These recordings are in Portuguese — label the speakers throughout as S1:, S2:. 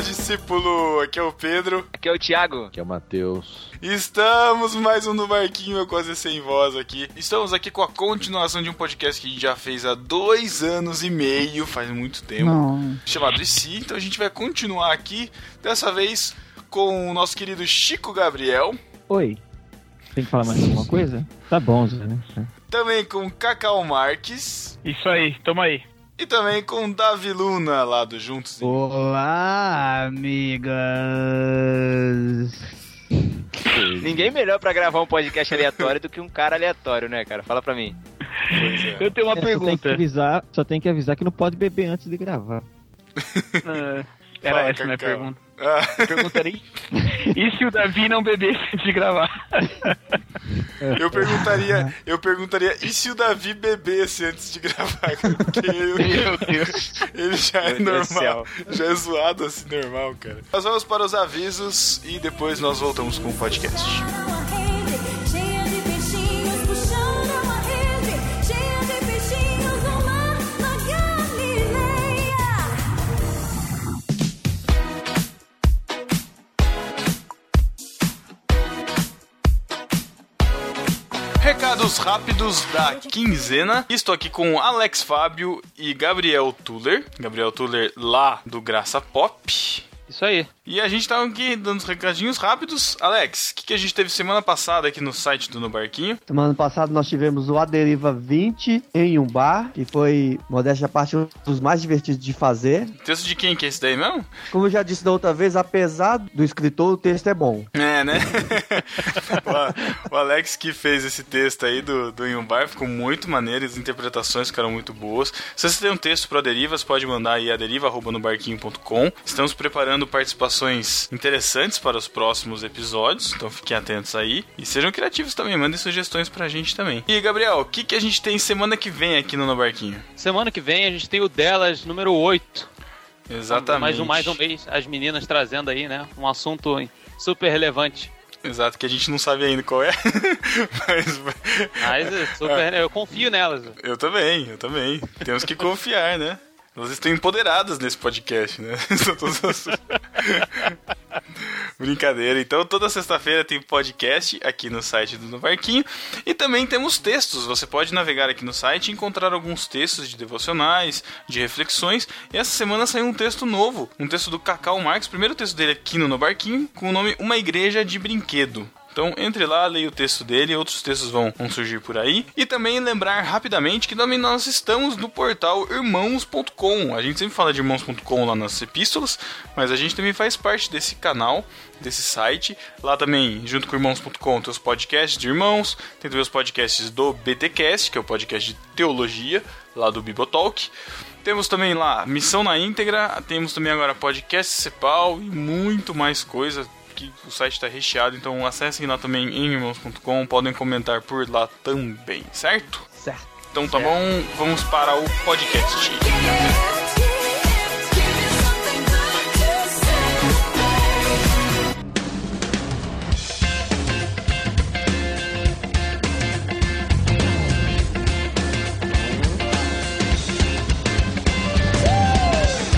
S1: discípulo. Aqui é o Pedro.
S2: Aqui é o Thiago.
S3: Aqui é o Matheus.
S1: Estamos mais um no barquinho, eu quase sem voz aqui. Estamos aqui com a continuação de um podcast que a gente já fez há dois anos e meio, faz muito tempo,
S4: Não.
S1: chamado E Si. Então a gente vai continuar aqui, dessa vez com o nosso querido Chico Gabriel,
S4: Oi. Tem que falar mais alguma coisa? Tá bom, Zé, né?
S1: também com Cacau Marques
S5: Isso aí, tamo aí.
S1: e também com Davi Luna lá do Juntos.
S6: Olá, amigas!
S2: Ninguém melhor pra gravar um podcast aleatório do que um cara aleatório, né, cara? Fala pra mim.
S1: Pois é.
S5: Eu tenho uma
S4: É, Só tem, que
S5: pergunta.
S4: avisar, só tem que avisar que não pode beber antes de gravar.
S5: Ah, Era
S1: Fala,
S5: essa a minha
S1: Cacau.
S5: pergunta.
S1: Ah,
S5: A pergunta era, e se o Davi não bebesse antes de gravar?
S1: eu perguntaria, eu perguntaria, e se o Davi bebesse antes de gravar? Porque eu-
S2: Deus.
S1: ele já é
S2: Meu Deus do
S1: normal, já é zoado assim normal, cara. Nós vamos para os avisos e depois nós voltamos com o podcast.
S7: Cheia de peixinhos, puxando uma rede. Cheia de peixinhos no mar na Galileia.
S1: Recados rápidos da quinzena. Estou aqui com Alex Fábio e Gabriel Tuller. Gabriel Tuller lá do Graça Pop.
S5: Isso aí.
S1: E a gente tá aqui dando os recadinhos rápidos. Alex, o que, que a gente teve semana passada aqui no site do No Barquinho?
S6: Semana passada nós tivemos o Aderiva 20 em um bar, que foi, modéstia à parte, um dos mais divertidos de fazer.
S1: Texto de quem que é esse daí mesmo?
S6: Como eu já disse da outra vez, apesar do escritor, o texto é bom.
S1: É, né? o, A- o Alex que fez esse texto aí do, do Inhumbar ficou muito maneiro, as interpretações ficaram muito boas. Se você tem um texto para Derivas, pode mandar aí a deriva.nobarquinho.com. Estamos preparando participações interessantes para os próximos episódios, então fiquem atentos aí. E sejam criativos também, mandem sugestões pra gente também. E Gabriel, o que, que a gente tem semana que vem aqui no No Barquinho?
S8: Semana que vem a gente tem o Delas número 8.
S1: Exatamente.
S8: Mais um, mais um mês, as meninas trazendo aí, né? Um assunto super relevante.
S1: Exato, que a gente não sabe ainda qual é. Mas
S8: Mas é super, eu confio nelas.
S1: Eu também, eu também. Temos que confiar, né? Elas estão empoderadas nesse podcast, né? São todas as- Brincadeira. Então, toda sexta-feira tem podcast aqui no site do No Barquinho. E também temos textos. Você pode navegar aqui no site e encontrar alguns textos de devocionais, de reflexões. E essa semana saiu um texto novo. Um texto do Cacau Marx. Primeiro texto dele aqui no No Barquinho, com o nome Uma Igreja de Brinquedo. Então entre lá, leia o texto dele, outros textos vão, vão surgir por aí. E também lembrar rapidamente que também nós estamos no portal irmãos.com. A gente sempre fala de irmãos.com lá nas epístolas, mas a gente também faz parte desse canal, desse site. Lá também, junto com irmãos.com, tem os podcasts de irmãos, tem também os podcasts do BTcast, que é o podcast de teologia, lá do Bibotalk. Temos também lá Missão na Íntegra, temos também agora Podcast Cepal e muito mais coisa que o site está recheado, então acessem lá também em irmãos.com, podem comentar por lá também, certo?
S6: Certo.
S1: Então tá bom, vamos para o podcast.
S7: Give me something good to celebrate.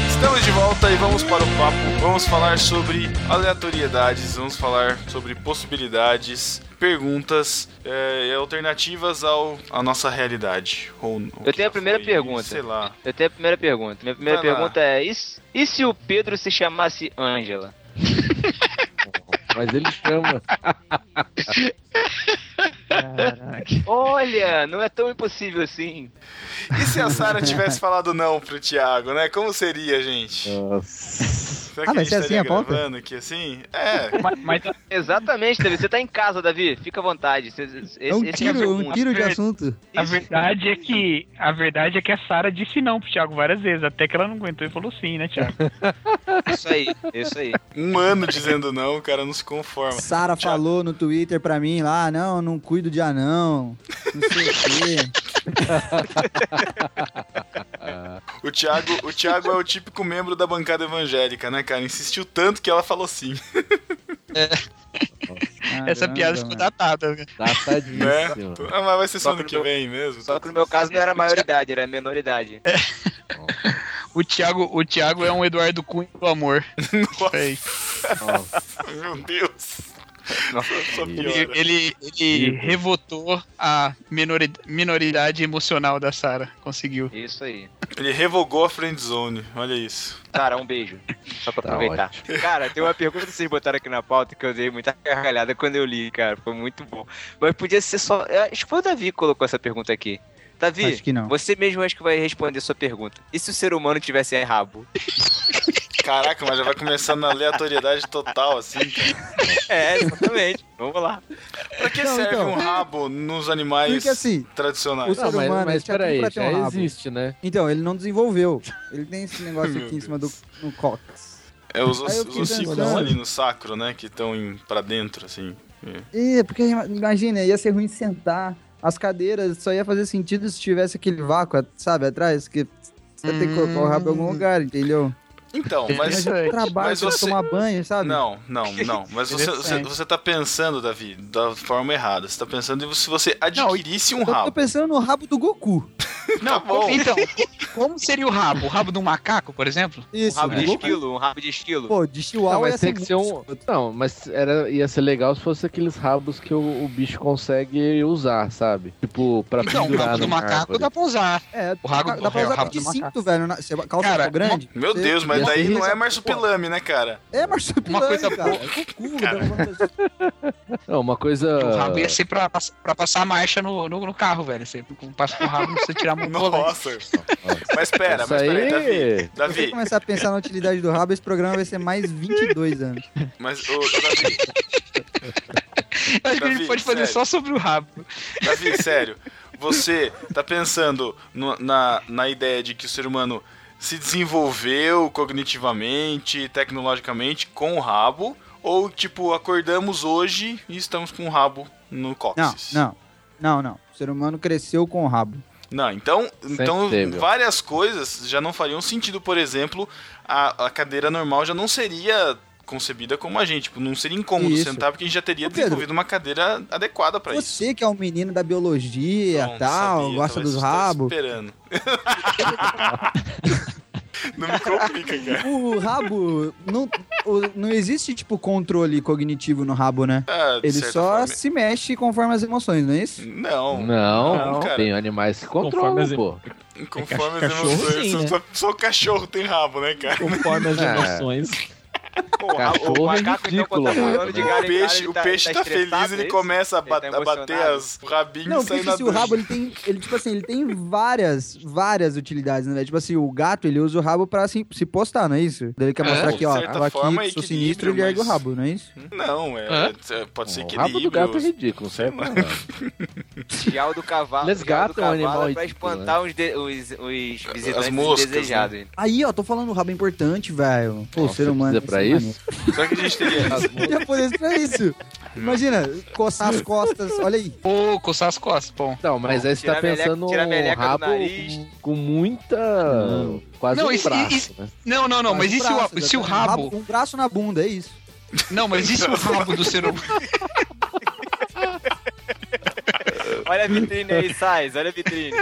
S1: Estamos de volta e vamos para o papo. Vamos falar sobre aleatoriedades, vamos falar sobre possibilidades, perguntas eh, e alternativas ao, à nossa realidade. Ou, ou
S2: Eu
S1: que
S2: tenho a
S1: já
S2: primeira
S1: foi,
S2: pergunta.
S1: Sei lá.
S8: Eu tenho a primeira pergunta. Minha primeira
S1: Vai lá.
S8: pergunta é: e se, e se o Pedro se chamasse Ângela?
S3: Mas ele chama.
S4: Caraca.
S8: Olha, não é tão impossível assim.
S1: E se a Sara tivesse falado não pro Thiago, né? Como seria, gente?
S3: Nossa.
S1: Será que
S4: Ah, vai
S1: a gente
S4: ser assim
S1: estaria
S4: a pauta?
S1: gravando aqui assim? É,
S5: Mas, mas
S9: tá-
S8: Exatamente, Davi. Você tá em casa, Davi. Fica à vontade. Esse, esse-
S9: É um
S8: esse
S9: tiro,
S8: é a
S9: um
S8: pergunta.
S9: tiro de assunto.
S5: a
S8: Isso.
S5: verdade é que a verdade é que a Sara disse não pro Thiago várias vezes, até que ela não aguentou e falou sim, né, Thiago?
S8: Isso aí, isso aí.
S1: um ano dizendo não, o cara não se conforma.
S9: Sara
S1: Thiago.
S9: falou no Twitter pra mim lá, não, não cuido de anão, não sei o quê.
S1: O Thiago, o Thiago é o típico membro da bancada evangélica, né, cara? Insistiu tanto que ela falou sim,
S5: Essa piada ficou
S9: Caramba, Tá,
S5: datada.
S1: né?
S3: Datadíssimo.
S1: Ah, mas vai ser
S8: Só
S1: só ano
S8: pro
S1: que
S8: meu-
S1: vem mesmo. tá? É.
S8: Só que no meu caso não era maioridade, era minoridade.
S5: O Thiago, o Thiago é um Eduardo Cunha do amor. É isso.
S1: Meu Deus. Só
S5: Ele,
S1: piora.
S5: ele, ele revotou a minori- minoridade emocional da Sara. Conseguiu.
S2: Isso aí.
S1: Ele revogou a friend zone. Olha isso.
S2: Sara, um beijo. Só pra
S3: Tá
S2: aproveitar. Cara, tem uma pergunta que vocês botaram aqui na pauta que eu dei muita gargalhada quando eu li, cara. Foi muito bom. Mas podia ser só. eu Acho que foi o Davi que colocou essa pergunta aqui. Davi,
S9: Acho que não.
S2: você mesmo acho que vai responder a sua pergunta. E se o ser humano tivesse rabo?
S1: Caraca, mas já vai começar na aleatoriedade total, assim.
S2: É, exatamente. Vamos lá.
S1: Pra que
S9: Não,
S1: serve
S9: então.
S1: um rabo nos animais
S9: Porque assim,
S1: tradicionais?
S9: o ser
S3: Não, mas,
S9: humano
S3: mas
S9: ele tinha tudo
S3: peraí,
S9: pra ter
S3: já
S9: um rabo.
S3: existe,
S1: É.
S3: né?
S9: Então, ele não desenvolveu. Ele tem esse negócio aqui em cima do no cox.
S1: É os, os,
S9: Aí eu assim,
S1: os
S9: fiquei
S1: ossículos
S9: pensando.
S1: ali no sacro, né? Que estão pra dentro, assim.
S9: É, porque imagina, ia ser ruim sentar. As cadeiras só ia fazer sentido se tivesse aquele vácuo, sabe, atrás, que você tem que colocar o rabo em algum lugar, entendeu?
S1: Então, mas.
S3: é
S5: Interessante.
S9: Trabalho,
S1: mas
S9: tem que
S1: você-
S9: tomar banho, sabe?
S1: Não, não, não. Mas você, você,
S5: Interessante.
S1: você tá pensando, Davi, da forma errada. Você tá pensando em se você adquirisse um
S9: Eu tô
S1: rabo.
S9: pensando no rabo do Goku.
S1: Não, bom.
S5: Então, como seria o rabo? O rabo de um macaco, por exemplo?
S2: Um
S9: Isso,
S2: rabo de
S9: Goku.
S2: esquilo, um rabo de esquilo.
S9: Pô, de chihuahua
S3: Não,
S9: ia
S3: mas tem que
S9: muito
S3: ser um.
S9: escroto.
S3: Não, mas era, ia ser legal se fosse aqueles rabos que o, o bicho consegue usar, sabe? Tipo, pra
S5: Não, Então, o
S3: pendurar
S5: rabo
S3: no
S5: do macaco dá pra usar.
S9: É,
S5: O rabo-
S9: dá pra
S5: o
S9: usar
S5: rabo
S9: de
S5: do
S9: cinto,
S5: macaco.
S9: velho. na- Você calça
S5: Cara,
S9: ficou grande?
S1: Meu
S9: você-
S1: Deus, mas
S3: Ia
S1: daí
S3: ser
S1: não é
S3: isso,
S1: marsupilame, né, cara?
S9: assim, É marsupial,
S5: Uma coisa
S9: cara. É Goku, dá pra fazer-
S3: Não, uma coisa.
S5: O rabo ia ser pra, pra passar a marcha no, no, no carro, velho. Você passa com o rabo, você tirar a mão do volante.
S1: Nossa. mas
S5: né?
S1: pera,
S3: Isso
S1: mas peraí, Davi.
S3: aí.
S9: Se você
S1: Davi,
S9: começar a pensar na utilidade do rabo, esse programa vai ser mais 22 anos.
S1: mas ô, Davi,
S5: Acho que a
S1: Davi,
S5: gente pode fazer
S1: sério.
S5: só sobre o rabo.
S1: Davi, sério, você tá pensando no- na, na ideia de que o ser humano se desenvolveu cognitivamente, tecnologicamente com o rabo, ou tipo, acordamos hoje e estamos com o rabo no
S9: Não,
S1: cóccix?
S9: não. Não, não. O ser humano cresceu com o rabo.
S1: Não, então, então
S3: teve, ó.
S1: várias coisas já não fariam sentido, por exemplo, a, a cadeira normal já não seria concebida como a gente, tipo, não seria incômodo
S9: Isso.
S1: sentar porque a gente já teria
S9: Ô, Pedro.
S1: desenvolvido uma cadeira adequada pra isso.
S9: Você que é um menino da biologia
S1: Não,
S9: tal,
S1: sabia,
S9: gosta
S1: talvez
S9: dos
S5: tá
S1: eu tava
S9: rabos.
S1: esperando. não me complica, cara.
S9: O rabo. Não, o- não existe, tipo, controle cognitivo no rabo, né?
S5: É,
S1: Ah, de
S9: Ele
S1: certa
S9: só
S1: forma-
S9: se mexe conforme as emoções, não é isso?
S1: Não,
S3: Não,
S1: Não, cara.
S3: tem animais que
S4: Conforme
S3: controlam,
S4: as-
S3: pô.
S1: conforme as
S4: cachorro,
S1: emoções,
S4: sim, né?
S1: só, só o cachorro tem rabo, né, cara?
S4: Conforme as
S3: É.
S4: emoções.
S2: Pô, o rabo-
S3: Cachorro
S2: o
S3: é
S2: macaco então
S3: ridículo,
S2: quando tá
S3: mano.
S2: pulando de
S1: O
S2: galho em galho,
S1: peixe,
S2: ele
S1: o peixe tá, feliz,
S2: estressado, é
S1: ele
S2: isso?
S1: começa a,
S2: Ele
S1: ba-
S2: tá
S1: a bater
S2: emocionado.
S1: as rabinhas
S9: Não,
S1: e sair
S9: porque
S1: na
S9: assim, o rabo
S1: rabo...
S9: ele tem, ele tipo assim, ele tem várias, várias utilidades, né? velho? Tipo assim, o gato ele usa o rabo pra assim, se postar, não é isso? Ele quer
S5: É,
S9: mostrar
S1: de
S9: aqui, ó,
S1: certa
S9: tô aqui,
S1: forma, é
S9: sou
S1: equilíbrio,
S9: sinistro, ele ergue o
S1: mas-
S9: rabo, não é isso?
S1: Não, é,
S5: Hã?
S1: é, pode ser
S3: o
S1: equilíbrio.
S3: rabo do gato é ridículo, não serve pra nada.
S2: Dial do cavalo.
S3: Mas
S2: dial do
S3: gato é um
S2: cavalo
S3: animal
S2: pra
S3: ridículo,
S2: espantar os, de- os, os visitantes
S1: moscas, né?
S2: indesejados.
S9: Aí, ó, tô falando o rabo é importante, velho. Pô,
S3: Nossa,
S9: ser humano. é
S3: precisa pra
S9: ser
S3: isso?
S1: Será que a gente teria
S9: humano. Japonês pra isso. Imagina, coçar as costas, olha aí.
S5: Ou coçar as costas, bom.
S3: Não, mas aí você
S2: Tira
S3: tá
S2: a meleca-
S3: pensando
S2: tira a
S3: um
S2: meleca do
S3: rabo
S2: nariz.
S3: com, com muita. Quase
S5: Não,
S3: um
S5: isso-
S3: braço,
S5: isso-
S3: né?
S5: Não, não, não, mas
S9: Faz
S5: e se o,
S9: um braço,
S5: se o
S9: exatamente.
S5: rabo?
S9: Um braço na bunda, é isso.
S5: Não, mas e se o rabo do ser humano?
S2: Olha a vitrine aí, Sais, olha a vitrine.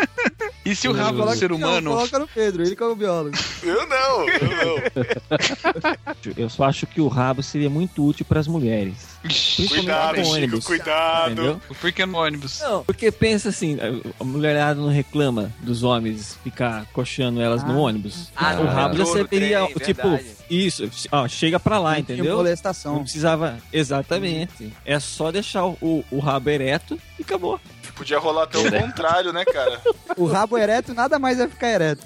S5: E se o rabo do
S9: Coloca-
S5: ser
S9: não,
S5: humano?
S9: Coloca no Pedro, ele como biólogo.
S1: Eu não, eu não.
S4: Eu só acho que o rabo seria muito útil para as mulheres.
S5: Ixi,
S4: Principalmente
S1: Cuidado,
S4: no
S1: Chico,
S4: ônibus,
S1: cuidado.
S4: Entendeu?
S5: Por que no ônibus?
S4: Não, porque pensa assim, a- a mulherada não reclama dos homens ficar coxando elas no ônibus.
S2: Ah,
S4: o
S3: no
S4: rabo já
S2: metrô, no
S4: seria,
S2: trem,
S4: tipo,
S2: verdade.
S4: isso, ó, chega pra lá, entendeu? Não
S9: Molestação.
S4: precisava.
S2: Uhum.
S4: Exatamente. É só deixar o, o, o rabo ereto e acabou.
S1: Podia rolar até o contrário, né, cara?
S9: O rabo ereto nada mais vai ficar ereto.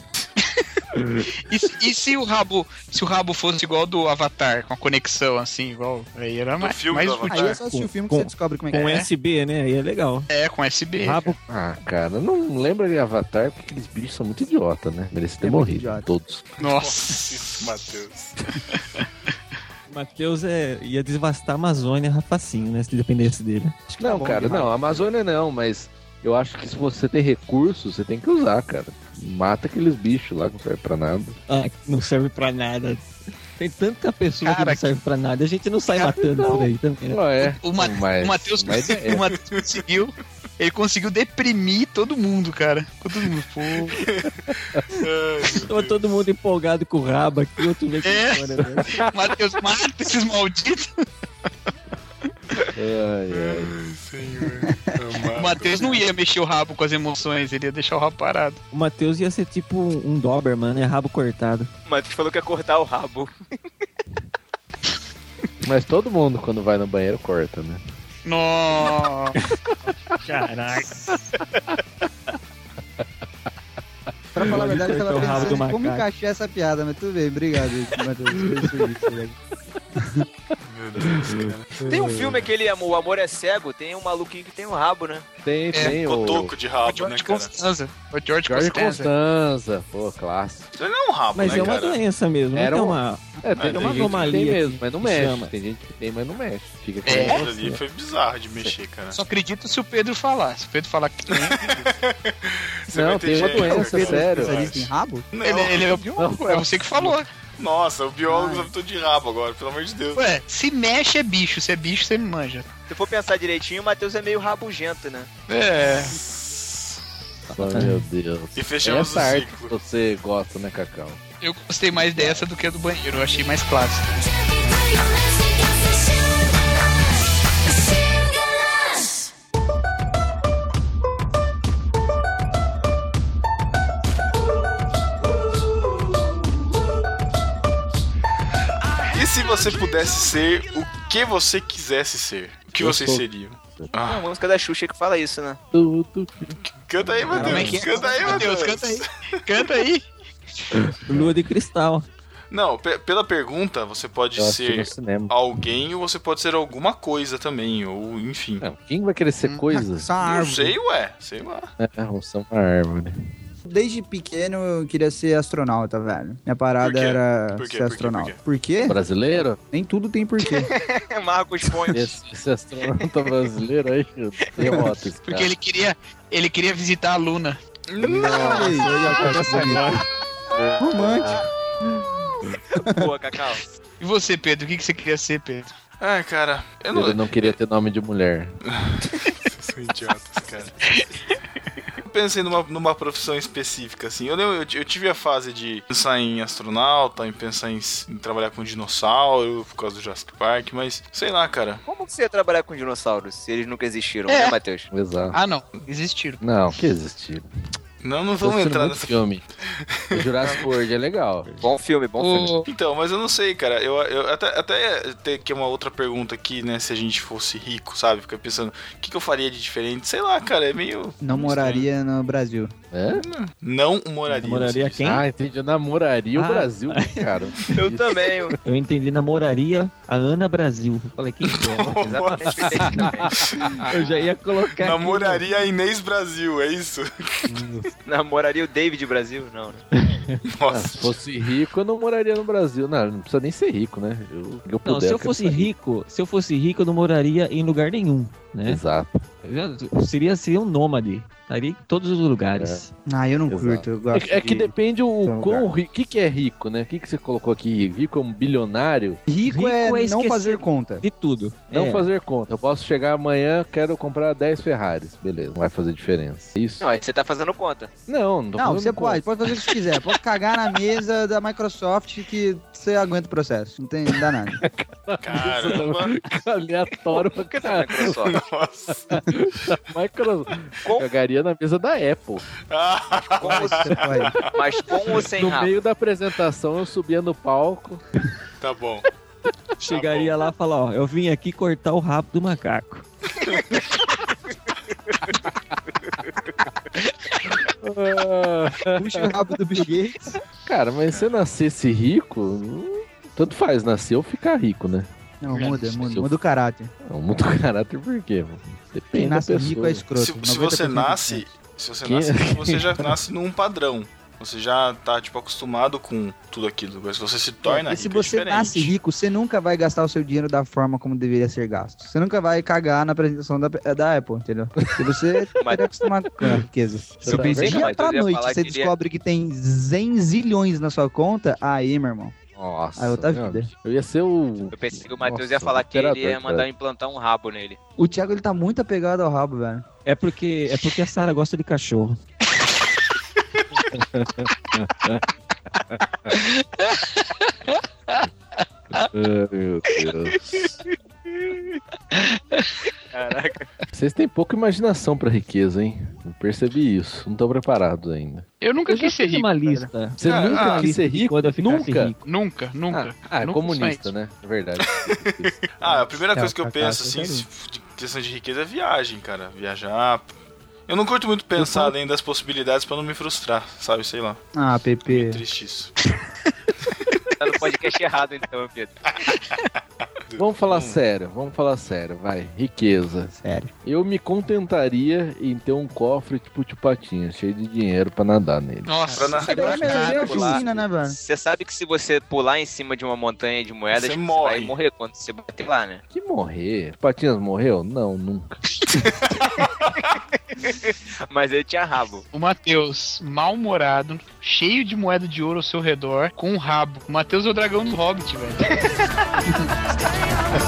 S5: E, se- e se o rabo, se o rabo fosse igual do Avatar, com a conexão assim, igual, aí era mais,
S1: filme
S5: mais
S1: do
S5: útil.
S9: Aí é só assistir
S4: Com-
S9: o filme que
S4: com-
S9: você descobre como é que
S4: Com
S9: é.
S4: USB, né? Aí é legal.
S5: É, com USB.
S4: Rabo
S3: Ah, cara, não lembra de Avatar porque aqueles bichos são muito idiota, né? Merecia ter
S9: É muito
S3: morrido,
S9: idiota.
S3: todos.
S5: Nossa.
S1: Matheus.
S4: Matheus é, ia devastar a Amazônia rapacinho, né? Se dependesse dele.
S9: Acho que tá
S3: Não,
S9: bom
S3: cara,
S9: demais.
S3: não, Amazônia não, mas eu acho que se você tem recursos, você tem que usar, cara. Mata aqueles bichos lá que não serve pra nada.
S4: Ah, não serve pra nada. Tem tanta pessoa que
S5: Cara,
S4: não serve pra nada. A gente não sai
S5: cara,
S4: matando por aí também, né?
S3: Não é.
S5: O, Ma-
S3: mas-
S5: o Matheus
S3: mas é.
S5: o Matheus conseguiu Ele conseguiu deprimir todo mundo, cara. Todo mundo, pô.
S4: Tava todo mundo empolgado com o rabo aqui, outro vê com
S5: É.
S4: fora, né?
S5: Matheus, mata esses malditos.
S3: Ai, ai.
S1: Senhor.
S5: O Matheus não ia mexer o rabo com as emoções, ele ia deixar o rabo parado.
S4: O Matheus ia ser tipo um Doberman, né? Rabo cortado.
S2: O Matheus falou que ia cortar tá o rabo.
S3: Mas todo mundo quando vai no banheiro corta, né?
S5: Nossa.
S4: Caraca.
S9: Pra falar a verdade, eu
S4: Cortou
S9: tava
S4: o rabo do
S9: pensando em como
S4: macaco.
S9: encaixar essa piada, mas tudo bem, obrigado, Matheus. por isso, velho.
S1: Meu Deus, cara.
S10: Tem um filme aquele Amor- O Amor é Cego, tem um maluquinho que tem um rabo, né?
S3: Tem,
S2: É,
S3: tem o.
S1: Cotoco de
S5: O
S1: rabo, né,
S5: George
S1: cara?
S5: Constanza. O George,
S3: Jorge
S5: Costanza.
S3: Constanza. Pô, clássico.
S1: Isso não é um rabo,
S4: Mas
S1: né,
S4: é uma
S1: cara?
S4: doença mesmo,
S3: Era
S4: não
S3: um-
S4: é uma...
S3: É, tem,
S1: tem
S3: uma
S4: gente que
S3: anomalia tem
S4: tem mesmo,
S3: mesmo, mas não
S4: que
S3: mexe.
S4: chama.
S3: Tem gente que tem, mas não mexe. Fica com
S5: É.
S1: Aquilo ali foi bizarro de mexer, cara.
S5: Só acredito se o Pedro falar. Se o Pedro falar que tem,
S1: Você
S3: Não,
S1: vai ter
S3: tem uma
S1: jeito, cara.
S3: doença, sério.
S9: Especialista em rabo?
S1: Não,
S5: ele, ele é o biólogo. É você que falou.
S1: Nossa, o biólogo sabe tudo de rabo agora, pelo amor de Deus.
S5: Ué, se mexe é bicho. Se é bicho, você me manja.
S10: Se for pensar direitinho, o Matheus é meio rabugento, né?
S5: É.
S3: Nossa, meu Deus.
S1: E fechamos
S3: Essa
S1: o
S3: arte que
S1: ciclo.
S3: você gosta, né, Cacau?
S5: Eu gostei mais dessa do que a do banheiro. Eu achei mais clássico.
S1: E se você pudesse ser o que você quisesse ser? O que
S3: Eu
S1: vocês
S3: sou.
S1: seriam?
S10: É
S1: Ah,
S10: uma música da Xuxa que fala isso, né?
S3: Tu, tu, tu.
S1: canta aí,
S5: Como é que
S1: Matheus.
S5: é?
S1: Canta aí, Matheus.
S5: Matheus, canta aí. Canta aí.
S4: Lua de cristal.
S1: Não, pe- pela pergunta, você pode
S3: Eu assisti no
S1: ser
S3: cinema.
S1: alguém ou você pode ser alguma coisa também, ou enfim.
S3: Não, quem vai querer ser coisa?
S9: Hum, Só uma
S1: Não
S9: árvore.
S1: sei, ué. Sei lá.
S3: É, são uma árvore.
S9: Desde pequeno eu queria ser astronauta, velho. Minha parada
S1: Por quê?
S9: era
S1: Por quê? Por
S9: ser
S1: quê?
S9: astronauta. Por quê?
S3: Brasileiro?
S9: Nem tudo tem porquê.
S10: Marcos Pontes.
S3: Esse, esse astronauta brasileiro aí, derrota esse
S5: Porque
S1: É.
S3: cara.
S5: ele queria, ele queria visitar a Luna.
S9: Olha aí, olha a coisa
S1: é
S9: bonita. Romântico.
S10: Boa, Cacau.
S5: E você, Pedro? O que, que você queria ser, Pedro?
S1: Ai, cara, eu não.
S3: Ele não queria ter nome de mulher.
S1: São idiotas, cara. Eu pensei numa, numa profissão específica, assim. Eu, lembro- eu, t- eu tive a fase de pensar em astronauta, em pensar em, s- em trabalhar com dinossauro, por causa do Jurassic Park, mas sei lá, cara.
S10: Como que você ia trabalhar com dinossauros se eles nunca existiram,
S5: É.
S10: né, Matheus?
S3: Exato.
S5: Ah, não. Existiram.
S3: Não, que existir.
S1: Não, não
S3: Tô
S1: vamos
S3: assistindo
S1: entrar
S3: muito
S1: nessa.
S3: filme. O Jurassic World é legal.
S10: Bom filme, bom filme.
S5: O...
S1: Então, mas eu não sei, cara. Eu, eu até, até ter que uma outra pergunta aqui, né? Se a gente fosse rico, sabe? Fica pensando, o que, que eu faria de diferente? Sei lá, cara. É meio.
S9: Não moraria no Brasil.
S3: É?
S1: Não moraria. assim,
S4: Namoraria quem?
S3: Ah, entendi. Eu namoraria o
S4: Ah.
S3: Brasil, né, cara.
S10: Eu também, eu-
S4: Eu entendi, namoraria a Ana Brasil. Falei, quem que
S10: exatamente o que eu entendi também.
S4: é? Eu já ia colocar aqui,
S1: Namoraria a Inês Brasil, é isso?
S10: Namoraria o David Brasil? Não, né?
S3: Ah,
S1: Nossa.
S3: se fosse rico, eu não moraria no Brasil. Não, não precisa nem ser rico, né? Eu, eu
S4: Não,
S3: puder,
S4: se eu
S3: quero
S4: fosse
S3: ser
S4: rico, se eu fosse rico, eu não moraria em lugar nenhum, né?
S3: Exato.
S4: Eu seria, seria um nômade. Estaria em todos os
S3: É.
S4: lugares.
S9: Ah, eu não
S3: Exato.
S9: curto. Eu gosto
S3: É, é que
S9: de... Então,
S3: depende o
S9: lugar.
S3: quão rico. O que, que é rico, né? O que, que você colocou aqui? Rico é um bilionário?
S9: Rico,
S4: Rico
S9: é,
S4: é
S9: não
S4: esquecer-
S9: fazer conta.
S4: De tudo.
S3: Não
S4: É.
S3: fazer conta. Eu posso chegar amanhã, quero comprar 10 Ferraris. Beleza, não vai fazer diferença. Isso?
S10: Não, aí você tá fazendo conta.
S3: Não, não tô
S9: Não,
S3: fazendo
S9: você
S3: conta.
S9: pode, pode fazer o que você quiser. Pode cagar na mesa da Microsoft que você aguenta o processo. Não, tem, não dá nada.
S3: é
S1: Caramba.
S3: Aleatório pra
S10: Porque tá na
S3: caralho.
S10: Microsoft.
S1: Nossa.
S3: Microsoft.
S10: Com-
S3: Cagaria na mesa da Apple.
S1: Ah,
S10: Com ou-
S9: Você pode.
S10: Mas com ou sem
S3: No
S10: rabo?
S3: meio da apresentação, eu subia no palco.
S1: tá bom.
S4: Chegaria lá e falar, ó, eu vim aqui cortar o rabo do macaco.
S9: Puxa o rabo do Bill Gates.
S3: Cara, mas se eu nascesse rico, hum, tanto faz nascer ou ficar rico, né?
S9: Não, muda, muda, muda o caráter.
S3: Não muda o É um caráter por quê? mano? Depende
S9: Quem nasce
S3: da pessoa.
S9: rico é escroto.
S1: Se, se você
S9: 90%
S1: nasce, se você
S3: Que-
S1: nasce, rico, você já nasce num padrão. Você já tá, tipo, acostumado com tudo aquilo. Agora, se você se torna
S9: E se
S1: rico, é
S9: você
S1: diferente.
S9: nasce rico, você nunca vai gastar o seu dinheiro da forma como deveria ser gasto. Você nunca vai cagar na apresentação da, da Apple, entendeu? Porque você
S10: Mas-
S9: tá acostumado com a riqueza. Se
S3: eu
S9: eu pensei
S3: ver,
S9: dia
S10: mas
S9: pra
S10: eu ia
S9: noite
S10: falar
S9: você
S10: que iria-
S9: descobre que tem zen zilhões na sua conta, aí, meu irmão.
S3: Nossa.
S9: Ah, é outra
S3: não,
S9: vida.
S3: Eu ia ser o.
S10: Eu pensei que o Matheus
S3: Nossa,
S10: ia falar que ele
S3: imperador,
S10: ia mandar
S3: cara.
S10: implantar um rabo nele.
S9: O Thiago, ele tá muito apegado ao rabo, velho.
S4: É porque, é porque a Sara gosta de cachorro.
S3: Ai, Ah, meu Deus.
S2: Caraca.
S3: Vocês têm pouca imaginação pra riqueza, hein? Eu percebi isso. Não estão preparados ainda.
S5: Eu nunca
S4: Eu já
S5: quis ser
S4: fiz
S5: rico.
S4: uma lista. Você
S5: Ah,
S4: nunca
S5: ah,
S4: quis ser rico? Quando eu ficasse
S3: Nunca?
S4: rico.
S5: Nunca, nunca.
S3: Ah, é
S5: Nunca
S3: comunista,
S5: sonhei.
S3: né? É verdade.
S1: Ah, a primeira
S4: É,
S1: coisa que eu
S4: pra
S1: penso,
S4: cá,
S1: assim,
S4: isso
S1: se- de questão de riqueza é viagem, cara. Viajar. Eu não curto muito pensar além das possibilidades pra não me frustrar, sabe? Sei lá.
S9: Ah, Pepe.
S1: Triste isso.
S2: Tá no podcast errado então, Pedro.
S3: Vamos falar
S1: Hum.
S3: sério, vamos falar sério, vai. Riqueza.
S9: Sério.
S3: Eu me contentaria em ter um cofre tipo de patinha, cheio de dinheiro pra nadar nele.
S5: Nossa,
S1: Pra na-
S5: você
S9: Isso daí é melhor
S5: cara,
S9: que a
S5: pô.
S9: Argentina, né, mano?
S2: Você sabe que se você pular em cima de uma montanha de moedas,
S1: Você
S2: você,
S1: morre.
S2: vai morrer quando você bater lá, né?
S3: Que morrer? Patinhas morreu? Não, nunca.
S2: Mas ele tinha rabo.
S5: o Matheus, mal-humorado, cheio de moeda de ouro ao seu redor, com um rabo. O Matheus é o dragão do Hobbit, velho.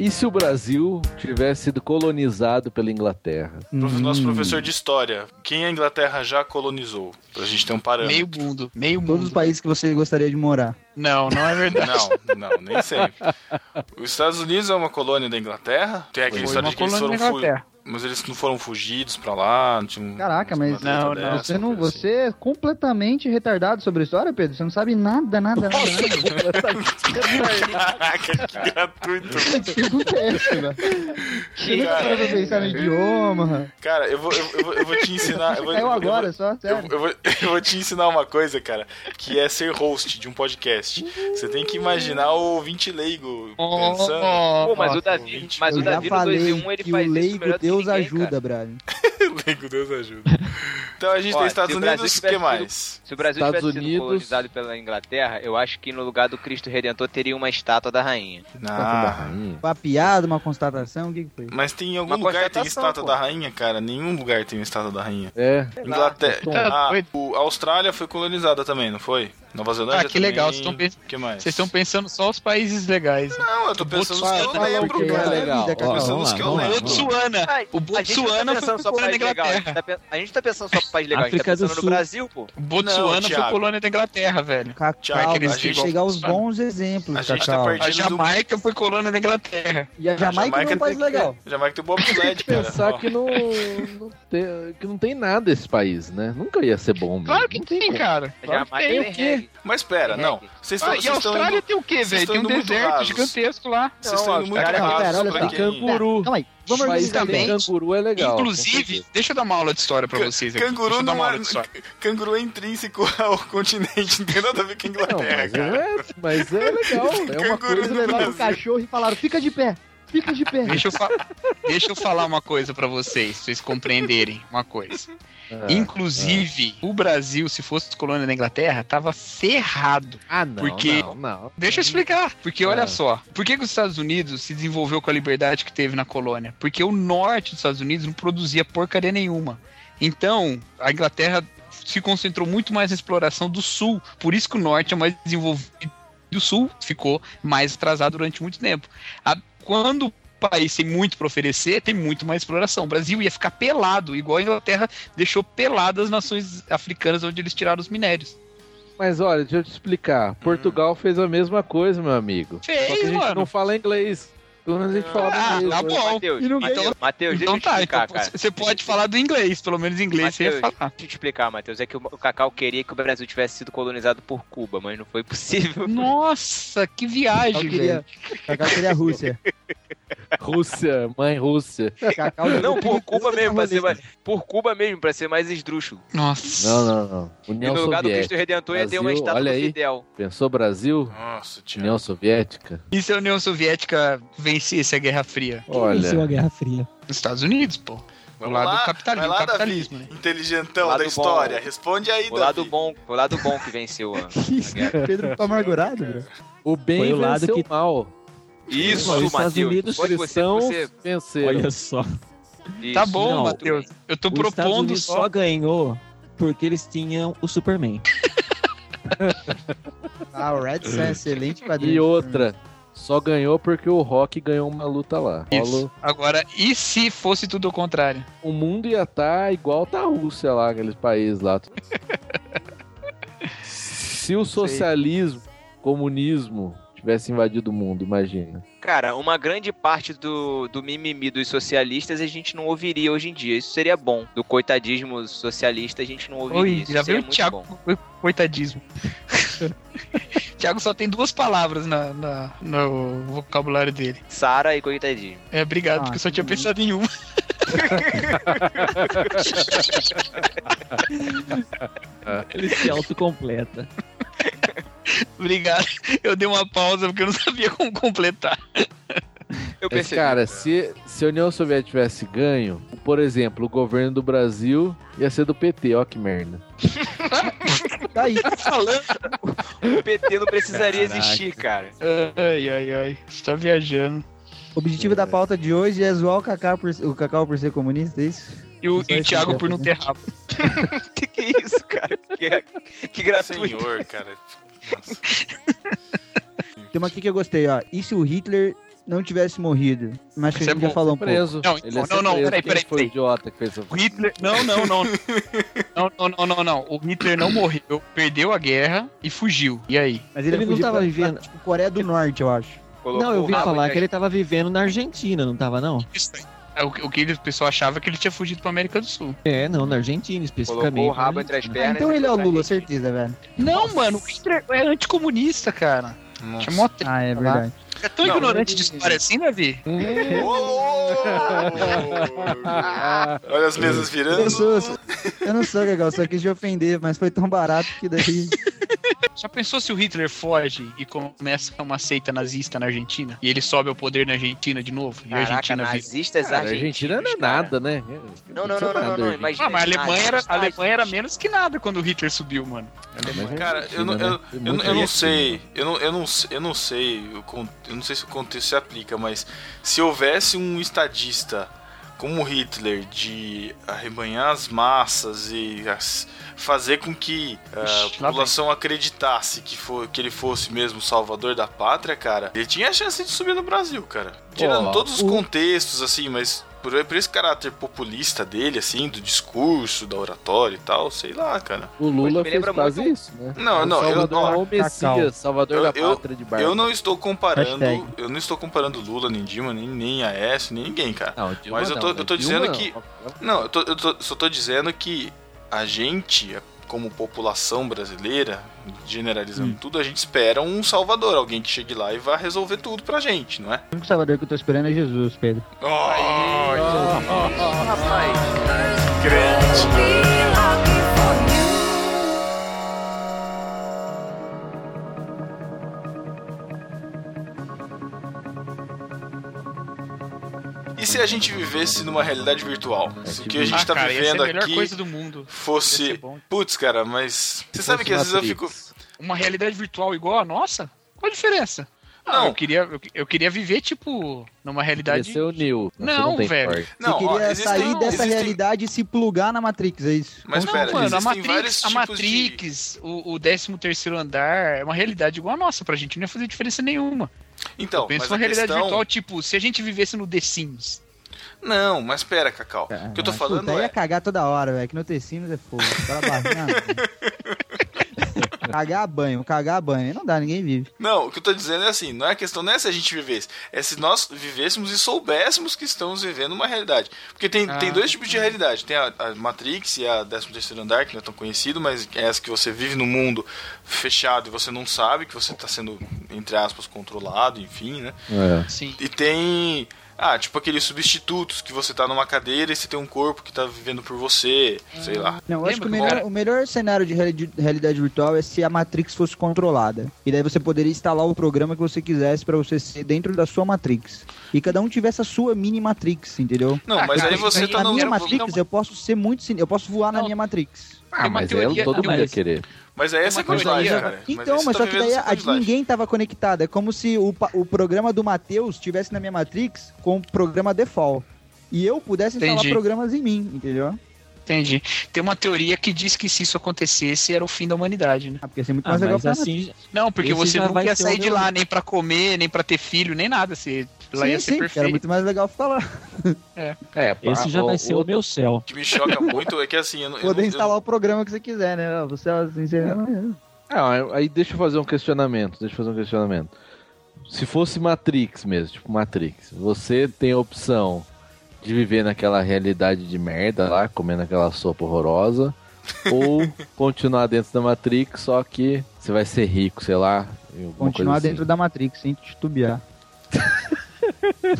S3: E se o Brasil tivesse sido colonizado pela Inglaterra?
S1: Prof- Nosso
S3: Hum.
S1: professor de história. Quem a Inglaterra já colonizou? Pra gente ter um parâmetro.
S5: Meio mundo, meio
S9: Todos os
S5: mundo.
S9: países que você gostaria de morar.
S5: Não, não é verdade.
S1: Não, não, nem sempre. Os Estados Unidos é uma colônia da Inglaterra. Tem aquela
S5: Foi
S1: história
S5: uma
S1: de que eles
S5: colônia
S1: foram
S5: da Inglaterra.
S1: fu- Mas eles não foram fugidos pra lá. Não tinha um-
S9: Caraca,
S1: uma
S9: mas-
S1: treta
S5: Não, não,
S1: dessa,
S9: Você, não,
S1: uma coisa assim.
S9: você é completamente retardado sobre a história, Pedro. Você não sabe nada, nada, nada.
S1: Caraca, que gratuito.
S9: Que pergunta é essa, velho? Você nunca
S1: Cara.
S9: parou pra pensar no idioma.
S1: Cara, eu vou, eu, eu vou, eu vou te ensinar. Eu vou, eu
S9: Caiu
S1: vou-
S9: agora só,
S1: Eu,
S9: sério.
S1: eu vou, eu vou te ensinar uma coisa, cara, que é ser host de um podcast. Você tem que imaginar o ouvinte leigo pensando.
S5: Oh,
S2: Pô, mas
S5: oh,
S2: o Davi,
S1: ouvinte.
S2: mas
S9: Eu
S2: o
S9: já
S2: Davi no 2
S9: falei
S2: e 1 ele
S9: que
S2: faz
S9: o
S2: isso
S9: leigo
S2: melhor do
S9: Dedeus
S2: que ninguém, cara.
S9: ajuda, Brian.
S1: leigo, Deus ajuda. Então a gente
S2: Ó,
S1: tem Estados
S2: se o Brasil
S1: Unidos,
S2: tivesse
S1: o que
S2: sido-
S1: mais?
S2: Se o Brasil
S3: Estados
S2: tivesse sido
S3: Unidos.
S2: colonizado pela Inglaterra, eu acho que no lugar do Cristo Redentor teria uma estátua da rainha.
S3: Da
S1: Ah,
S3: rainha?
S9: Uma piada, uma constatação, o que que foi?
S1: mas tem em algum
S2: Uma
S1: lugar tem
S2: constatação,
S1: estátua
S2: pô.
S1: da rainha, cara? Nenhum lugar tem estátua da rainha.
S3: É.
S1: Inglaterra.
S3: Tom.
S1: Ah,
S5: Tá doido.
S1: o- a Austrália foi colonizada também, não foi? Nova Zelândia
S5: Ah, que legal, vocês
S1: também.
S5: estão pensando.
S1: O que mais?
S5: Vocês estão pensando só os países legais. né?
S1: Não, eu tô pensando nos
S5: Bolsonaro
S1: que eu
S9: falou
S1: lembro,
S9: que é
S1: cara.
S4: Ó,
S9: legal.
S1: Nós somos
S4: vamos lá,
S1: que eu
S4: vamos lá,
S1: lembro.
S4: vamos lá.
S5: Botsuana. O
S2: a gente não
S5: Botsuana
S2: tá
S5: foi
S2: pensando só
S5: colônia
S2: país
S5: da
S2: legal, a gente,
S5: Inglaterra.
S2: tá pen- a gente tá pensando só país legal, a gente tá
S4: África do
S2: pensando no
S4: Sul.
S2: Brasil, pô.
S5: O Botsuana foi
S1: Thiago.
S5: colônia da Inglaterra, velho.
S1: Thiago,
S9: Cacau,
S5: aqueles
S9: a gente
S1: que-
S9: chegar aos
S5: sabe?
S9: bons exemplos,
S1: A gente tá
S9: Cacau.
S1: partindo-
S5: A Jamaica foi colônia da Inglaterra.
S9: E a Jamaica,
S1: Jamaica
S9: não é um país
S1: tem que-
S9: legal.
S1: Jamaica tem o bobsled, cara.
S3: Pensar
S1: Ó.
S3: que não, não tem, que não tem nada esse país, né? Nunca ia ser bom mesmo.
S5: Claro que
S3: Não tem
S5: tem,
S3: como.
S5: cara.
S2: A
S5: Claro que
S2: Jamaica
S1: é
S5: tem.
S2: tem reggae.
S1: Mas pera, não. Vocês estão
S5: Ah, e a
S1: vocês estão
S5: Austrália
S1: indo-
S5: tem o quê,
S1: vocês
S5: velho?
S1: estão
S5: Tem um
S1: indo muito
S5: deserto
S1: rasos.
S5: gigantesco lá.
S1: Vocês estão
S2: Não,
S1: indo muito
S2: cara,
S1: rasos
S9: pera, olha
S1: pra
S9: só.
S1: quê?
S4: Canguru.
S9: Calma aí,
S3: Mas
S9: vamos organizar
S3: também
S9: bem.
S3: canguru é legal. com
S5: Inclusive,
S3: certeza.
S5: deixa eu dar uma aula de história pra
S1: Ca-
S5: vocês aqui.
S1: Canguru
S5: deixa eu dar
S1: não
S5: uma
S1: é-
S5: aula de história.
S1: Canguru é intrínseco ao continente, não tem nada a ver com a
S3: Não,
S1: Inglaterra,
S3: mas
S1: cara.
S3: é, mas é legal. É uma
S1: Canguru
S3: coisa
S1: no
S3: legal.
S9: Levaram o cachorro e falaram, fica de pé, fica de pé.
S5: Deixa eu, fa- deixa eu falar uma coisa pra vocês, pra vocês compreenderem uma coisa. Inclusive, o Brasil, se fosse colônia da Inglaterra, tava ferrado.
S3: Ah, não,
S5: Porque-
S3: não, não.
S5: Deixa eu explicar. Porque olha
S3: Ah.
S5: só, por que, que os Estados Unidos se desenvolveu com a liberdade que teve na colônia? Porque o norte dos Estados Unidos não produzia porcaria nenhuma. Então, a Inglaterra se concentrou muito mais na exploração do sul. Por isso que o norte é mais desenvolvido e o sul ficou mais atrasado durante muito tempo. A- quando o país tem muito para oferecer, tem muito mais exploração. O Brasil ia ficar pelado, igual a Inglaterra deixou peladas as nações africanas onde eles tiraram os minérios.
S3: Mas olha, deixa eu te explicar. Portugal fez a mesma coisa, meu amigo. Só que a
S5: Fez,
S3: gente não
S5: mano.
S3: fala inglês. Pelo menos a gente fala
S5: Ah,
S3: inglês.
S5: tá
S3: né?
S5: bom.
S2: Matheus,
S9: E não ganhou.
S2: Matheus, Matheus, deixa
S5: Então
S2: eu te
S5: tá,
S2: explicar,
S5: então
S2: cara.
S5: você pode falar do inglês, pelo menos inglês você ia
S2: Mateus.
S5: falar.
S2: Deixa eu te explicar, Matheus. É que o o Cacau queria que o Brasil tivesse sido colonizado por Cuba, mas não foi possível.
S5: Nossa, que
S9: Cacau
S5: viagem,
S9: queria,
S5: velho.
S9: Cacau queria a Rússia.
S3: Rússia, mãe Rússia.
S9: Cacau
S2: Não, por Cuba mesmo, pra ser mais, por Cuba mesmo, pra ser mais esdrúxulo.
S5: Nossa.
S3: Não, não, não.
S2: E
S3: União
S2: no lugar do Cristo
S3: Soviética.
S2: Redentor ia ter uma
S3: Brasil,
S2: estátua
S3: olha
S2: do
S3: aí.
S2: Fidel.
S3: Pensou Brasil?
S1: Nossa, Thiago.
S3: União Soviética?
S5: E se a União Soviética vencesse a Guerra Fria?
S4: Quem venceu É a
S3: Olha.
S4: Guerra Fria?
S5: Nos Estados Unidos, pô.
S1: Vamos
S5: lado
S1: lá,
S5: do capitalismo,
S1: vai lá, Davi.
S5: capitalismo, né?
S1: Inteligentão
S2: Lado
S1: da
S2: bom.
S1: história. Responde aí,
S2: O lado
S1: Davi.
S2: bom, o lado bom que venceu a, a guerra.
S9: Pedro ficou amargurado, bro.
S3: O bem
S4: Foi o
S3: venceu
S4: lado
S3: o
S4: que-
S3: mal.
S2: Isso,
S4: Os
S2: Matheus.
S4: Estados Unidos
S2: Foi você,
S3: Cristãos
S2: você.
S3: venceram.
S4: Olha só.
S2: Isso.
S5: Tá bom,
S4: Não,
S5: Matheus. Eu tô
S4: Os Estados
S5: propondo
S4: Unidos
S5: só.
S4: só ganhou porque eles tinham o Superman.
S9: Ah, o Red Sun é excelente quadrinho.
S3: E outra, só ganhou porque o Rock ganhou uma luta lá. Falou,
S5: Agora, e se fosse tudo ao contrário?
S3: o mundo ia estar igual tá a Rússia lá, aqueles países lá. Se o socialismo, comunismo tivesse invadido o mundo, imagina.
S10: Cara, uma grande parte do, do mimimi dos socialistas a gente não ouviria hoje em dia. Isso seria bom. Do coitadismo socialista a gente não ouviria.
S5: Oi,
S10: isso
S5: já veio o
S10: seria muito
S5: Thiago
S10: bom.
S5: com coitadismo. Thiago só tem duas palavras na, na- no vocabulário dele.
S10: Sara e coitadismo.
S5: É, obrigado,
S9: Ah,
S5: porque eu só
S9: que
S5: tinha
S9: bonito.
S5: pensado em uma.
S4: Ele se autocompleta.
S5: obrigado. Eu dei uma pausa porque eu não sabia como completar.
S10: Eu
S3: Mas,
S10: percebi.
S3: cara, se, se a União Soviética tivesse ganho, por exemplo, o governo do Brasil ia ser do PT, ó que merda.
S9: Tá aí.
S10: O PT não precisaria existir, cara.
S5: Ai, ai, ai. Você tá viajando.
S9: O objetivo da pauta de hoje é zoar o Cacau por, o Cacau por ser comunista, é isso?
S5: E o,
S9: Só
S5: e o
S9: isso
S5: Thiago
S9: mesmo.
S5: por não ter rabo.
S10: Que que é isso, cara? Que, que gratuito.
S1: Senhor, cara. Nossa.
S9: Tem uma aqui que eu gostei, ó. E se o Hitler não tivesse morrido? Mas que a
S5: Isso é
S9: gente já
S5: bom.
S9: falou um pouco.
S3: Preso.
S5: Não,
S3: Ele ia
S5: não,
S3: ser
S5: não, não,
S3: preso.
S5: peraí,
S3: Quem
S5: peraí,
S3: foi o
S5: peraí.
S3: idiota que fez essa
S5: O Hitler. Não, não, não. Não, não, não, não, não. O Hitler não morreu, perdeu a guerra e fugiu. E aí?
S9: Mas ele,
S4: Ele não
S9: fugiu
S4: tava
S9: pra-
S4: vivendo.
S9: pra, tipo, Coreia do Norte, eu acho.
S4: Não, eu
S10: o
S4: ouvi
S10: rabo
S4: falar
S10: de-
S4: que ele tava vivendo na Argentina, não tava não?
S5: Isso aí. É, O, que- o que ele- o pessoal achava é que ele tinha fugido pra América do Sul.
S4: É, não, na Argentina especificamente.
S10: Colocou o
S4: na
S10: rabo entre as
S4: Argentina.
S10: pernas.
S9: então
S10: e
S9: ele é o
S10: foi pra
S9: Lula,
S10: gente.
S9: certeza, velho.
S5: Não, mano, o Hitler é anticomunista, cara. Tinha um mó treta
S9: Ah, é
S5: lá.
S9: verdade.
S5: É tão
S1: Não,
S5: ignorante de história assim, Davi?
S1: Ô, louco! Olha as mesas
S9: Eu,
S1: virando.
S9: sou, eu não sou, Cacau, só quis te ofender, mas foi tão barato que daí...
S5: Já pensou se o Hitler foge e começa uma seita nazista na Argentina? E ele sobe ao poder na Argentina de novo? E a
S10: Caraca,
S5: Argentina vira-
S10: nazistas
S3: Cara, a Argentina não é
S10: argentinos, cara.
S3: nada, né?
S10: Não, não, não, não, não, não, imagina.
S5: Ah, mas a Alemanha, era, a
S10: nazistas,
S5: Alemanha era menos que nada quando o Hitler subiu, mano. é
S1: Cara, eu não,
S5: né?
S1: eu,
S3: né?
S1: eu não- eu não sei, eu não, eu não, se- eu não sei, o con- eu não sei se o contexto se aplica, mas se houvesse um estadista como Hitler de arrebanhar as massas e as- fazer com que ah,
S5: Ixi, lá
S1: a população acreditasse que, fo- que ele fosse mesmo o salvador da pátria, cara, ele tinha a chance de subir no Brasil, cara. Tirando
S3: Ó,
S1: todos os
S3: o-
S1: contextos, assim, mas por, por esse caráter populista dele, assim, do discurso, da oratória e tal, sei lá, cara.
S3: O Lula
S10: Mas me
S3: fez
S10: lembra
S3: quase
S10: muito-
S3: isso, né?
S1: Não,
S3: O
S1: não, eu-
S3: Salvador é
S1: ó,
S3: o
S9: Cacau.
S3: Messias, Salvador
S1: Eu-
S3: da
S1: eu-
S3: Pátria de barba.
S1: Eu não estou comparando,
S9: Hashtag.
S1: eu não estou comparando Lula, nem Dilma, nem, nem AS, nem ninguém, cara.
S3: Não, Dilma
S1: Mas eu tô-
S3: não, né?
S1: eu tô
S3: Dilma
S1: dizendo
S3: não.
S1: que- Não, eu, tô- eu tô- só tô dizendo que a gente, como população brasileira, generalizando tudo, a gente espera um salvador, alguém que chegue lá e vá resolver tudo pra gente, não é?
S9: O único salvador que eu tô esperando é Jesus, Pedro.
S1: E se a gente vivesse numa realidade virtual? Se o
S5: tipo
S1: que a gente tá
S5: Ah, cara, ia ser
S1: vivendo
S5: a melhor
S1: aqui
S5: coisa do mundo. Ia ser
S1: fosse.
S5: bom.
S1: Putz, cara, mas. Você sabe que às vezes eu fico.
S5: Uma realidade virtual igual a nossa? Qual a diferença? Ah,
S1: Não.
S5: eu queria, eu, eu queria viver, tipo, numa realidade.
S3: Esse é o Neil. mas você
S5: Não,
S3: tem
S5: velho.
S3: corte.
S9: Você
S1: Não, ó,
S9: queria
S1: existem-
S9: sair dessa
S1: existem-
S9: realidade e se plugar na Matrix, é isso?
S1: Mas
S5: não,
S1: pera,
S5: mano, a
S1: existem vários
S5: Matrix, a
S1: tipos
S5: Matrix o, o 13 terceiro andar é uma realidade igual a nossa. Pra gente não ia fazer diferença nenhuma.
S1: Então,
S5: Pensa
S1: mas
S5: numa
S1: a
S5: realidade
S1: questão...
S5: virtual, tipo, se a gente vivesse no The Sims.
S1: Não, mas pera, Cacau.
S3: Tá,
S1: o que eu tô falando
S9: Puta, eu ia
S1: é.
S9: cagar toda hora, velho. Que no Tecinos é fogo. Cara, barrinha, velho. cagar banho, cagar banho. Não dá, ninguém vive.
S1: Não, o que eu tô dizendo é assim, não é a questão não é se a gente vivesse, é se nós vivêssemos e soubéssemos que estamos vivendo uma realidade. Porque tem,
S9: Ah,
S1: tem dois tipos de realidade. Tem a, a Matrix e a 13 terceiro andar, que não é tão conhecido, mas é essa que você vive num mundo fechado e você não sabe que você tá sendo, entre aspas, controlado, enfim, né?
S3: É.
S5: Sim.
S1: E tem. Ah, tipo aqueles substitutos que você tá numa cadeira e você tem um corpo que tá vivendo por você, sei lá.
S9: Não, eu acho que
S5: Lembra,
S9: o melhor,
S5: cara?
S9: o melhor cenário de reali- realidade virtual é se a Matrix fosse controlada. E daí você poderia instalar o programa que você quisesse pra você ser dentro da sua Matrix. E cada um tivesse a sua mini Matrix, entendeu?
S1: Não,
S5: Ah,
S1: mas
S5: cara,
S1: aí você
S5: isso
S1: tá
S5: aí-
S9: a
S1: no.
S9: minha
S5: quero-
S9: Matrix,
S5: não.
S9: eu posso ser muito. cine- Eu posso voar na
S5: Não.
S9: minha Matrix.
S3: Ah, mas é, todo mundo ia
S4: mas-
S3: querer.
S1: Mas aí é
S5: Tem uma teoria-
S1: secundagem, cara.
S9: Então,
S1: aí você
S9: mas
S1: tá
S9: só que
S1: vivendo
S9: daí a de
S1: secundagem.
S9: ninguém tava conectado. É como se o, pa- o programa do Matheus estivesse na minha Matrix com o programa default. E eu pudesse instalar
S5: Entendi.
S9: programas em mim, entendeu?
S5: Entendi. Tem uma teoria que diz que se isso acontecesse era o fim da humanidade, né?
S9: Ah, porque ia ser muito
S4: Ah,
S9: mais legal
S4: mas
S9: pra
S4: assim,
S5: Não, porque
S4: Esse
S5: você
S4: já
S5: nunca
S4: vai
S5: ia
S4: ser
S5: sair
S4: o
S5: de
S4: meu-
S5: lá nem pra comer, nem pra ter filho, nem nada. Você, lá
S9: Sim,
S5: ia ser
S9: sim, porque era
S5: perfeito.
S9: muito mais legal ficar lá.
S2: É,
S4: esse já vai ser o meu céu.
S1: O que me choca muito é que assim, eu, não- eu
S9: Poder
S1: não- eu-
S9: instalar o programa que você quiser, né? Você, assim, você...
S3: Ah, aí deixa eu fazer um questionamento. Deixa eu fazer um questionamento. Se fosse Matrix mesmo, tipo Matrix, você tem a opção de viver naquela realidade de merda lá, comendo aquela sopa horrorosa, ou continuar dentro da Matrix, só que você vai ser rico, sei lá. alguma coisa
S9: Continuar
S3: assim.
S9: dentro da Matrix, sem titubear.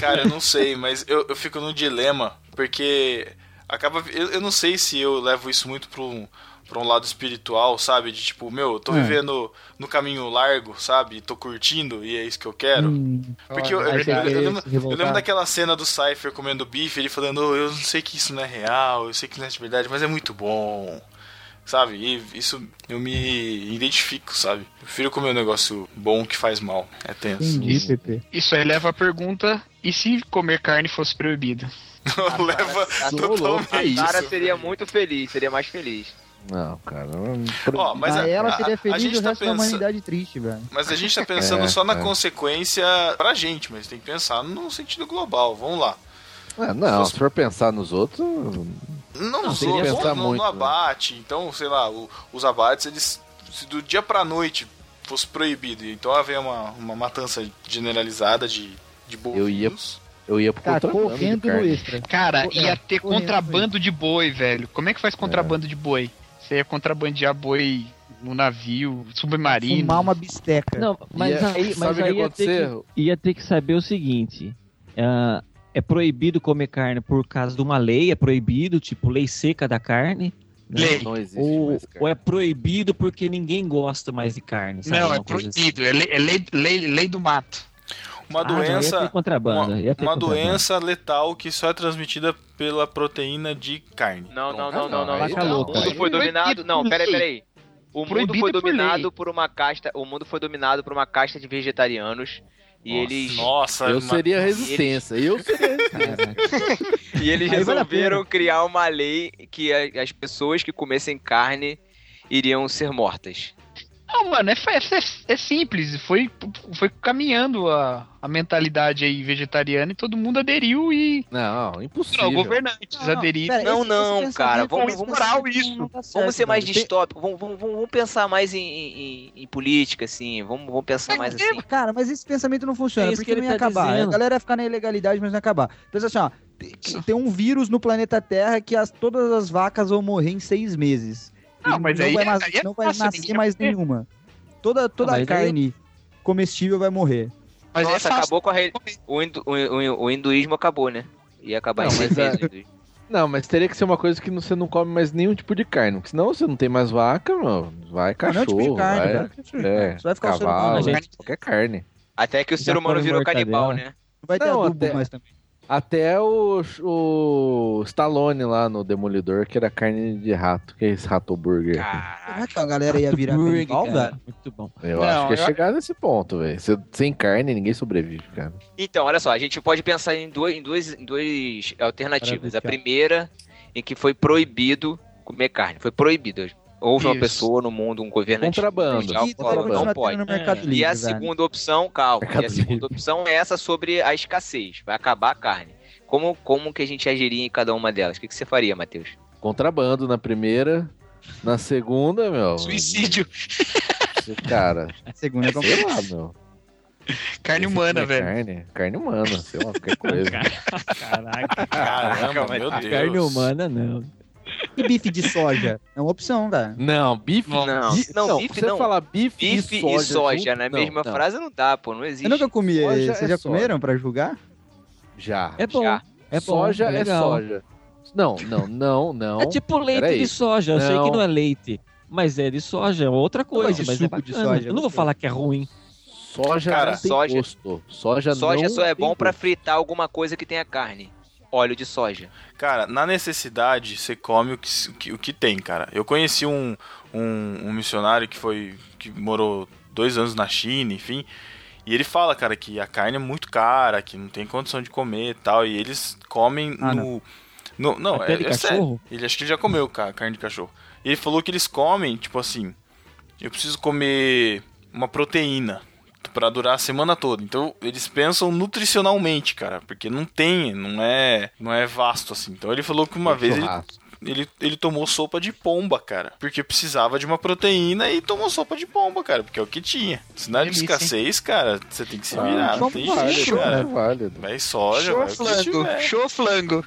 S1: Cara, eu não sei, mas eu, eu fico num dilema, porque acaba. Eu, eu não sei se eu levo isso muito pra um, pra um lado espiritual, sabe? De tipo, meu, eu tô
S9: É.
S1: vivendo no caminho largo, sabe? Tô curtindo e é isso que eu quero. Porque eu, eu,
S9: Hum. Aí você
S1: eu- eu
S9: querer
S1: lembro,
S9: se
S1: eu
S9: revoltar.
S1: lembro daquela cena do Cypher comendo bife, ele falando, "Oh, eu não sei que isso não é real, eu sei que não é de verdade, mas é muito bom. Sabe? E isso eu me identifico, sabe? Eu prefiro comer um negócio bom que faz mal. É tenso.
S9: Entendi, Pepe.
S5: Isso aí leva à pergunta: e se comer carne fosse proibido?
S1: Leva
S10: A
S1: totalmente
S10: Sara
S1: isso.
S10: seria muito feliz, seria mais feliz.
S3: Não, cara.
S1: Ó, mas
S9: Aí
S1: a-
S9: ela
S1: a-
S9: seria
S1: a
S9: feliz e
S1: gente
S9: o
S1: tá
S9: resto da
S1: pensa-
S9: humanidade triste, velho.
S1: Mas a gente tá pensando só na
S3: é.
S1: consequência pra gente, mas tem que pensar no sentido global. Vamos lá.
S3: Ah, não, se for pensar nos outros.
S1: Não,
S3: Não,
S1: nos
S3: tem que
S1: outros,
S3: pensar
S1: não,
S3: muito,
S1: no
S3: né?
S1: abate. Então, sei lá, o- os abates, eles. Se do dia pra noite fosse proibido, então haver uma, uma matança generalizada de, de bovinos.
S3: Eu ia- Eu ia pro
S9: Cara,
S3: contrabando de
S9: Tá correndo no
S3: carne.
S9: extra.
S5: Cara,
S9: Pô,
S5: ia
S9: é,
S5: ter
S9: correndo,
S5: contrabando de boi, velho. Como é que faz contrabando de boi? Você ia contrabandear boi no navio, submarino.
S9: Fumar uma bisteca.
S4: Não, mas
S3: Ia-
S4: aí, mas
S3: É. sabe o
S4: aí
S3: que
S4: ia, ter que,
S3: aconteceu?
S4: ia ter que saber o seguinte: ah, é proibido comer carne por causa de uma lei, é proibido, tipo lei seca da carne. né?
S5: Lei.
S3: Não existe
S4: Ou,
S3: mais carne.
S4: ou é proibido porque ninguém gosta mais de carne. Sabe?
S5: Não,
S4: Uma
S5: é
S4: coisa assim.
S5: proibido. É, lei, é lei, lei- lei do mato.
S1: Uma
S4: Ah, não, Ia ter
S1: doença.
S4: contrabando,
S1: Uma,
S4: ia ter
S1: uma
S9: né?
S4: contrabando.
S1: doença letal que só é transmitida pela proteína de carne.
S10: Não, não,
S3: Ah,
S10: não,
S3: não,
S10: não, não.
S3: aí
S10: não.
S4: tá
S10: o
S4: louco,
S10: mundo
S4: aí.
S10: foi dominado.
S5: Proibido
S10: Não,
S5: por
S10: pera aí,
S5: lei.
S10: pera aí. O mundo
S5: Proibido
S9: é
S10: foi
S5: por lei.
S10: dominado por uma casta. O mundo foi dominado por uma casta de vegetarianos. E
S3: Nossa.
S10: eles,
S1: Nossa,
S3: Eu
S1: uma-
S3: seria resistência. Eu seria
S4: Caraca.
S10: e eles
S9: Aí vale a
S10: resolveram criar uma lei que a- as pessoas que comessem carne iriam ser mortas.
S5: Não, mano, é, fa- é, é simples. Foi, foi caminhando a, a mentalidade aí vegetariana e todo mundo aderiu e.
S3: Não, impossível.
S5: Não, governantes aderiram.
S9: pera,
S10: Não,
S9: esse-
S10: não,
S9: esse
S10: cara,
S9: pensamento- é
S10: vamos-
S9: esse
S10: vamos parar
S9: pensamento
S5: isso.
S9: não tá certo,
S10: Vamos ser mais
S9: velho.
S10: distópicos, vamos, vamos, vamos, vamos pensar mais em, em- em- em política, assim, vamos, vamos pensar mais
S5: é,
S10: assim.
S9: Cara, mas esse pensamento não funciona,
S4: É isso
S9: porque
S4: que ele
S9: não ia
S4: tá
S9: acabar.
S4: dizendo.
S9: A galera ia ficar na ilegalidade, mas não ia acabar. Pensa assim, ó. tem- Tem um vírus no planeta Terra que as, todas as vacas vão morrer em seis meses.
S5: Não,
S9: E
S5: mas aí-
S9: vai, nas-
S5: aí é
S9: não vai
S5: fácil,
S9: nascer
S5: ninguém
S9: mais
S5: vai ver.
S9: nenhuma. Toda, toda
S4: Ah,
S9: a
S4: mas aí-
S9: carne comestível vai morrer.
S5: Mas é
S10: Nossa,
S5: fácil.
S10: acabou com a re... o, hindu- o- o- o hinduísmo acabou, né? Ia acabar né?
S3: Não,
S10: em seis
S3: mas a-
S10: meses o
S4: é-
S10: hinduísmo.
S3: Não, mas teria que ser uma coisa que você não come mais nenhum tipo de carne. Porque senão você não tem mais vaca, mano. Vai
S9: Mas não
S3: cachorro,
S9: é tipo de carne,
S3: vai,
S9: velho.
S3: é,
S9: Só vai ficar o ser humano,
S3: cavalo,
S9: né?
S3: vai- qualquer carne.
S10: Até que o
S4: Já
S10: ser humano
S4: foram
S10: virou canibal, né?
S4: mortadela.
S9: Não vai ter
S3: Não,
S9: adubo
S3: até-
S9: mais também.
S3: Até o, o Stallone lá no Demolidor, que era carne de rato, que é esse rato burger.
S10: Caraca.
S9: Será que a galera ia virar
S4: Burger,
S9: canibal,
S4: cara,
S9: velho?
S4: Muito bom.
S3: eu
S5: não,
S3: acho que ia
S5: eu-
S3: chegar nesse ponto, velho. Se- Sem carne, ninguém sobrevive, cara.
S10: Então, olha só, a gente pode pensar em duas, em duas, em duas alternativas. A
S4: Maravilha.
S10: primeira, em que foi proibido comer carne. Foi proibido. Houve uma
S5: Isso.
S10: pessoa no mundo, um governante.
S3: Contrabando.
S10: mundial
S9: E
S10: que
S9: vai
S10: falou,
S3: Contrabando.
S10: não
S9: continuar tendo
S10: pode.
S9: no Mercado Livre,
S10: E a
S9: velho.
S10: segunda opção, calma,
S3: Mercado
S10: e a segunda
S3: Livre.
S10: opção é essa sobre a escassez. Vai acabar a carne. Como, como que a gente agiria em cada uma delas? O que, que você faria, Matheus?
S3: Contrabando na primeira. Na segunda, meu.
S5: Suicídio.
S3: Cara,
S9: A segunda é
S3: sei
S9: complicada.
S3: lá, meu.
S5: Carne
S3: Esse
S5: humana,
S3: é
S5: velho.
S3: Carne, carne humana, sei lá, qualquer coisa.
S4: Caraca,
S1: Caramba, meu Deus.
S4: carne humana não.
S9: E bife de soja? É uma opção, cara.
S3: Não, bife
S5: Não,
S10: não.
S3: Bi-
S10: Não, bife
S3: você
S10: não.
S3: falar bife,
S10: Bife
S3: e soja,
S10: e soja
S3: junto?
S10: na
S3: Não,
S10: mesma
S3: não.
S10: frase não dá, pô, não existe.
S9: Eu nunca comi. eh,
S3: Soja
S9: Vocês
S3: é
S9: já
S3: soja.
S9: comeram pra julgar?
S3: Já.
S4: É bom.
S10: Já.
S4: É bom,
S3: soja é
S4: legal.
S3: soja. Não, não, não, não.
S4: É tipo leite
S3: peraí.
S4: de soja. Eu sei
S3: Não.
S4: que não é leite, mas é de soja, é outra coisa.
S9: de
S4: Mas é
S9: suco de
S4: bacana.
S9: soja,
S4: eu não vou
S9: gostei.
S4: falar que é ruim.
S3: Soja
S1: Cara,
S3: não tem
S10: soja-
S3: gosto. Soja,
S10: Soja
S3: não
S10: só é
S3: tem
S10: bom pra
S3: gosto.
S10: fritar alguma coisa que tenha carne. Óleo de soja.
S1: Cara, na necessidade, você come o que, o que, o que tem, cara. Eu conheci um, um, um missionário que foi. que morou dois anos na China, enfim. E ele fala, cara, que a carne é muito cara, que não tem condição de comer e tal. E eles comem
S9: Ah,
S1: no. Não, não
S4: Até
S1: é,
S4: de
S1: é
S4: cachorro?
S1: sério. Ele acho que ele já comeu ca- carne de cachorro. E ele falou que eles comem, tipo assim, eu preciso comer uma proteína pra durar a semana toda. Então eles pensam nutricionalmente, cara, porque não tem, não é, não é vasto assim. Então ele falou que uma vez ele,
S3: É Churrasco.
S1: ele, ele tomou sopa de pomba, cara, porque precisava de uma proteína e tomou sopa de pomba, cara, porque é o que tinha. Se não é de
S5: Delícia, hein?
S1: escassez, cara, você tem que se
S3: Ah,
S1: virar, não
S3: só
S1: tem
S3: válido,
S1: jeito,
S3: só
S1: cara.
S3: válido.
S1: Vai soja,
S5: Show
S1: vai o que
S5: flango,
S1: tiver.
S5: show flango.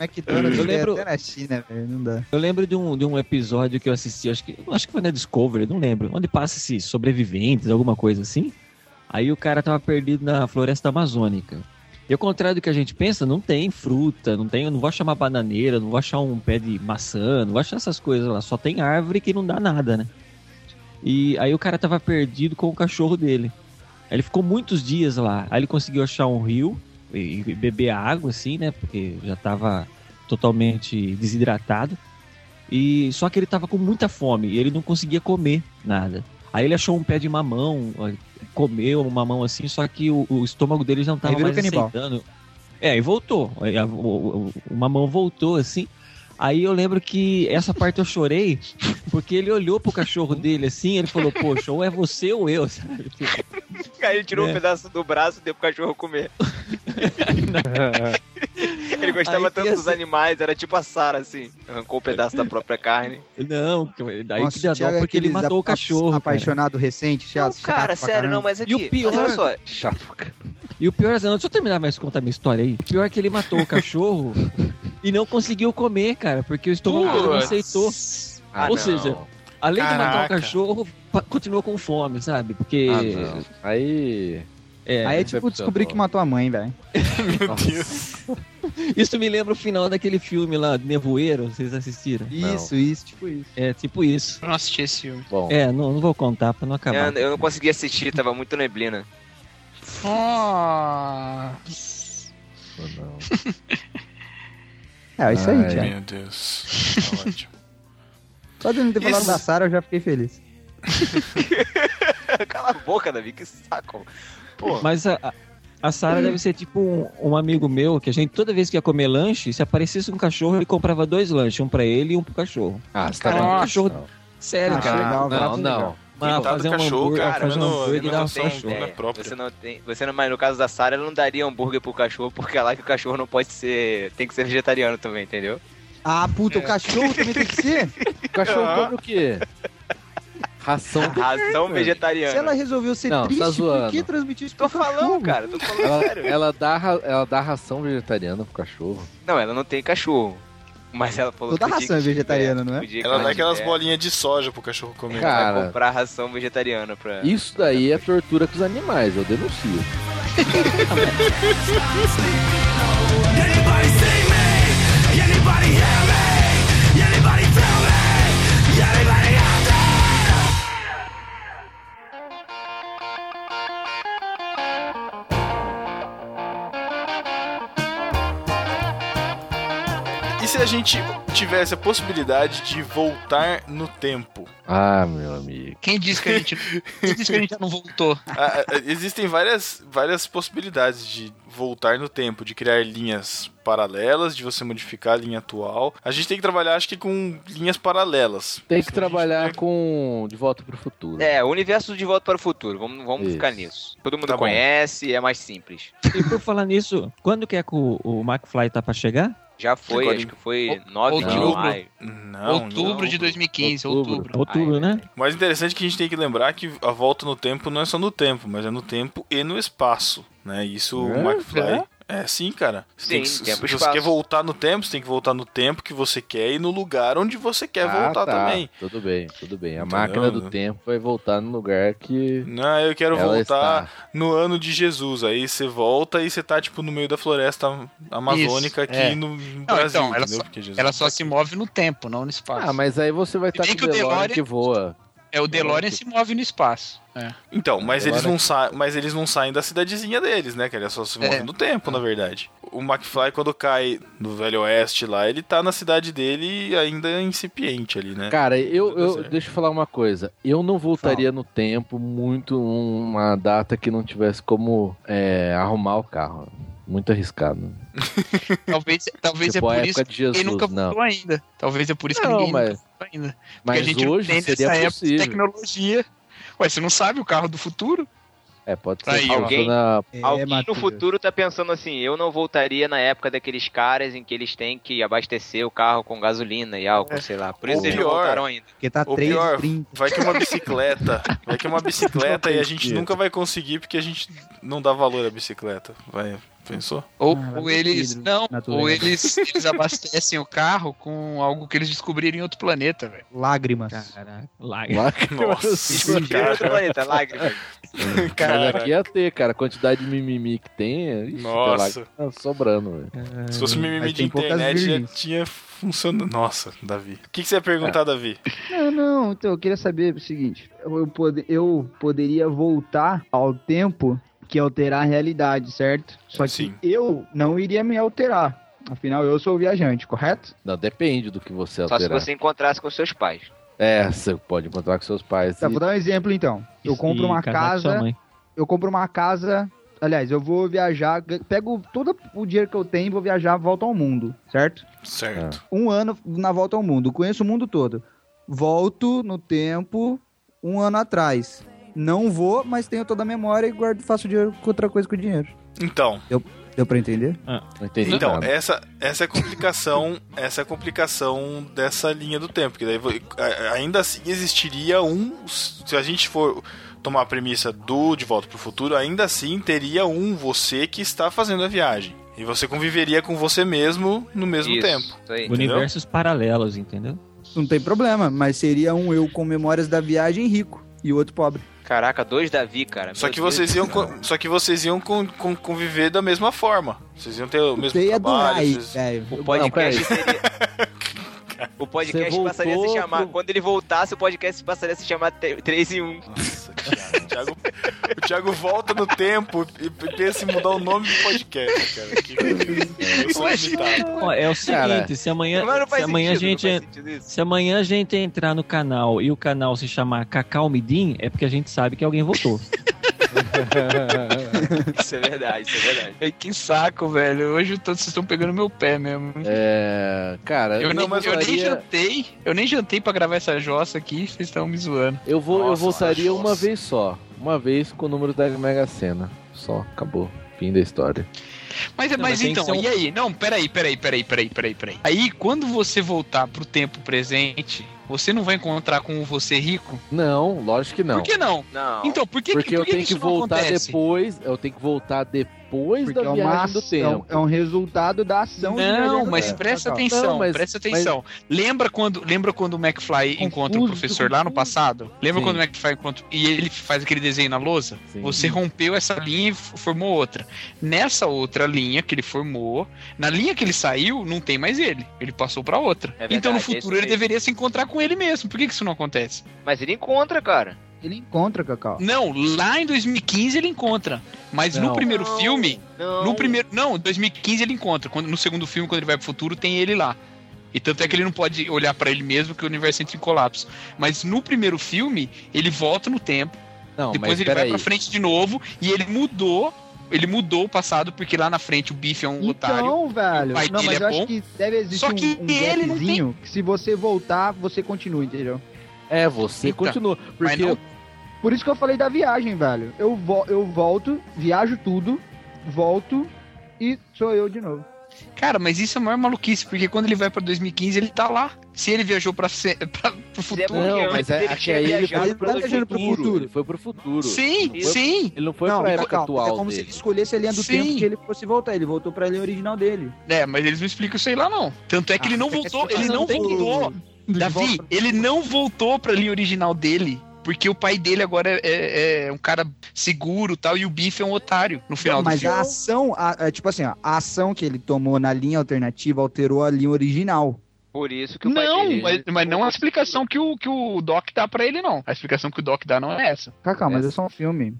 S9: McDonald's
S4: Eu
S9: tem
S4: lembro-
S9: até na China, velho. Não dá.
S4: Eu lembro de um, de um episódio que eu assisti, acho que, acho que foi na Discovery, não lembro. Onde passa esses sobreviventes, alguma coisa assim. Aí o cara tava perdido na floresta amazônica. E ao contrário do que a gente pensa, não tem fruta, não tem, eu não vou achar uma bananeira, não vou achar um pé de maçã, não vou achar essas coisas lá. Só tem árvore que não dá nada, né? E aí o cara tava perdido com o cachorro dele. Aí ele ficou muitos dias lá. Aí ele conseguiu achar um rio e, e beber água, assim, né? Porque já tava totalmente desidratado. E só que ele tava com muita fome e ele não conseguia comer nada. Aí ele achou um pé de mamão, ó, comeu um mamão assim, só que o, o estômago dele já não tava
S9: Aí virou
S4: mais
S9: canibal.
S4: aceitando. É, e voltou. Aí a- o, o- o mamão voltou assim. Aí eu lembro que essa parte eu chorei, porque ele olhou pro cachorro dele assim, ele falou: "Poxa, ou é você ou eu", sabe?
S10: Aí ele tirou
S4: É.
S10: um pedaço do braço e deu pro cachorro comer. Ele gostava
S4: Aí tem
S10: tanto dos
S4: assim-
S10: animais, era tipo a Sara, assim. Arrancou um pedaço da própria carne.
S4: Não, que- daí
S9: Nossa,
S4: que dá
S9: Thiago
S4: dó
S9: é
S4: porque ele
S9: aqueles
S4: matou o
S9: apa-
S4: cachorro. cara.
S9: Apaixonado recente, chato.
S10: Não, cara,
S9: chato pra
S10: sério,
S9: caramba.
S10: não, mas aqui.
S4: E o pior-
S10: mas olha só,
S3: Chapuca.
S4: E o pior, é- não, deixa eu terminar mais de contar minha história aí. O pior é que ele matou o cachorro e não conseguiu comer, cara, porque o estômago dele não
S1: Putz.
S4: aceitou.
S3: Ah, não.
S4: Ou seja, Além de matar o
S1: Caraca.
S4: cachorro, pa- continuou com fome, sabe? Porque.
S3: Ah, não. Aí.
S4: é,
S9: Aí é tipo descobrir que matou a mãe, velho.
S1: Meu Deus.
S4: isso me lembra o final daquele filme lá, Nevoeiro, vocês assistiram?
S9: Isso, isso, tipo isso.
S4: É tipo isso.
S5: Eu não assisti esse filme.
S3: Bom,
S4: É, não, não vou contar pra não acabar.
S10: eu, eu não consegui assistir, tava muito neblina.
S5: Ah,
S3: não.
S9: É, isso aí,
S3: Ai.
S9: Thiago.
S1: Meu Deus. Tá ótimo.
S9: Só de não ter falado
S1: Isso.
S9: da Sarah, eu já fiquei feliz.
S10: Cala a boca, Davi, que saco. Pô,
S4: Mas a, a- a Sara deve ser tipo um, um amigo meu, que a gente, toda vez que ia comer lanche, se aparecesse um cachorro, ele comprava dois lanches, um pra ele e um pro cachorro.
S3: Ah, você tá
S5: Caraca.
S3: bom.
S4: um Cachorro-
S3: Não.
S4: Sério,
S9: Ah,
S4: cara.
S9: legal,
S3: Não,
S9: bravo, legal.
S3: não.
S4: Mas
S1: Coitado do
S4: fazer um
S1: cachorro,
S4: hambúrguer,
S1: cara,
S4: fazer um
S1: eu não-
S4: hambúrguer
S1: eu
S4: e dar um
S1: não tenho
S4: cachorro.
S1: ideia. própria.
S10: É, Você não tem. Você não, mas no caso da Sara, ela não daria hambúrguer pro cachorro, porque é lá que o cachorro não pode ser. Tem que ser vegetariano também, entendeu?
S9: Ah, puta, o cachorro também tem que ser?
S3: O
S1: Ah.
S3: cachorro come o quê? Ração do
S10: Razão
S9: Se ela
S10: vegetariana.
S9: resolveu ser
S3: Não, tá
S9: triste, por
S3: zoando.
S9: que transmitir isso pro
S10: Tô
S9: cachorro?
S10: falando, cara, tô falando
S3: Ela,
S10: sério.
S3: ela dá, ra- ela dá ração vegetariana pro cachorro.
S10: Não, ela não tem cachorro. Mas ela falou
S9: Toda
S10: que o dia
S9: ração é
S10: que tiver-
S9: vegetariana, não é?
S10: o dia que
S1: Ela dá aquelas
S10: tiver,
S1: bolinhas de soja pro cachorro comer.
S3: né? Cara,
S10: Ela vai comprar ração vegetariana pra.
S3: Isso daí é tortura com os animais, eu denuncio.
S1: E se a gente tivesse a possibilidade de voltar no tempo?
S3: Ah, meu amigo.
S5: quem disse que a gente, quem disse que a gente não voltou?
S1: Ah, ah, existem várias, várias possibilidades de voltar no tempo, de criar linhas paralelas, de você modificar a linha atual. A gente tem que trabalhar, acho que, com linhas
S3: Tem
S1: paralelas. Se
S3: que
S1: a gente
S3: trabalhar
S1: puder-
S3: com De Volta pro Futuro.
S10: É, o universo de volta para o futuro. Vamos, vamos
S3: Isso.
S10: ficar nisso. Todo mundo
S1: Tá bom.
S10: conhece, é mais simples.
S4: E por falar nisso, quando que é que o, o McFly tá pra chegar?
S10: Já foi,
S1: Agora,
S10: acho que foi
S5: out-
S10: 9 de
S3: outubro.
S10: maio.
S1: Não,
S5: outubro
S1: não.
S5: de 2015, é outubro.
S3: Outubro.
S4: Outubro,
S10: Ai,
S4: né?
S1: O mais interessante é que a gente tem que lembrar que a volta no tempo não é só no tempo, mas é no tempo e no espaço, né? Isso
S3: É?
S1: o McFly... É, sim, cara. Você tem que-
S10: Sim,
S1: se
S10: tempo e
S1: se você
S10: espaço.
S1: quer voltar no tempo, você tem que voltar no tempo que você quer e no lugar onde você quer
S3: Ah,
S1: É, voltar
S3: tá.
S1: também.
S3: Tudo bem, tudo bem. A
S1: Entendeu?
S3: máquina do tempo vai voltar no lugar que.
S1: Não, Ah, eu quero
S3: ela
S1: voltar
S3: está.
S1: no ano de Jesus. Aí você volta e você tá, tipo, no meio da floresta amazônica
S5: Isso,
S1: aqui
S5: é.
S1: no Brasil,
S5: então, ela
S1: entendeu?
S5: só-
S1: Porque Jesus
S5: Ela só
S1: tá
S5: se
S1: aqui.
S5: move no tempo, não no espaço.
S3: Ah, mas aí você vai
S5: Se
S3: estar
S5: bem
S3: com
S5: que
S3: o
S5: o
S3: DeLorean
S5: DeLorean-
S3: que voa.
S5: É, o DeLorean se move no espaço. É.
S1: Então, mas eles, não sa mas eles não saem da cidadezinha deles, né? Que eles só se movem
S5: É.
S1: no tempo, na verdade. O McFly, quando cai no Velho Oeste lá, ele tá na cidade dele ainda é incipiente ali, né?
S3: Cara, eu,
S1: Tudo
S3: eu
S1: certo.
S3: deixa eu falar uma coisa. Eu não voltaria no tempo muito uma data que não tivesse como é, arrumar o carro. Muito arriscado.
S5: Talvez, talvez
S3: tipo,
S5: é
S3: a
S5: por isso
S3: época de Jesus,
S5: que nunca
S3: não.
S5: voltou ainda. Talvez é por isso que
S3: Não,
S5: ninguém
S3: mas-
S5: nunca voltou ainda. Porque a
S3: Mas
S5: gente não
S3: hoje
S5: tem
S3: seria
S5: nessa época de
S3: possível.
S5: tecnologia. Ué, você não sabe o carro do futuro?
S3: É, pode ser.
S5: Aí, ó.
S3: Alguém... Na...
S10: Alguém no futuro tá pensando assim, eu não voltaria na época daqueles caras em que eles têm que abastecer o carro com gasolina e álcool, sei lá. Por isso
S1: Ou
S10: eles
S1: pior.
S10: não voltaram ainda.
S11: Porque tá
S1: O pior,
S11: 3,30.
S1: vai que uma bicicleta. Vai É que uma bicicleta e a gente nunca vai conseguir porque a gente não dá valor à bicicleta. Vai, pensou?
S5: Ou,
S11: Ah,
S5: ou
S11: lá
S5: eles.
S11: do vidro,
S5: Não,
S11: natureza.
S5: ou eles, eles abastecem o carro com algo que eles descobriram em outro planeta, velho.
S11: Lágrimas.
S4: Caraca. Lá.
S1: Nossa,
S10: Tem outro
S1: cara.
S10: planeta, lágrimas.
S3: Mas
S1: cara.
S3: aqui ia ter, cara. A quantidade de mimimi que tem. é- Ixi,
S1: Nossa.
S3: tá lá, tá sobrando, velho.
S1: Se fosse um mimimi
S11: mas
S1: de
S11: tem É, poucas
S1: internet, já
S11: virgens.
S1: tinha funcionado. Nossa, Davi. O que, que você ia
S5: É.
S1: perguntar, Davi?
S9: Não, não, então eu queria saber o seguinte: eu, eu pod- eu poderia voltar ao tempo que alterar a realidade, certo? Só que
S1: Sim.
S9: eu não iria me alterar. Afinal, eu sou o viajante, correto?
S3: Não, depende do que você
S10: Só se
S3: alterar.
S10: você encontrasse com seus pais.
S3: É, você pode encontrar com seus pais.
S9: Tá,
S3: e-
S9: vou dar um exemplo então. Eu compro uma casa eu compro uma casa. Aliás, eu vou viajar, g- pego todo o dinheiro que eu tenho, e vou viajar, volto ao mundo, certo?
S1: Certo.
S9: Um ano na volta ao mundo, conheço o mundo todo. Volto no tempo um ano atrás. Não vou, mas tenho toda a memória e guardo, faço dinheiro com outra coisa com o dinheiro.
S1: Então,
S9: Deu pra entender?
S4: Ah,
S3: Não entendi
S1: então
S3: nada.
S1: essa, essa é a complicação, essa é a complicação dessa linha do tempo. Que daí, vo- a- ainda assim existiria um. Se a gente for tomar a premissa do De Volta pro Futuro, ainda assim teria um você que está fazendo a viagem. E você conviveria com você mesmo no mesmo
S10: Isso,
S1: tempo.
S10: Isso aí.
S1: Entendeu?
S4: Universos paralelos, entendeu?
S9: Não tem problema, mas seria um eu com memórias da viagem rico e o outro pobre.
S10: Caraca, dois Davi, cara.
S1: Só
S10: Meu
S1: que
S10: Deus
S1: vocês
S10: do
S1: iam,
S10: céu.
S1: co- só que vocês iam con- con- conviver da mesma forma. Vocês iam ter o mesmo
S9: Você ia adorar
S1: trabalho.
S9: isso, é,
S1: Vocês...
S9: velho.
S10: O
S3: Não, peraí.
S10: podcast seria. O podcast
S3: Você
S10: passaria a se
S3: voltou
S10: chamar.
S3: pro-
S10: Quando ele voltasse, o podcast passaria a se chamar 3 em 1.
S1: Nossa, cara, o Thiago, o Thiago volta no tempo e p- pensa em mudar o nome do podcast, cara. Que, É, eu sou limitado.
S4: Ó, é o seguinte,
S3: Cara,
S4: se amanhã,
S10: Mas não
S4: se
S10: faz
S4: amanhã
S10: sentido,
S4: a gente
S10: não faz sentido isso.
S4: Se amanhã a gente entrar no canal e o canal se chamar Cacau Midim, é porque a gente sabe que alguém votou.
S10: Isso é verdade, isso é verdade.
S5: Ei, que saco, velho. Hoje eu tô- vocês estão pegando meu pé mesmo.
S3: É, cara,
S5: eu,
S3: não,
S5: nem,
S3: mas
S5: eu nem
S3: faria-
S5: jantei. Eu nem jantei pra gravar essa jossa aqui. Vocês estão me zoando.
S3: Eu, vou, eu
S1: Nossa,
S3: voltaria
S1: nossa.
S3: uma vez só. Uma vez com o número da Mega Sena. Só, acabou. Fim da história.
S5: Mas,
S4: Não,
S5: mas
S4: mas tem
S5: então,
S4: que ser um-
S5: e aí? Não, peraí, peraí, peraí, peraí, peraí, peraí. Aí, quando você voltar pro tempo presente, você não vai encontrar com o você rico?
S3: Não, lógico que não.
S5: Por que não?
S10: Não.
S5: Então, por que,
S3: Porque
S5: por
S3: eu
S5: que
S3: tenho
S5: isso
S3: que
S5: não
S3: voltar
S5: acontece?
S3: depois. Eu tenho que voltar depois
S9: Porque
S3: da
S9: é,
S3: viagem
S9: uma
S3: do
S9: ação,
S3: tempo.
S9: é um resultado da ação de viajar
S5: Não,
S9: no
S5: mas
S9: tempo.
S5: presta
S10: Tá,
S9: Cacau.
S5: atenção,
S3: Não, mas-
S5: presta atenção. Lembra quando, lembra quando o McFly encontra o professor lá no passado? Lembra
S3: Sim.
S5: quando o McFly encontra e ele faz aquele desenho na lousa?
S3: Sim.
S5: Você rompeu essa linha e f- formou outra. Nessa outra linha que ele formou, na linha que ele saiu, não tem mais ele. Ele passou pra outra.
S10: É verdade,
S5: então no
S10: é isso
S5: futuro ele
S10: mesmo.
S5: deveria se encontrar com ele mesmo. Por que, que isso não acontece?
S10: Mas ele encontra, cara.
S9: Ele encontra, Cacau.
S5: Não, lá em 2015 ele encontra, mas no
S4: Não.
S5: primeiro
S10: Não,
S5: filme
S10: Não.
S5: no primeiro. Não, em 2015 ele encontra. Quando, no segundo filme, quando ele vai pro futuro, tem ele lá. E tanto é que ele não pode olhar pra ele mesmo, que o universo entra em colapso. Mas no primeiro filme, ele volta no tempo,
S3: Não,
S5: depois
S3: mas
S5: ele vai
S3: peraí.
S5: pra frente de novo, e ele mudou. Ele mudou o passado, porque lá na frente o Biff é um otário.
S9: Então, velho.
S5: o pai
S9: Não,
S5: dele
S9: mas
S5: é
S9: eu acho
S5: bom.
S9: que deve existir
S5: Só que
S9: um, um
S5: ele não tem-
S9: gapzinho que se você voltar, você continua, entendeu?
S3: É, você
S5: Eita,
S3: continua. Porque
S5: não-
S9: Por isso que eu falei da viagem, velho. Eu, vo eu volto, viajo tudo, volto e sou eu de novo.
S5: Cara, mas isso é a maior maluquice, porque quando ele vai pra 2015, ele tá lá. Se ele viajou pra, se, pra, pro
S10: Mas é
S5: futuro.
S10: porque
S3: Não,
S10: antes
S3: mas é-
S10: dele
S3: acho que
S10: tinha
S3: aí ele
S10: viajado
S9: foi
S10: pra
S9: viajando pro
S10: futuro.
S9: futuro.
S3: ele foi pro futuro.
S5: Sim,
S3: Não foi-
S5: sim.
S3: Ele não foi pra época
S9: Cacau,
S3: atual
S9: É como se
S3: dele.
S9: ele escolhesse a linha do
S5: Sim.
S9: tempo que ele fosse voltar. Ele voltou pra linha original dele.
S5: É, mas eles não explicam isso aí lá, não. Tanto é que
S9: Ah,
S5: ele não
S9: tem que
S5: voltou, ele
S9: explicar,
S5: não
S9: não tem que-
S5: voltou. Davi, ele não voltou pra linha original dele. Porque o pai dele agora é, é- é um cara seguro e tal, e o Biff é um otário no final do
S9: Mas
S5: filme.
S9: a ação, a- é tipo assim, ó, a ação que ele tomou na linha alternativa alterou a linha original.
S10: Por isso que o pai
S5: Não,
S10: dele-
S5: mas, mas não a explicação que o, que o Doc dá pra ele, não. A explicação que o Doc dá não é essa.
S12: Cacá, mas é só um filme.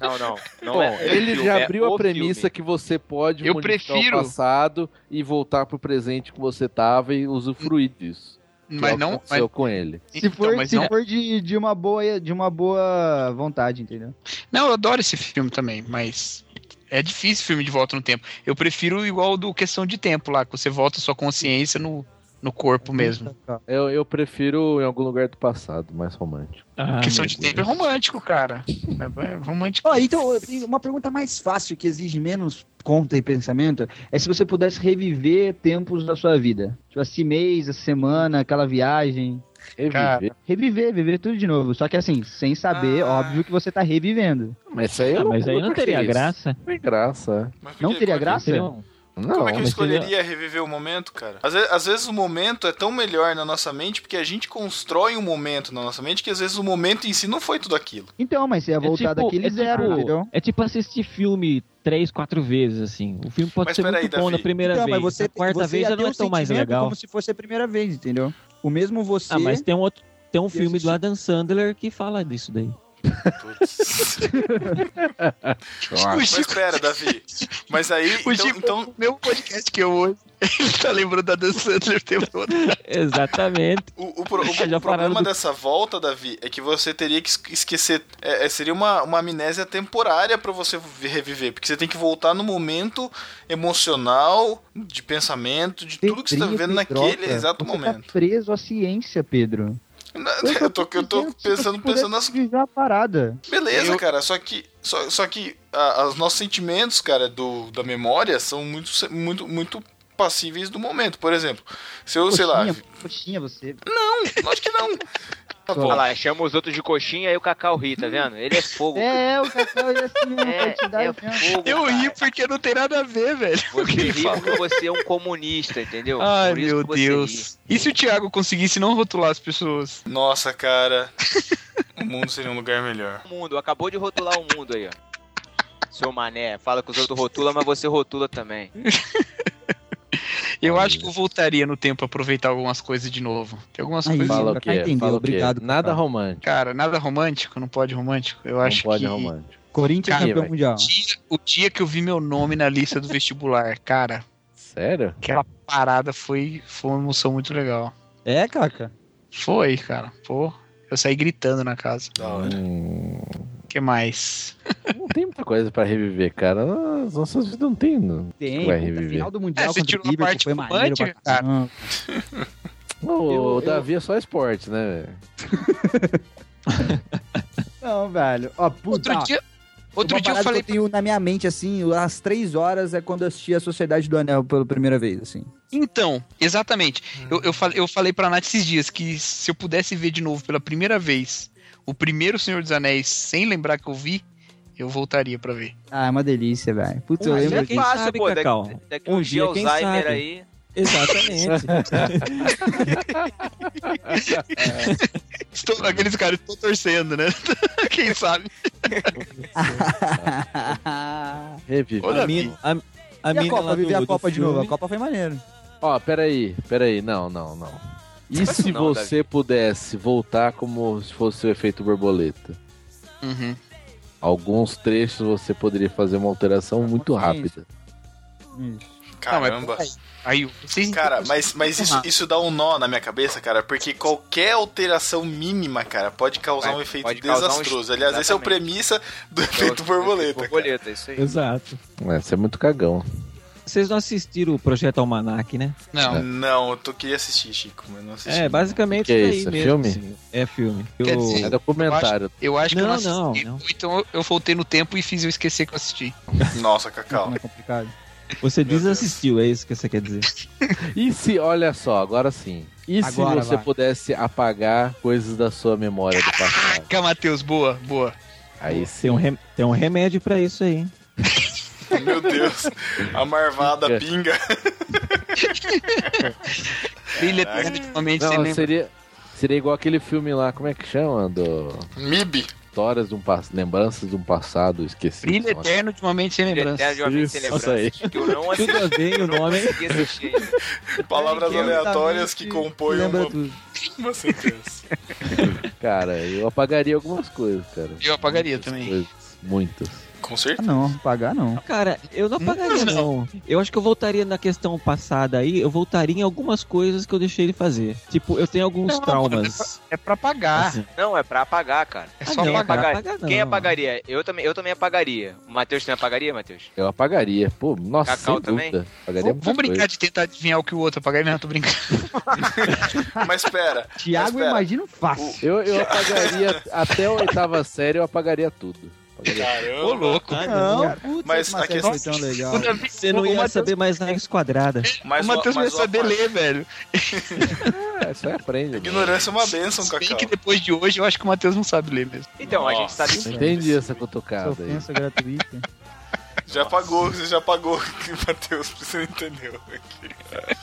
S10: Não, não. não
S3: Bom,
S10: é o
S3: ele
S10: filme,
S3: já
S10: é
S3: abriu
S10: o
S3: a premissa
S10: filme.
S3: que você pode
S5: Eu
S3: modificar
S5: prefiro-
S3: o passado e voltar pro presente que você tava e usufruir disso. Que
S5: Mas
S3: é o que
S5: não-
S3: aconteceu
S5: mas-
S3: com ele.
S10: Então,
S12: Se for,
S5: Então, mas é um-
S12: se
S5: não-
S12: for de, de, uma boa, de uma boa vontade, entendeu?
S5: Não, eu adoro esse filme também, mas é difícil filme de volta no tempo. Eu prefiro igual do Questão de Tempo lá, que você volta sua consciência no, no corpo mesmo.
S3: Eu, eu prefiro em algum lugar do passado, mais romântico.
S4: Ah,
S5: questão
S4: meu
S5: de
S4: Deus.
S5: Tempo é romântico, cara. É, é romântico.
S9: Ó, então, eu tenho uma pergunta mais fácil, que exige menos conta e pensamento, é se você pudesse reviver tempos da sua vida. Tipo, assim, mês, a semana, aquela viagem.
S3: Reviver.
S5: Cara.
S12: Reviver, viver tudo de novo. Só que assim, sem saber,
S5: Ah.
S12: óbvio que você tá revivendo.
S3: Mas isso aí eu
S4: Ah, mas aí não
S3: curti
S4: teria
S3: isso.
S4: graça.
S3: Não tem graça.
S1: Mas por
S12: Não
S1: que-
S12: teria
S1: como é que-
S12: graça?
S4: Seria um-
S3: Não,
S1: Como é que eu
S4: mas seria-
S1: escolheria reviver o momento, cara? Às ve- às vezes, o momento é tão melhor na nossa mente porque a gente constrói um momento na nossa mente que às vezes o momento em si não foi tudo aquilo.
S12: Então, mas você ia voltar daquele zero, entendeu?
S4: tipo, é tipo assistir filme três, quatro vezes, assim. O filme pode
S1: Mas
S4: ser muito
S1: peraí,
S4: bom
S1: Davi.
S4: na primeira
S9: então,
S4: vez.
S9: mas você,
S4: na quarta
S9: você
S4: vez
S9: ia
S4: já
S9: ter
S4: não é
S9: um
S4: tão mais
S9: sentimento
S4: legal.
S9: Como se fosse a primeira vez, entendeu? O mesmo você.
S4: Ah, mas tem um outro. Tem um filme do
S9: assisti.
S4: Adam Sandler que fala disso daí.
S1: Putz.
S5: O
S1: Tipo, Mas
S5: Chico,
S1: espera, Davi. Mas aí,
S5: o
S1: então,
S5: Chico-
S1: então-
S5: meu podcast que eu ouço, ele tá lembrando da Dan Sandler o tempo todo.
S4: Exatamente.
S1: O, o pro- o
S4: Já
S1: problema
S4: falaram do-
S1: dessa volta, Davi, é que você teria que es- esquecer. é- é- seria uma, uma amnésia temporária pra você vi- reviver. Porque você tem que voltar no momento emocional, de pensamento, de tudo que você tá
S12: Pedrinho
S1: vivendo
S12: Pedroca,
S1: naquele exato
S12: você
S1: momento.
S12: Tá preso à ciência, Pedro.
S1: Eu tô, eu tô
S12: tá
S1: pensando, pensando nas
S9: Tá
S12: Já parada.
S1: Beleza,
S5: Eu-
S1: cara, só que só, só que a- os nossos sentimentos, cara, do, da memória são muito muito muito passíveis do momento. Por exemplo, se eu, sei lá,
S12: Coxinha, Coxinha, você.
S1: não, acho que não. Tá bom.
S10: Olha lá, chama os outros de coxinha e o Cacau ri, tá vendo? Ele é fogo.
S12: É, o Cacau ia assim, vai te
S10: É,
S12: dar
S10: é
S12: exemplo.
S10: fogo.
S5: Eu
S10: cara.
S5: ri porque não tem nada a ver, velho.
S10: Você ri porque você é um comunista, entendeu?
S5: Ai,
S10: Por isso
S5: meu
S10: que você ri.
S5: Deus. E se o Thiago conseguisse não rotular as pessoas?
S1: Nossa, cara. o mundo seria um lugar melhor.
S10: O mundo, acabou de rotular o mundo aí, ó. Seu mané, fala que os outros rotulam, mas você rotula também.
S5: Eu acho que eu voltaria no tempo pra aproveitar algumas coisas de novo. Tem algumas
S9: Aí,
S5: coisas.
S3: Fala
S9: pra
S3: o quê?
S9: entender,
S3: Fala o é. quê?
S9: obrigado,
S3: Nada
S9: cara.
S3: romântico.
S5: Cara, nada romântico, não pode romântico. Eu
S3: Não
S5: acho
S3: pode
S5: que
S3: romântico.
S9: Corinthians
S5: Cara,
S9: campeão
S3: vai.
S9: mundial.
S5: dia- o dia que eu vi meu nome na lista do vestibular, cara,
S3: Sério?
S5: aquela parada foi, foi uma emoção muito legal.
S9: É, Caca.
S5: Foi, cara. Pô, eu saí gritando na casa.
S1: Da hora.
S3: Hum,
S5: O que mais?
S3: não tem muita coisa pra reviver, cara. As nossas vidas não tem. Não.
S9: Tem,
S3: Vai
S9: puta,
S3: reviver.
S9: final do
S5: É,
S9: mundial
S5: você
S9: contra
S5: tirou
S9: o
S5: a
S9: Liverpool,
S5: parte
S9: foi maneiro pra
S5: romântica, cara.
S9: caramba.
S3: O,
S9: Eu- eu-
S3: Davi é só esporte, né? velho?
S12: Não, velho. Ó, puta.
S5: Outro dia, outro
S9: Uma
S5: dia eu
S9: parada
S5: falei.
S9: que eu tenho na minha mente, assim, às três horas é quando eu assisti a Sociedade do Anel pela primeira vez, assim.
S5: Então, exatamente. Eu, eu, falei, eu falei pra Nath esses dias que se eu pudesse ver de novo pela primeira vez o primeiro Senhor dos Anéis sem lembrar que eu vi, eu voltaria pra ver.
S9: Ah, é uma delícia, velho. Putz,
S4: Um
S9: eu
S4: dia
S5: é
S9: lembro
S4: quem
S9: disso.
S4: sabe, Cacau?
S10: Daqui, daqui um,
S4: Um
S10: dia,
S4: dia, quem
S10: Alzheimer
S4: sabe?
S10: aí.
S4: Exatamente.
S5: Estou- aqueles caras estão torcendo, né? Quem sabe?
S3: Reviver.
S5: Ô,
S4: a
S5: Davi.
S4: mina, a, a
S9: Ah. E a
S4: mina lá
S9: Copa?
S4: do-
S9: Viver a
S4: do
S9: Copa de
S4: filme.
S9: novo. A Copa foi maneiro.
S3: Ó, peraí, peraí. Não, não, não. E
S10: Não,
S3: se
S10: Davi.
S3: você pudesse voltar como se fosse o efeito borboleta?
S5: Uhum.
S3: Alguns trechos você poderia fazer uma alteração muito rápida.
S5: Não,
S1: Caramba.
S5: mas Aí, vocês
S1: Cara, mas, mas isso, isso dá um nó na minha cabeça, cara, porque qualquer alteração mínima, cara, pode causar
S10: Vai,
S1: um efeito
S10: pode causar um
S1: desastroso. Aliás, esse é o
S10: exatamente.
S1: premissa do
S10: É o-
S1: efeito borboleta. cara.
S10: Borboleta, isso aí.
S4: Exato.
S3: É, você é muito cagão.
S4: Vocês não assistiram o Projeto Almanac, né?
S5: Não,
S1: Não, eu tô, queria assistir, Chico, mas não assisti.
S4: É, basicamente
S3: Que é
S4: daí
S3: isso, é
S4: mesmo.
S3: filme?
S4: assim. É filme.
S5: Quer
S4: Eu-
S5: dizer-
S3: É documentário.
S5: eu acho que eu não
S4: Não,
S5: assisti.
S4: não, não.
S5: Ou Então eu- eu voltei no tempo e fiz eu esquecer que eu assisti.
S1: Nossa, Cacau.
S9: Não é complicado.
S4: Você
S1: Meu
S4: desassistiu, é isso que você quer dizer.
S3: E se, olha só, agora sim. E
S9: Agora
S3: se você
S9: vai.
S3: pudesse apagar coisas da sua memória do passado?
S5: Caraca, Matheus, boa, boa.
S3: Aí sim.
S4: Tem um, rem- tem um remédio pra isso aí. hein?
S1: Meu Deus. A
S3: é?
S1: marvada pinga.
S5: Brilha
S12: Hum.
S5: eternamente sem
S3: Não,
S5: lembrar.
S3: seria, seria igual aquele filme lá, como é que chama? Do.
S1: Mib.
S3: Histórias de um passado, lembranças de um passado esquecido.
S5: Brilho
S3: sei lá.
S5: eterno de uma mente sem
S10: é
S3: Brilho
S5: lembrança.
S3: eterno de uma mente sem Isso, lembrança. isso aí.
S10: Que eu não
S4: Tudo a ver o nome.
S10: consegui assistir.
S1: Palavras
S10: Ele que
S1: aleatórias que
S10: exatamente
S1: compõem
S10: lembra
S1: uma, uma sentença.
S3: Cara, eu apagaria algumas coisas, cara.
S5: Eu apagaria também.
S3: Coisas, muitas.
S1: Com certeza.
S12: Ah, não, apagar não.
S4: Cara, eu não apagaria, não. Eu acho que eu voltaria na questão passada aí, eu voltaria em algumas coisas que eu deixei ele fazer. Tipo, eu tenho alguns
S10: Não,
S4: traumas. Assim.
S5: É pra apagar.
S10: Não, é pra apagar, cara.
S5: É só
S10: Quem
S5: apagar.
S10: apaga-
S5: Apagar não.
S10: Quem apagaria? Eu também, eu também apagaria. O Matheus também apagaria, Matheus?
S3: Eu apagaria. Pô, nossa,
S10: Cacau
S3: sem
S10: também?
S3: dúvida. Apagaria
S5: Vamos
S3: muita
S5: brincar
S3: coisa.
S5: de tentar adivinhar o que o outro apagaria. Não, tô brincando.
S1: Mas pera.
S12: Tiago,
S1: espera.
S12: imagino fácil.
S3: Eu, eu apagaria até a oitava série, eu apagaria tudo.
S1: Caramba.
S5: Ô, louco.
S4: Não,
S1: Mas a questão.
S12: Foi é tão legal.
S4: você não ia saber mais raiz quadrada.
S1: Mas
S5: o Matheus
S1: mas
S5: vai saber
S1: apag-
S5: ler, velho.
S3: É, só aprende. mano.
S1: Ignorância é uma benção,
S5: Se bem
S1: Cacau.
S5: que depois de hoje eu acho que o Matheus não sabe ler mesmo.
S10: Então, a gente
S1: Nossa.
S10: sabe
S3: Não
S10: que
S3: Entendi essa
S12: Essa
S3: cutucada aí.
S12: ofensa gratuita.
S1: Já apagou, você já apagou, Matheus, você não entendeu. aqui.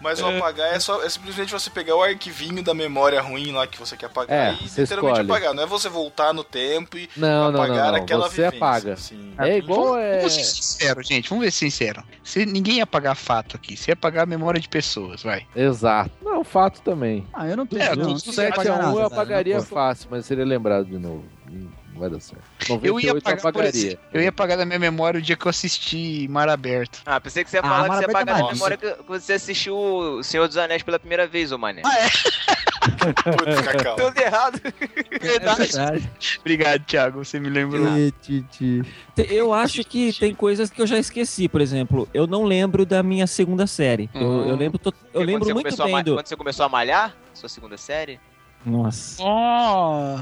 S1: Mas o apagar é, só, é simplesmente você pegar o arquivinho da memória ruim lá que você quer apagar
S3: É,
S1: e
S3: você
S1: literalmente
S3: escolhe.
S1: apagar. Não é você voltar no tempo e
S3: Não, não,
S1: apagar
S3: não, não.
S1: aquela
S3: Você
S1: vivência,
S3: apaga.
S1: assim.
S3: É igual
S5: vamos,
S3: é.
S5: vamos ser sincero, gente. Vamos ver sincero. Se ninguém ia apagar fato aqui, se ia apagar a memória de pessoas, vai.
S3: Exato. Não, fato também.
S12: Ah, eu não tenho.
S5: É,
S12: não,
S5: tudo
S12: não sei
S5: certo.
S12: apagar
S3: 7
S12: nada,
S3: a 1
S12: né?
S3: eu
S12: cara, não
S3: apagaria
S12: posso.
S3: fácil, mas seria lembrado de novo. Hum, Não vai dar certo. 98
S5: Eu ia
S3: eu
S5: apagar, por
S3: apagaria.
S5: exemplo, eu ia apagar da minha memória o dia que eu assisti Mar Aberto.
S10: Ah, pensei que você ia
S12: Ah,
S10: falar que você
S12: Maraberta
S10: apaga
S12: é
S10: na memória que que você assistiu O Senhor dos Anéis pela primeira vez, ô mané.
S1: Putz, Cacau.
S10: Ah, é?
S5: Então,
S10: Tudo errado.
S4: É
S5: Verdade. Obrigado, Thiago. Você me lembrou.
S12: Ê, Titi.
S4: Te- Eu acho que tem coisas que eu já esqueci, por exemplo, eu não lembro da minha segunda série. Eu- Eu,
S10: Uhum.
S4: lembro, to- eu
S10: Porque quando
S4: lembro
S10: você
S4: muito
S10: começou a
S4: bem
S10: ma-
S4: do.
S10: Quando você começou a malhar, sua segunda série,
S4: Nossa.
S5: Oh,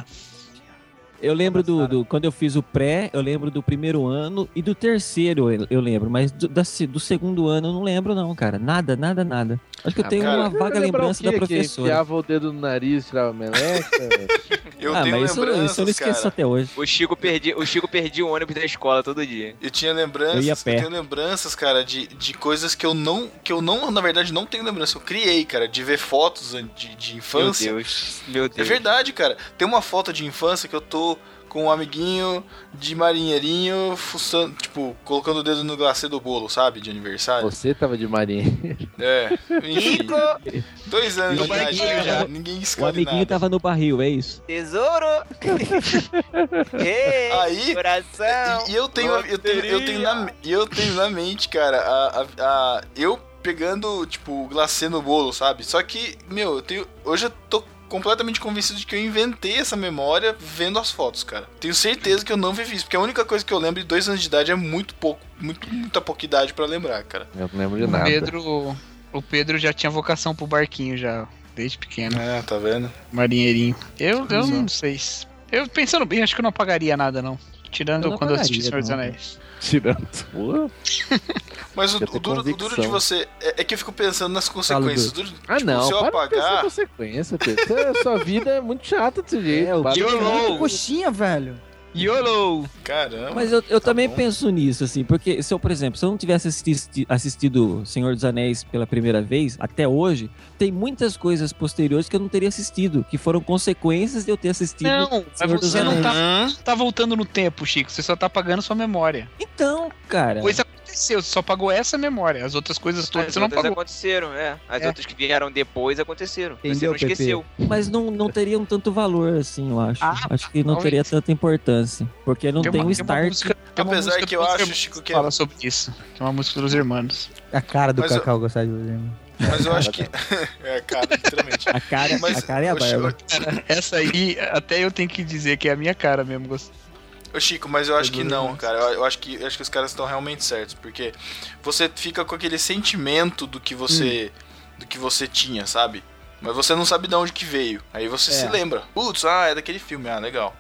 S4: Eu lembro do, do- quando eu fiz o pré, eu lembro do primeiro ano e do terceiro eu, eu lembro, mas do, da se- do segundo ano eu não lembro não, cara. Nada, nada, nada. Acho que eu
S3: Ah,
S4: tenho
S1: cara,
S4: uma
S3: Eu ia
S4: vaga
S3: lembrar o
S4: lembrança da
S3: quê? Que
S4: professora.
S3: enfiava o dedo no nariz, tirava a meleca. né?
S1: Eu
S4: ah,
S1: tenho
S4: mas isso, eu-
S1: lembranças,
S4: isso eu não esqueço
S1: cara.
S4: até hoje.
S10: o Chico perdia o, Chico perdia o ônibus da escola todo dia.
S1: Eu tinha
S4: Eu ia a
S1: lembranças, eu,
S4: pé.
S1: tenho lembranças, cara, de, de coisas que eu não, que eu não, na verdade, não tenho lembrança. Eu criei, cara, de ver fotos de, de infância.
S10: Meu Deus. Meu
S1: É
S10: Deus.
S1: verdade, cara. Tem uma foto de infância que eu tô com um amiguinho de marinheirinho, fuçando, tipo, colocando o dedo no glacê do bolo, sabe? De aniversário.
S3: Você tava de marinha.
S1: É. Enfim, dois anos de
S4: E o
S1: idade
S4: amiguinho-
S1: já. Ninguém
S4: O
S1: escolhe
S4: amiguinho
S1: nada.
S4: tava no barril, é isso.
S10: Tesouro! Ei,
S1: Aí-
S10: coração!
S1: E eu tenho, eu tenho, eu tenho na, e eu tenho na mente, cara, a, a, a- eu pegando, tipo, o glacê no bolo, sabe? Só que, meu, eu tenho, hoje eu tô completamente convencido de que eu inventei essa memória vendo as fotos, cara. Tenho certeza que eu não vivi isso, porque a única coisa que eu lembro de dois anos de idade é muito pouco, muito, muita pouca idade pra lembrar, cara.
S3: Eu não lembro de
S5: o
S3: nada.
S5: Pedro, o Pedro já tinha vocação pro barquinho já, desde pequeno.
S1: É, tá vendo?
S5: Marinheirinho. Eu, eu
S1: Exato.
S5: não sei. se- Eu pensando bem, acho que eu não apagaria nada, não. Tirando
S4: Eu não
S5: quando eu assisti
S4: apagaria,
S5: Senhor dos
S4: não,
S5: Anéis.
S3: Tirando. Pô.
S1: Mas o,
S3: Eu tenho
S1: o duro, o duro de
S3: convicção.
S1: você é, é que eu fico pensando nas consequências. O duro-
S3: Ah,
S1: tipo,
S3: não.
S1: se eu
S3: para de pensar
S1: apagar,
S3: em consequência, Pedro. Você- Sua vida é muito chata desse jeito.
S4: É, o
S3: Para
S5: que eu
S3: de-
S5: não-
S12: Muita coxinha, velho.
S5: YOLO!
S1: caramba.
S3: Então,
S4: Mas eu, eu
S1: Tá
S4: também
S1: bom.
S4: penso nisso, assim, porque se eu, por exemplo, se eu não tivesse assisti assistido Senhor dos Anéis pela primeira vez, até hoje, tem muitas coisas posteriores que eu não teria assistido, que foram consequências de eu ter assistido.
S5: Não, mas
S4: Senhor dos
S5: você não tá,
S10: Hum?
S5: tá voltando no tempo, Chico. Você só tá apagando sua memória.
S4: Então, cara.
S5: Coisa aconteceu, você só apagou essa memória. As outras coisas todas
S10: As
S5: você não
S10: outras
S5: apagou.
S10: aconteceram, é. As
S5: É.
S10: outras que vieram depois aconteceram. Você
S12: Entendeu,
S10: não
S12: Pepe?
S10: esqueceu.
S4: Mas não, não teria um tanto valor, assim, eu acho.
S5: Ah,
S4: acho que não
S5: talvez.
S4: teria tanta importância. Porque não tem,
S5: uma-
S4: um
S5: Uma
S4: start.
S5: música, tem uma
S1: Apesar
S5: música
S1: que eu
S5: dos
S1: acho,
S5: irmãos
S1: Chico, que é-
S5: fala sobre isso. Tem uma música dos irmãos.
S12: A cara do
S1: Mas eu-
S12: Cacau gostar de
S9: né?
S12: você.
S1: Mas eu acho que. é, cara, literalmente.
S4: A cara,
S1: Mas,
S4: a cara é a
S1: ô, Chico,
S4: barba.
S5: Essa aí, até eu tenho que dizer que é a minha cara mesmo. gost-
S1: Ô Chico, mas eu acho que
S5: Pedro
S1: não,
S5: Nunes.
S1: cara. Eu, eu acho que eu acho que os caras estão realmente certos, porque você fica com aquele sentimento do que você
S3: Hum.
S1: do que você tinha, sabe? Mas você não sabe de onde que veio. Aí você
S3: É.
S1: se lembra. Putz, ah, é daquele filme, ah, legal.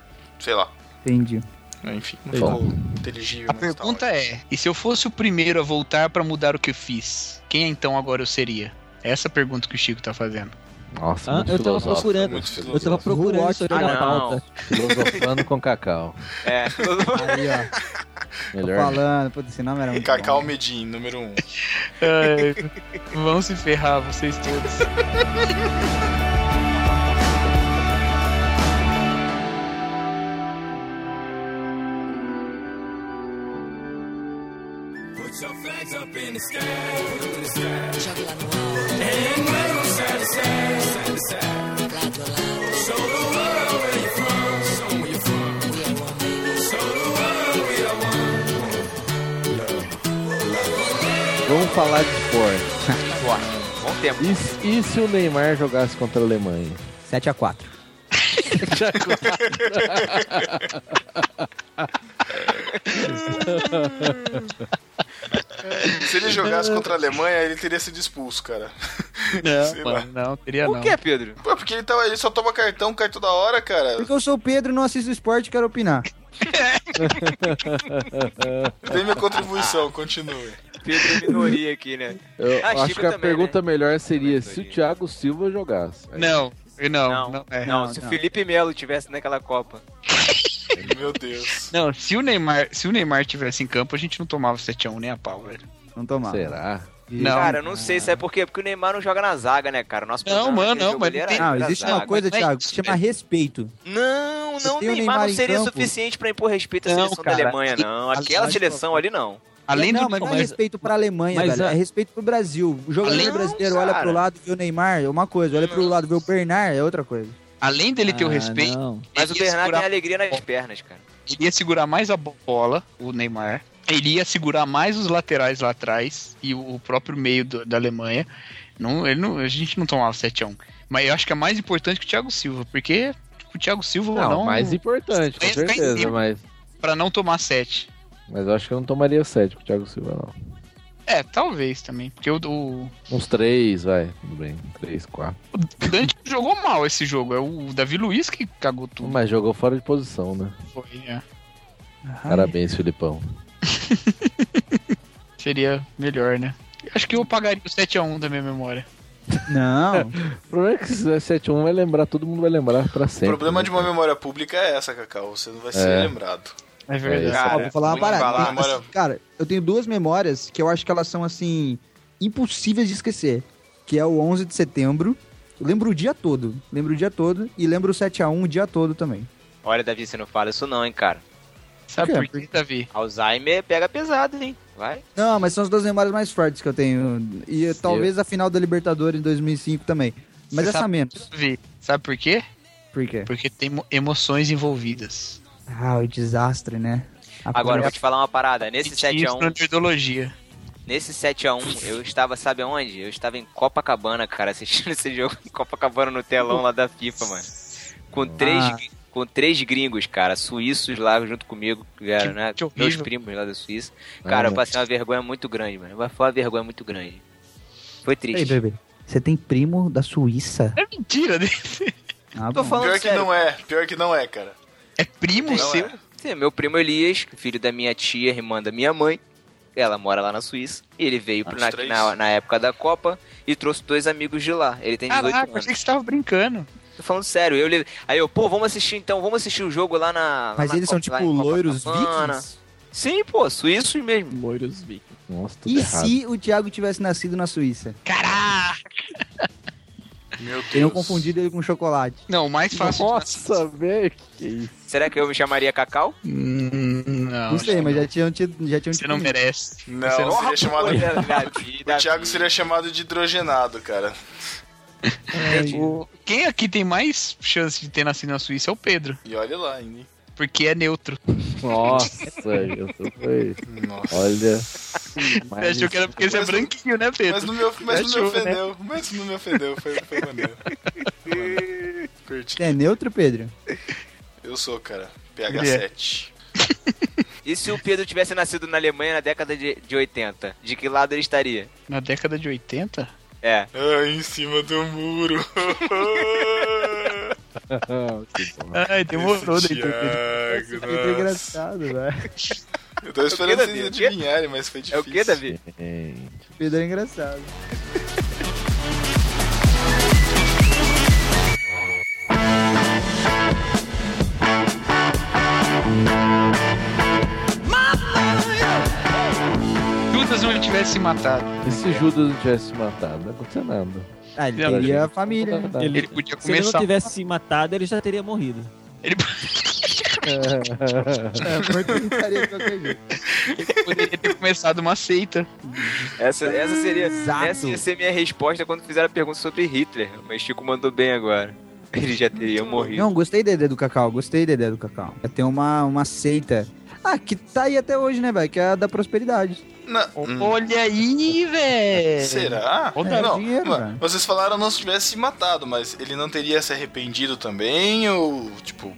S1: Sei lá.
S12: Entendi.
S5: Ah,
S1: Enfim, não
S3: Sei
S1: ficou inteligível.
S5: A
S1: mas
S5: pergunta
S1: tá
S5: é: e se eu fosse o primeiro a voltar pra mudar o que eu fiz, quem então agora eu seria? Essa é a pergunta que o Chico tá fazendo.
S3: Nossa,
S4: Ah,
S3: muito
S4: eu tava
S3: filosófico,
S4: procurando.
S3: muito
S1: Eu
S4: Eu tava
S3: filosófico.
S4: procurando isso aí
S10: Ah,
S4: na
S10: não.
S4: pauta.
S3: Filosofando com cacau.
S10: É.
S12: Aí, ó. Tô
S3: Melhor. né?
S4: Ah,
S12: falando. Pô, esse nome era
S1: ótimo.
S12: muito
S1: Cacau
S12: bom.
S1: Medin, número 1. Um.
S5: Ai, vão se ferrar, vocês todos.
S13: Jogue lá no alto. Lado a lado. We are one, baby.
S3: Vamos falar de esporte.
S10: Bom tempo.
S3: E, se- e se o Neymar jogasse contra a Alemanha?
S14: 7x4.
S1: Se ele jogasse contra a Alemanha, ele teria sido expulso, cara. Sei
S5: Não,
S1: lá.
S5: mano, não, teria não.
S10: é, Pedro?
S1: Pô, porque ele, tava, ele só toma cartão, cai toda hora, cara.
S9: Porque eu sou o Pedro e não assisto esporte quero opinar.
S1: Dei minha contribuição, continue.
S10: Pedro é minoria aqui, né?
S3: Eu
S10: Ah,
S3: acho
S10: Chico
S3: que a
S10: também,
S3: pergunta melhor seria se o Thiago Silva jogasse.
S5: Não, eu não,
S10: Não,
S5: não, é.
S10: não,
S9: não,
S10: se o
S9: não.
S10: Felipe Melo tivesse naquela Copa.
S1: Meu Deus.
S5: Não, se o Neymar, se o Neymar tivesse em campo, a gente não tomava 7x1 nem a pau, velho.
S9: Não tomar.
S3: Será?
S5: Não.
S10: Cara, eu não sei, sabe por quê? Porque o Neymar não joga na zaga, né, cara? Nosso
S5: Não,
S10: problema
S5: mano,
S10: naquele
S5: não,
S10: jogo
S5: mas
S10: ali
S5: não
S10: era
S5: tem-
S9: Não,
S10: na
S9: existe
S10: zaga.
S9: uma coisa,
S5: Não é
S9: Thiago, que
S5: isso,
S9: se chama
S5: velho.
S9: respeito.
S10: Não,
S9: Se
S10: não, o
S9: tem o
S10: Neymar,
S9: Neymar
S10: não
S9: em
S10: seria
S9: campo-
S10: suficiente pra impor respeito à
S5: Não,
S10: seleção da
S5: cara.
S10: Alemanha, não. Aquela
S9: Aliás,
S10: seleção ali, não.
S5: Além
S9: não,
S5: do
S9: mas não é
S4: mas-
S9: respeito pra Alemanha,
S4: mas
S9: velho.
S4: a-
S9: É respeito pro Brasil. O jogador
S10: Além-
S9: brasileiro
S10: Não,
S9: olha
S10: cara.
S9: pro lado e vê o Neymar, é uma coisa. Olha pro lado e vê o Bernard, é outra coisa. Ah,
S5: além dele
S10: Ah.
S5: ter o respeito,
S4: Não.
S10: Mas o
S5: ele ia
S10: Bernardo
S5: segurar-
S10: tem alegria nas pernas, cara.
S5: ele ia segurar mais a bola, o Neymar. Ele ia segurar mais os laterais lá atrás e o o próprio meio do- da Alemanha. Não, ele não, a gente não tomava 7x1. Mas eu acho que é mais importante que o Thiago Silva, porque tipo, o Thiago Silva
S3: Não,
S5: não,
S3: mais importante, com
S5: Mas fica em
S3: certeza,
S5: cima.
S3: mas,
S5: pra não tomar 7.
S3: mas eu acho que eu não tomaria 7 com o Thiago Silva, não.
S5: É, talvez também, porque o, o-
S3: Uns 3, vai, tudo bem, 3, 4.
S5: o Dante jogou mal esse jogo. É o Davi Luiz que cagou tudo.
S3: Mas jogou fora de posição, né?
S5: Foi, é.
S3: Parabéns, Filipão.
S5: Seria melhor, né? Acho que eu pagaria o 7x1 da minha memória.
S9: Não.
S3: O problema é que se 7-1 vai lembrar, todo mundo vai lembrar pra
S1: O
S3: sempre.
S1: problema
S3: né,
S1: de uma
S3: cara?
S1: memória pública é essa, Cacau. Você não vai ser
S3: É.
S1: lembrado.
S5: É
S3: verdade.
S9: Ó,
S10: Cara,
S9: Ah, vou falar uma
S1: vou embalar,
S9: parada. Tem-
S1: bora.
S9: assim, cara, eu tenho duas memórias que eu acho que elas são, assim, impossíveis de esquecer. Que é o 11 de setembro. Eu lembro o dia todo. Lembro o dia todo. E lembro o 7x1 o dia todo também.
S10: Olha, Davi, você não fala isso não, hein, cara.
S5: Sabe
S9: Por quê?
S5: É, por quê, Davi?
S10: Alzheimer pega pesado, hein? Vai.
S9: Não, mas são as duas memórias mais fortes que eu tenho. E talvez a final da Libertadores em 2005 também. Mas
S5: Você
S9: essa
S5: sabe-
S9: menos.
S5: Davi, sabe por quê?
S9: Por quê?
S5: Porque tem mo- emoções envolvidas.
S9: Ah, o desastre, né? A
S10: Agora,
S5: é
S10: eu
S9: Coreia-
S10: vou te falar uma parada. Nesse
S5: E tinha isso na
S10: 7x1,
S5: nerdologia.
S10: nesse 7x1, eu estava, sabe aonde? Eu estava em Copacabana, cara, assistindo esse jogo em Copacabana no telão lá da FIFA, mano. Com três,
S9: Ah.
S10: com três gringos, cara, suíços lá junto comigo, que vieram, né?
S5: que horrível.
S10: Meus primos lá da Suíça. Cara, eu passei uma vergonha muito grande, mano. Mas Foi uma vergonha muito grande. Foi
S9: Ei,
S10: triste.
S9: bebê. Você tem primo da Suíça?
S5: É mentira, né?
S9: Ah,
S10: Tô
S9: bom.
S10: falando
S1: Pior que
S10: sério.
S1: não é, pior que não é, cara.
S5: É primo
S10: Não
S5: seu?
S10: é. Sim, meu primo Elias, filho da minha tia, irmã da minha mãe, ela mora lá na Suíça. E ele veio pro-
S1: Os
S10: na,
S1: três?
S10: na, na época da Copa e trouxe dois amigos de lá. Ele tem 18
S5: Caraca,
S10: anos.
S5: achei que você tava brincando.
S10: Tô falando sério. Eu, li- aí eu, pô, vamos assistir então, vamos assistir o jogo lá na. lá
S9: Mas
S10: na
S9: eles são
S10: Copa- lá
S9: tipo
S10: em
S9: loiros
S10: Copacabana.
S9: vikings?
S10: Sim, pô, suíços mesmo.
S4: Moiros Vic.
S3: Nossa, tudo
S9: E
S3: errado.
S9: se o Thiago tivesse nascido na Suíça?
S5: Caraca!
S1: Meu Deus.
S9: Tenham confundido ele com chocolate.
S5: Não, o mais fácil.
S3: Nossa, velho,
S9: é
S3: que isso?
S10: Será que eu me chamaria Cacau?
S5: Hum, Não,
S9: Não sei, mas já tinham tido. Já tinham
S5: você
S9: tido- um-
S5: não merece.
S1: Não,
S5: Você não-
S1: seria chamado.
S10: Olha,
S1: O
S10: Davi,
S1: Thiago seria chamado de hidrogenado, cara.
S5: O- Quem aqui tem mais chance de ter nascido na Suíça é o Pedro,
S1: E olha lá, hein?
S5: porque é neutro. é
S3: Nossa, isso foi.
S1: Nossa.
S3: Olha.
S5: Você achou que era porque você é
S1: Mas não-
S5: branquinho, né, Pedro?
S1: Mas não me, of- mas não me
S5: Achou, né?
S1: ofendeu, mas não me ofendeu, foi, foi maneiro. Maneiro. Curti.
S9: É neutro, Pedro?
S1: Eu sou, cara,
S5: Ele é.
S1: PH7.
S10: E se o Pedro tivesse nascido na Alemanha na década de, de 80? De que lado ele estaria?
S5: Na década de 80?
S10: É.
S1: Ah, em cima do muro.
S3: que bom.
S5: Ai, demorou,
S1: Esse
S5: Deitor Pedro.
S1: Thiago,
S9: Isso é
S1: nossa.
S9: muito engraçado, velho.
S1: Eu tava esperando
S10: É o quê,
S1: vocês
S10: Davi?
S1: adivinharem, mas foi
S10: É
S1: difícil.
S10: o que, Davi?
S3: Gente.
S9: Pedro é engraçado.
S5: Judas não tivesse se matado.
S3: E se Judas não tivesse se matado? Não aconteceu nada.
S9: Ah, ele
S5: Não,
S9: teria a família. né?
S5: Ele podia
S4: Se ele não
S5: começar.
S4: tivesse se matado, ele já teria morrido.
S5: Ele...
S9: É, foi putaria de qualquer jeito.
S5: Poderia ter começado uma seita.
S10: Essa, essa seria
S5: Exato.
S10: essa ia ser minha resposta quando fizeram a pergunta sobre Hitler. Mas Chico mandou bem agora. Ele já teria morrido.
S9: Não, gostei da ideia do Cacau, gostei da ideia do Cacau. Tem uma, uma seita. Ah, que tá aí até hoje, né, velho? Que é a da prosperidade.
S1: Hum.
S5: Olha aí, velho.
S1: Será?
S9: É,
S1: não,
S9: dinheiro,
S1: mas
S9: velho.
S1: vocês falaram não se tivesse se matado, mas ele não teria se arrependido também, ou tipo.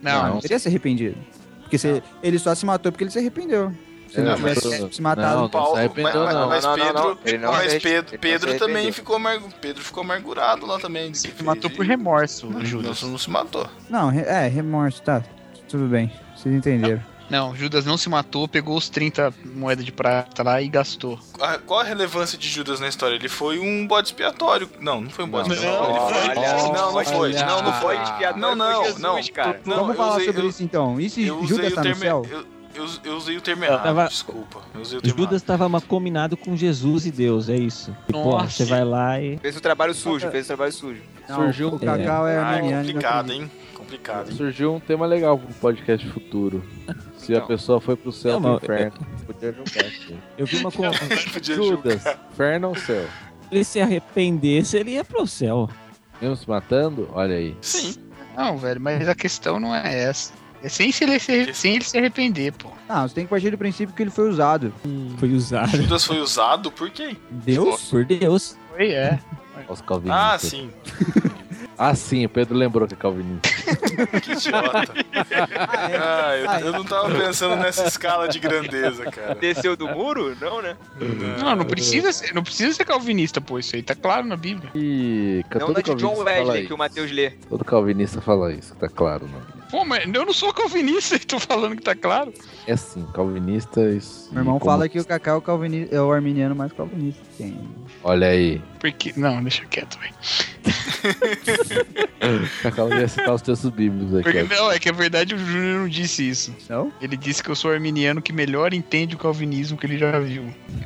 S9: Não, ele teria se arrependido. Porque se, ele só se matou porque ele se arrependeu. Se
S1: Não,
S9: não,
S1: É, mas-
S9: tivesse se matado.
S3: Não,
S1: Paulo,
S3: se arrependeu,
S1: mas,
S3: não.
S1: mas
S10: Não, não,
S1: Pedro,
S10: não, ele não
S1: mas
S10: se arre-
S1: Pedro,
S10: ele não
S1: Pedro
S10: se
S1: também
S10: arrependeu.
S1: ficou amargo, Pedro ficou amargurado lá também. Se
S5: matou por remorso, o Judas.
S1: Não, não se matou.
S9: Não, re- é, remorso, tá. Tudo bem. Vocês entenderam.
S5: Não, Judas não se matou, pegou os 30 moedas de prata lá e gastou.
S1: A- qual a relevância de Judas na história? Ele foi um bode expiatório. Não, não foi um bode
S5: Não,
S1: expiatório. Ele foi-
S10: Olha,
S1: não, não foi.
S5: olha.
S1: Não, não foi.
S10: expiatório,
S1: Não, não,
S10: foi Jesus,
S1: não.
S10: cara.
S1: Não,
S9: Vamos
S1: eu
S9: falar
S1: usei-
S9: sobre
S1: eu-
S9: isso então. E se
S1: eu usei
S9: Judas
S1: o
S9: tá no
S1: termo-
S9: céu?
S1: Eu, eu- eu usei o termo errado,
S4: Tava-
S1: desculpa. Eu usei o termo
S4: Judas estava combinado com Jesus e Deus, é isso. E, pô,
S5: Nossa.
S4: você vai lá e.
S10: Fez o trabalho sujo, fez o trabalho sujo.
S9: Não,
S3: Surgiu
S9: o
S3: um-
S9: Cacau é,
S1: errado. Ah, é
S9: arminiano,
S1: complicado,
S9: não
S1: hein? Complicado, hein?
S3: Surgiu um tema legal pro podcast futuro. Se a
S10: Então.
S3: pessoa foi pro céu
S4: Não, mas-
S3: pro inferno, podia juntar aqui.
S4: Eu vi uma. con-
S1: Podia julgar.
S3: Judas, inferno ou céu?
S4: ele se arrependesse, ele ia pro céu.
S3: Mesmo se matando? Olha aí.
S1: Sim.
S5: Não, velho, mas a questão não é essa. É sem, se ele se, sem ele se arrepender, pô.
S9: Ah, você tem que partir do princípio que ele foi usado.
S4: Foi usado.
S1: Judas foi usado por quem?
S9: Deus?
S4: Por Deus.
S5: Foi, é.
S3: Os calvinistas.
S1: Ah, sim.
S3: Ah, sim, o Pedro lembrou que é calvinista.
S1: Que idiota. Ah, eu, eu não tava pensando nessa escala de grandeza, cara.
S10: Desceu do muro? Não, né?
S5: Não, não precisa, ser- não precisa ser calvinista, pô. Isso aí tá claro na Bíblia.
S3: E
S10: Não
S3: todo
S10: da de John
S3: calvinista fala
S10: Wesley
S3: isso.
S10: que o Matheus lê.
S3: Todo calvinista fala isso, tá claro, não.
S5: Pô, mas eu não sou calvinista e tô falando que tá claro.
S3: É assim, calvinistas.
S9: Meu irmão
S3: e como-
S9: fala que o Cacau é o, calvini... é o arminiano mais calvinista que tem.
S3: Olha aí.
S5: Porque. Não, deixa quieto, velho.
S3: Cacau ia citar tá os textos bíblicos
S5: Porque,
S3: aqui. ó.
S5: não, é que a verdade o Júnior não disse isso.
S9: Não?
S5: Ele disse que eu sou arminiano que melhor entende o calvinismo que ele já viu.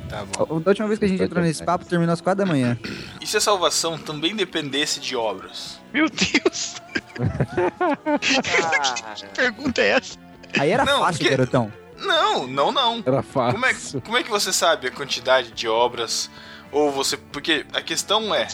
S1: Tá bom.
S9: Da última vez que a gente entrou nesse papo, terminou às quatro da manhã.
S1: E se a salvação também dependesse de obras?
S5: Meu Deus, que pergunta é essa?
S9: Aí era
S1: Não,
S9: fácil,
S1: porque-
S9: garotão.
S1: Não, não, não.
S3: Era fácil.
S1: Como é, que- como é que você sabe a quantidade de obras? Ou você. Porque a questão é.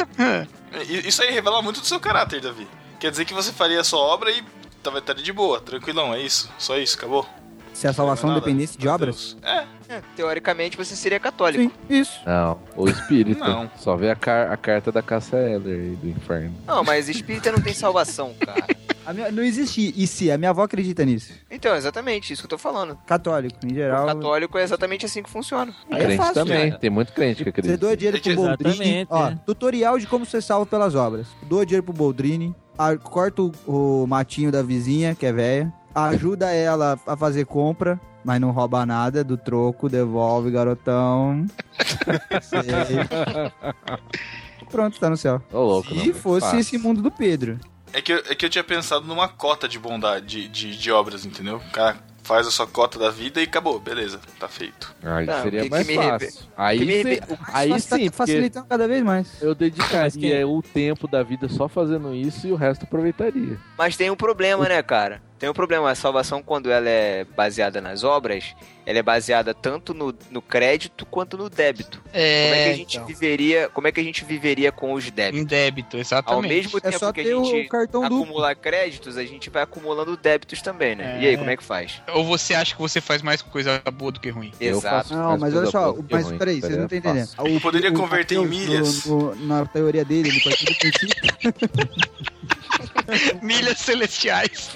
S1: i- Isso aí revela muito do seu caráter, Davi. Quer dizer que você faria a sua obra e tava estaria de boa, tranquilão, é isso? Só isso, acabou?
S9: Se a salvação
S1: Não é nada.
S9: dependesse de
S1: Meu
S9: obras?
S1: Deus. É,
S10: Teoricamente você seria católico.
S9: Sim, isso.
S3: Não, o espírito.
S1: Não.
S3: Só vê a, car- a carta da Caça Heller aí do inferno.
S10: Não, mas espírita não tem salvação, cara.
S9: A minha- Não existe e se, a minha avó acredita nisso.
S10: Então, exatamente, isso que eu tô falando.
S9: Católico, em geral.
S10: Católico é exatamente assim que funciona.
S9: Aí é
S3: crente
S9: fácil,
S3: também.
S10: né?
S9: cara.
S3: Tem muito crente que
S9: Você
S3: acredita.
S9: doa dinheiro pro Boldrini.
S4: Exatamente,
S9: Ó,
S4: é.
S9: tutorial de como ser salvo pelas obras. Doa dinheiro pro Boldrini. a- Corta o- o matinho da vizinha, que é velha. Ajuda ela a fazer compra, mas não rouba nada do troco. Devolve, garotão. Sei. Pronto, tá no céu.
S3: Ô, louco, não,
S9: Se
S3: muito
S9: fosse
S3: fácil.
S9: esse mundo do Pedro.
S1: é, que, eu- é que eu tinha pensado numa cota de bondade, de, de, de obras, entendeu? O cara faz a sua cota da vida e acabou, beleza, tá feito.
S3: Aí
S10: Não,
S3: Ah, seria
S10: que-
S3: mais
S10: que me
S3: fácil. Aí,
S10: que me
S3: sim-
S10: rebe-
S3: aí
S9: Mas tá
S3: sim, porque
S9: facilitando cada vez mais.
S3: eu
S4: Mas é- quem-
S3: dedicaria o tempo da vida só fazendo isso e o resto aproveitaria.
S10: Mas tem um problema, né, cara? Tem um problema. A salvação, quando ela é baseada nas obras, ela é baseada tanto no, no crédito quanto no débito.
S5: É,
S10: Como é que a gente viveria? Como é que a gente viveria com os débitos?
S5: em débito,
S10: Ao
S5: exatamente.
S10: mesmo
S9: É
S10: tempo
S9: só
S10: que a
S9: ter o
S10: gente
S9: cartão do.
S10: acumular créditos, a gente vai acumulando débitos também, né? E aí, como é que faz?
S5: Ou você acha que você faz mais coisa boa do que ruim?
S3: Eu
S10: Exato.
S3: faço
S9: Não,
S3: mais
S9: mas
S3: coisa
S9: olha só,
S3: boa do que
S9: mas
S3: ruim,
S9: peraí,
S3: tá
S9: vocês não
S3: ligado?
S9: estão entendendo.
S3: Faço.
S9: O-
S1: Poderia
S9: o
S1: converter em
S9: Mateus, no-
S1: milhas.
S9: no- na teoria dele, ele partiu do princípio.
S5: Milhas celestiais.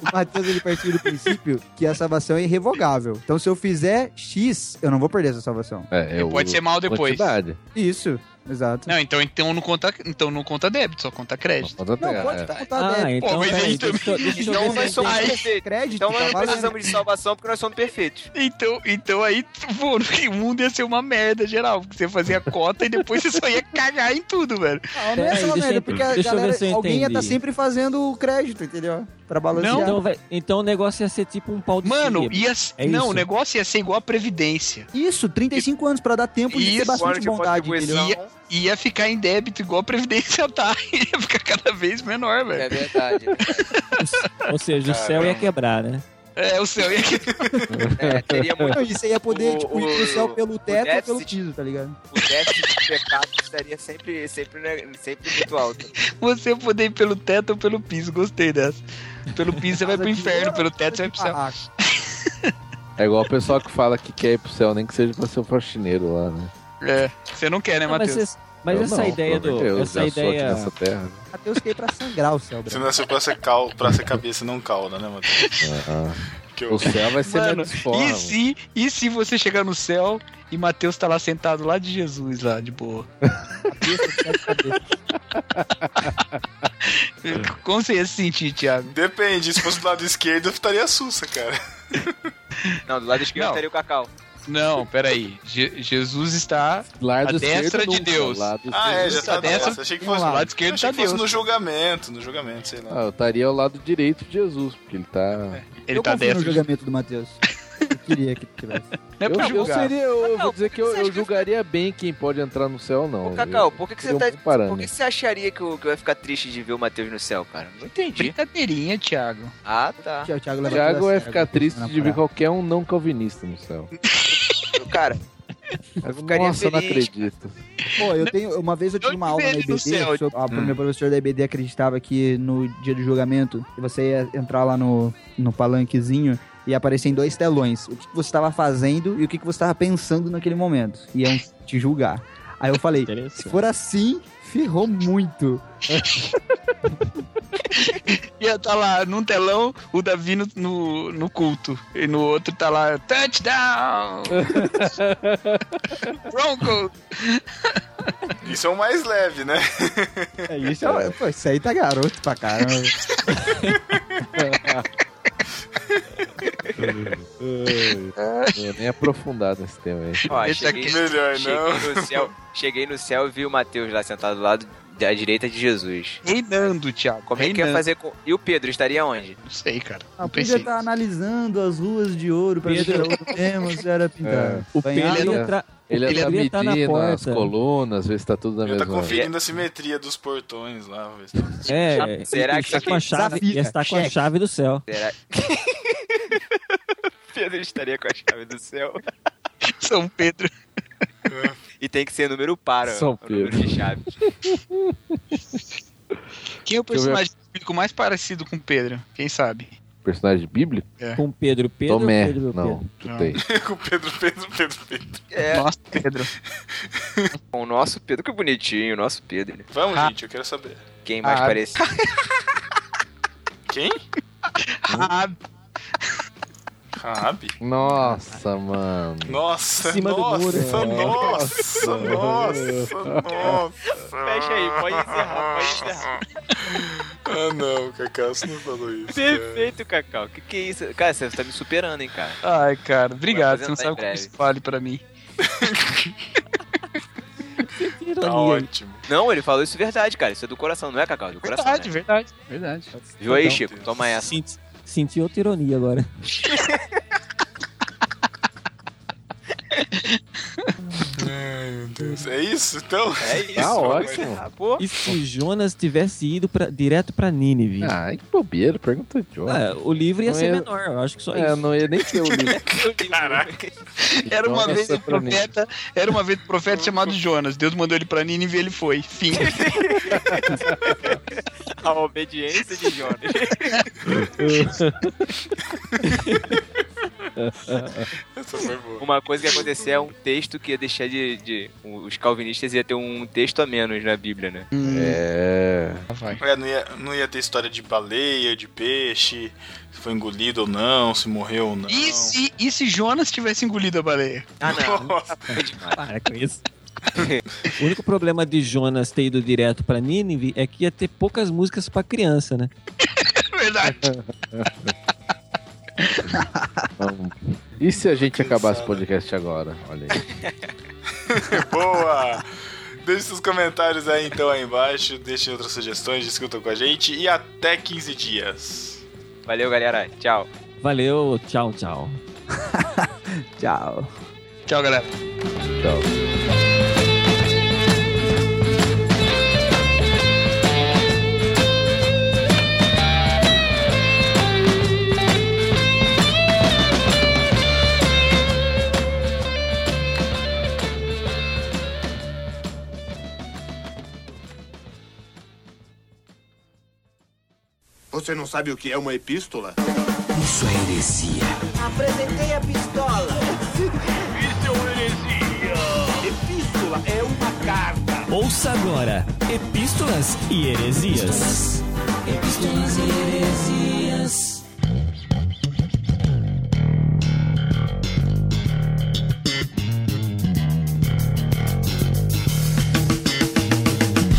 S9: O Matheus, ele partiu do princípio que a salvação é irrevogável. Então, se eu fizer X, eu não vou perder essa salvação.
S3: É, eu-
S5: pode ser mal depois.
S3: Quantidade.
S9: Isso, exato.
S5: Não, então, então, não conta, então não conta débito, só conta crédito.
S3: Pode até-
S9: Não, pode
S3: é.
S9: contar
S4: Ah,
S9: débito.
S4: então.
S5: Pô, mas
S4: peraí,
S5: aí também-
S4: deixa eu- deixa eu
S10: Então
S4: ver
S10: nós
S4: se eu
S10: somos
S5: Aí-
S10: perfeitos.
S9: Crédito,
S10: Então nós
S9: tá
S10: não
S9: valendo.
S10: precisamos de salvação porque nós somos perfeitos.
S5: Então, então aí, pô, o mundo ia ser uma merda geral, porque você fazia cota e depois você só ia cagar em tudo, velho.
S9: Não, não é
S4: Peraí,
S9: só
S4: deixa eu-
S9: merda, porque a
S4: deixa eu ver
S9: galera,
S4: se eu
S9: alguém ia estar
S4: entendi.
S9: sempre fazendo o crédito, entendeu? Pra balancear.
S4: Então, vai- então o negócio ia ser tipo um pau de
S5: Mano,
S4: cima.
S5: ia, s-
S4: É
S5: não,
S4: isso.
S5: o negócio ia ser igual a Previdência.
S9: Isso, 35 anos pra dar tempo de ter
S5: Isso,
S9: bastante
S10: Fora de
S9: bondade, entendeu?
S10: contribuição.
S5: ia ficar em débito igual a Previdência tá. Ia ficar cada vez menor, velho.
S10: É verdade.
S4: Ou seja, o céu ia
S10: Caramba.
S4: quebrar, né?
S5: É, o céu ia
S10: É, teria muito.
S9: Não, e você ia poder,
S10: O-
S9: tipo, ir
S10: o-
S9: pro céu pelo teto ou pelo
S10: déficit-
S9: piso, tá ligado?
S10: O déficit de pecado estaria sempre, sempre, né, sempre muito alto.
S5: Você poder ir pelo teto ou pelo piso, gostei dessa. Pelo piso você vai pro inferno, pelo teto você vai pro céu.
S3: É igual o pessoal que fala que quer ir pro céu, nem que seja pra ser um faxineiro lá, né?
S5: É, você não quer, né,
S4: Não, mas
S5: Matheus?
S4: esse- mas
S3: Eu
S4: essa
S3: não, pelo
S4: ideia do.
S3: amor de Deus,
S4: essa
S3: já sou aqui
S4: ideia.
S3: nessa terra.
S9: Mateus quer ir pra sangrar o céu,
S1: Você
S9: bro.
S1: nasceu pra ser, cal... pra ser cabeça, não cauda, né, Matheus? Que
S3: É, O céu vai ser
S5: Mano,
S3: menos forma.
S5: e se, e se você chegar no céu e Mateus tá lá sentado lá de Jesus, lá de boa? Como você ia se sentir, Thiago?
S1: Depende, se fosse do lado esquerdo, eu ficaria sussa, cara.
S10: Não, do lado esquerdo
S5: Não.
S10: estaria o Cacau.
S5: Não, peraí. Je- Jesus está à
S3: Lado esquerdo
S5: destra de
S3: nunca,
S5: Deus.
S3: lado
S1: Ah, é, já
S5: Jesus
S1: tá
S5: tá dessa.
S1: dessa. Achei que
S3: um
S5: Vamos
S1: fosse,
S5: lá.
S1: lado
S5: Lado esquerdo
S1: achei
S5: tá
S1: que fosse
S5: Deus.
S1: no julgamento, no julgamento, sei lá.
S3: Ah, eu estaria ao lado direito de Jesus, porque ele tá.
S5: Ele
S9: eu
S5: tá
S9: confio no
S5: dentro.
S9: julgamento do Matheus. Eu queria que tivesse.
S5: Não é pra
S3: eu, eu
S5: julgar.
S3: seria, eu, eu
S10: Não,
S3: vou dizer que
S10: por que
S3: eu,
S10: você
S3: eu
S10: acha que-
S3: julgaria bem quem pode entrar no céu, não.
S10: Ô, Cacau,
S3: Eu-
S10: por que, que você
S3: seria
S10: tá.
S3: um
S10: Por que
S3: parâmetro.
S10: que você acharia que eu, que eu ia ficar triste de ver o Matheus no céu, cara? Não entendi.
S5: Brincadeirinha, Thiago.
S10: Ah, tá.
S9: Tchau, Thiago,
S3: O
S9: leva
S3: Thiago
S9: tudo a
S3: vai
S9: sério.
S3: ficar triste de ver
S9: Namorado.
S3: qualquer um não calvinista no céu.
S10: Cara,
S3: Eu
S10: ficaria
S3: Nossa, eu não
S10: feliz,
S3: acredito.
S9: Pô, eu tenho. Uma vez eu tive uma aula na
S5: vejo no
S9: IBD.
S5: céu.
S9: sobre- ah,
S10: hum.
S9: Meu professor da IBD acreditava que no dia do julgamento você ia entrar lá no, no palanquezinho e aparecer em dois telões. O que que você estava fazendo e o que que você estava pensando naquele momento. Iam te julgar. Aí eu falei: se
S4: Interessante.
S9: for assim, ferrou muito.
S5: Ia tá lá num telão, o Davi no, no, no culto. E no outro tá lá, touchdown! Bronco!
S1: Isso é o mais leve, né?
S9: É isso, é... Pô, isso aí tá garoto pra caramba.
S3: Eu nem aprofundar nesse tema aí.
S10: Ó,
S5: Esse
S10: cheguei,
S5: aqui-
S3: é
S1: Melhor não.
S10: cheguei no céu, cheguei no céu e vi o Matheus lá sentado do lado da direita de Jesus.
S5: Reinando, Thiago.
S10: Como é que ia
S5: reinando.
S10: fazer com. E o Pedro estaria onde?
S5: Não sei, cara.
S9: Ah,
S5: Não
S9: podia
S5: pensei.
S9: estar analisando as ruas de ouro pra ver se era ouro mesmo, se era pintado.
S4: É. O
S9: Banhado.
S4: Pedro ia tra-
S3: Ele,
S4: Ele
S3: tá
S4: ia tá na
S3: medindo as
S4: porta.
S3: colunas, ver se tá tudo na
S1: Eu tá
S3: mesma.
S1: conferindo a simetria dos portões lá. vê se tá-
S4: É,
S10: Será
S4: ia
S10: que
S4: estar com a chave, ia estar com a
S9: Cheque.
S4: chave do céu.
S10: Será Pedro estaria com a chave do céu.
S5: São Pedro.
S10: E tem que ser número par, ó,
S3: São
S10: o número
S3: Pedro.
S10: de chave.
S5: Quem é o
S3: eu ver.
S5: personagem bíblico mais parecido com Pedro? Quem sabe?
S3: Personagem bíblico?
S5: É.
S4: Com Pedro, Pedro,
S3: Tomé.
S4: Pedro,
S3: não,
S4: Pedro.
S3: chutei.
S1: Com Pedro, Pedro, Pedro, Pedro.
S10: É,
S5: Nossa, Pedro.
S10: o nosso Pedro, que bonitinho, o nosso Pedro.
S1: Vamos,
S5: Ah.
S1: gente, eu quero saber.
S10: Quem mais
S5: Ah.
S10: parece?
S1: Quem?
S5: Ah,
S1: Rabi?
S3: Nossa, mano.
S1: Nossa,
S4: Em cima do
S1: nossa,
S4: muro.
S1: nossa, nossa, nossa.
S10: Fecha aí, pode encerrar, pode encerrar.
S1: Ah, não, Cacá, você não falou isso. cara.
S10: Perfeito, Cacau. Que que é isso? Cara, você tá me superando, hein, cara.
S5: Ai, cara, obrigado. Você não
S10: apresentar em
S5: sabe como
S10: breve.
S5: isso vale pra mim.
S4: Que ironia,
S1: Tá
S4: hein?
S1: ótimo.
S10: Não, ele falou isso verdade, cara. Isso é do coração, não é, Cacau? É do coração.
S5: Verdade,
S10: né?
S5: verdade, verdade.
S10: Viu aí,
S1: Meu
S10: Chico?
S1: Deus.
S10: Toma essa.
S4: Senti, senti outra ironia agora.
S1: Ai, meu Deus. É isso, então?
S10: É isso.
S3: Tá
S10: mano.
S3: ótimo.
S10: Ah, pô.
S4: E se Jonas tivesse ido pra, direto pra Nínive?
S3: Ai, Ah, que bobeira, pergunta de homem.
S4: Ah, o livro ia
S3: Não
S4: ser
S3: ia-
S4: menor, eu acho que só
S3: É, eu
S4: isso.
S3: não ia nem ter o livro.
S1: Caraca.
S5: Era uma
S3: Nossa,
S5: vez um
S3: pra mim.
S5: profeta, era uma vez um profeta chamado Jonas. Deus mandou ele pra Nínive e ele foi. Fim.
S10: né? A obediência de Jonas.
S1: Essa foi boa.
S10: Uma coisa que ia acontecer é um texto que ia deixar de. de- os calvinistas ia ter um texto a menos na Bíblia, né?
S3: É.
S5: Vai.
S1: É, não, ia, não ia ter história de baleia, de peixe, se foi engolido ou não, se morreu ou não.
S5: E se, e se Jonas tivesse engolido a baleia?
S10: Ah, não.
S1: Nossa,
S10: É demais.
S4: Para com isso. o único problema de Jonas ter ido direto pra Nínive é que ia ter poucas músicas pra criança, né?
S5: É verdade.
S3: Vamos. E se a gente acabasse o podcast agora? Olha aí.
S1: boa! Deixe seus comentários aí então aí embaixo, deixe outras sugestões, discutam com a gente e até 15 dias.
S10: Valeu, galera. Tchau.
S4: Valeu, tchau, tchau.
S9: Tchau.
S5: Tchau, galera.
S3: Tchau.
S13: Você não sabe o que é uma epístola?
S7: Isso é heresia.
S13: Apresentei a pistola. Isso é uma heresia. Epístola é uma carta.
S15: Ouça agora Epístolas e Heresias.
S7: Epístolas e heresias.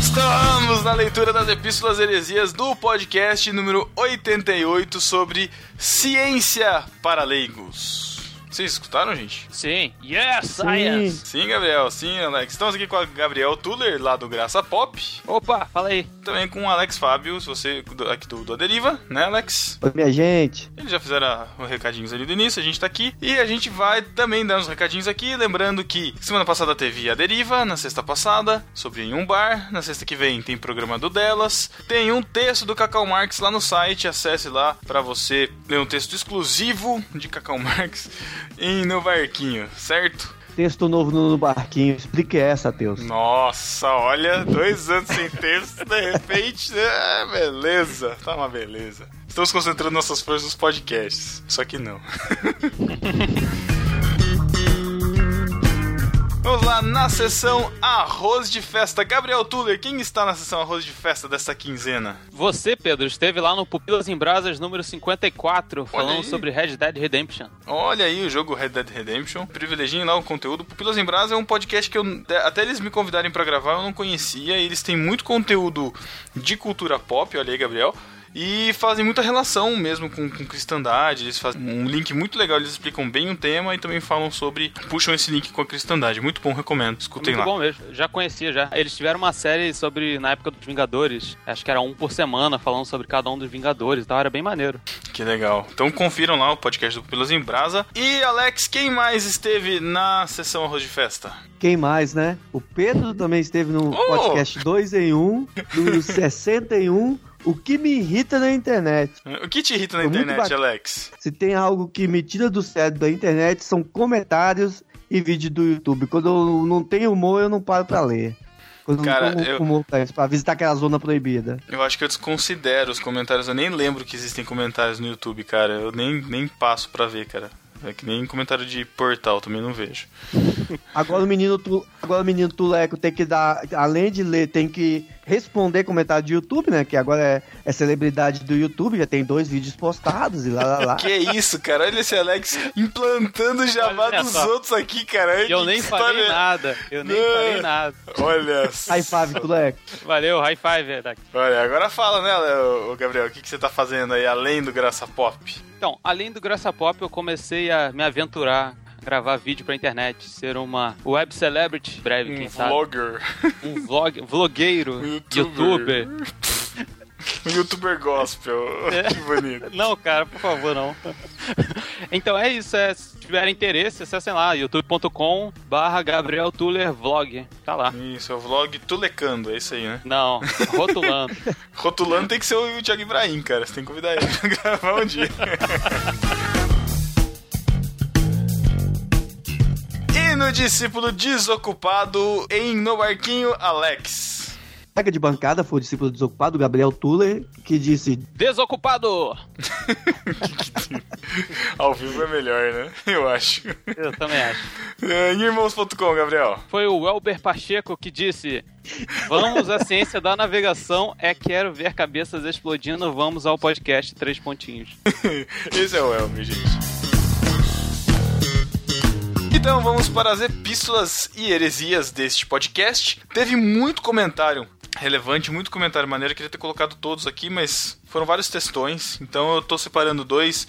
S1: Estamos na leitura das Epístolas Heresias do podcast número 88 sobre ciência para leigos. Vocês escutaram, gente?
S8: Sim. Yes, science!
S1: Sim, Gabriel. Sim, Alex. Estamos aqui com a Gabriel Tuller, lá do Graça Pop.
S8: Opa, fala aí.
S1: Também com o Alex Fábio, se você aqui do, do Deriva, né, Alex?
S6: Oi, minha gente.
S1: Eles já fizeram a- os recadinhos ali do início, a gente tá aqui. E a gente vai também dar uns recadinhos aqui. Lembrando que semana passada teve a deriva, na sexta passada, sobre em um bar. Na sexta que vem tem programa do Delas. Tem um texto do Cacau Marx lá no site. Acesse lá pra você ler um texto exclusivo de Cacau Marx em No Barquinho, certo?
S6: Texto novo no barquinho. Explique essa, Teus.
S1: Nossa, olha, dois anos sem texto, de repente, é, beleza, tá uma beleza. Estamos concentrando nossas forças nos podcasts, só que não. Vamos lá, na sessão Arroz de Festa. Gabriel Tuller, quem está na sessão Arroz de Festa desta quinzena?
S8: Você, Pedro, esteve lá no Pupilas em Brasas número 54, falando sobre Red Dead Redemption.
S1: Olha aí o jogo Red Dead Redemption. Privilegiem lá o conteúdo. Pupilas em Brasa é um podcast que eu, até eles me convidarem pra gravar eu não conhecia. E eles têm muito conteúdo de cultura pop, olha aí, Gabriel. E fazem muita relação mesmo com, com cristandade. Eles fazem um link muito legal. Eles explicam bem o tema e também falam sobre. Puxam esse link com a cristandade. Muito bom, recomendo. Escutem
S8: Muito
S1: lá.
S8: bom mesmo, já conhecia já. Eles tiveram uma série sobre, na época dos Vingadores, acho que era um por semana, falando sobre cada um dos Vingadores e tal, era bem maneiro.
S1: Que legal. Então confiram lá o podcast do Pupilas em Brasa. E Alex, quem mais esteve na sessão Arroz de Festa?
S6: Quem mais, né? O Pedro também esteve no podcast 2 em 1, número 61. O que me irrita na internet.
S1: O que te irrita na
S6: Foi muito
S1: internet,
S6: bacana.
S1: Alex?
S6: Se tem algo que me tira do sério da internet, são comentários e vídeo do YouTube. Quando eu não tenho humor, eu não paro pra ler. Quando
S1: Cara,
S6: eu não tenho
S1: eu-
S6: humor pra isso, pra visitar aquela zona proibida.
S1: Eu acho que eu desconsidero os comentários. Eu nem lembro que existem comentários no YouTube, cara. Eu nem, nem passo pra ver, cara. É que nem comentário de portal, também não vejo.
S6: Agora o menino, tu, agora o menino Tuleco tem que dar, além de ler, tem que responder comentário do YouTube, né? Que agora é, é celebridade do YouTube, já tem dois vídeos postados e lá lá lá.
S1: Que isso, cara? Olha esse Alex implantando o jabá
S6: Olha
S1: dos
S6: só.
S1: outros aqui, cara.
S8: Eu nem falei nada, eu nem falei nada.
S1: Olha
S6: High five, Tuleco.
S8: Valeu, high five, Dak.
S1: Olha, agora fala, né, Léo- ô, Gabriel? O que, que você tá fazendo aí além do Graça Pop?
S8: Então, além do Graça Pop, eu comecei a me aventurar a gravar vídeo pra internet, ser uma web celebrity, breve, quem sabe.
S1: vlogger. Um
S8: Um vlog, vlogueiro,
S1: youtuber.
S8: youtuber. É.
S1: Um youtuber gospel. Que bonito.
S8: Não, cara, por favor, não. Então é isso, é, se tiver interesse, acessem lá, youtube.com barra Gabriel Tuller Vlog, tá lá.
S1: Isso, é o vlog Tulecando, é isso aí, né?
S8: Não, rotulando.
S1: rotulando tem que ser o Thiago Ibrahim, cara. Você tem que convidar ele pra gravar um dia. E no discípulo desocupado em No Barquinho, Alex.
S6: Pega de bancada foi o discípulo desocupado, Gabriel Tuller, que disse:
S8: Desocupado!
S1: Ao vivo é melhor, né? Eu acho.
S8: Eu também acho.
S1: É, Em irmãos.com, Gabriel.
S8: Foi o Elber Pacheco que disse: Vamos à ciência da navegação, é quero ver cabeças explodindo, vamos ao podcast Três Pontinhos.
S1: Esse é o Elmer, gente. Então vamos para as epístolas e heresias deste podcast. Teve muito comentário relevante, muito comentário maneiro. Eu queria ter colocado todos aqui, mas foram vários textões. Então eu tô separando dois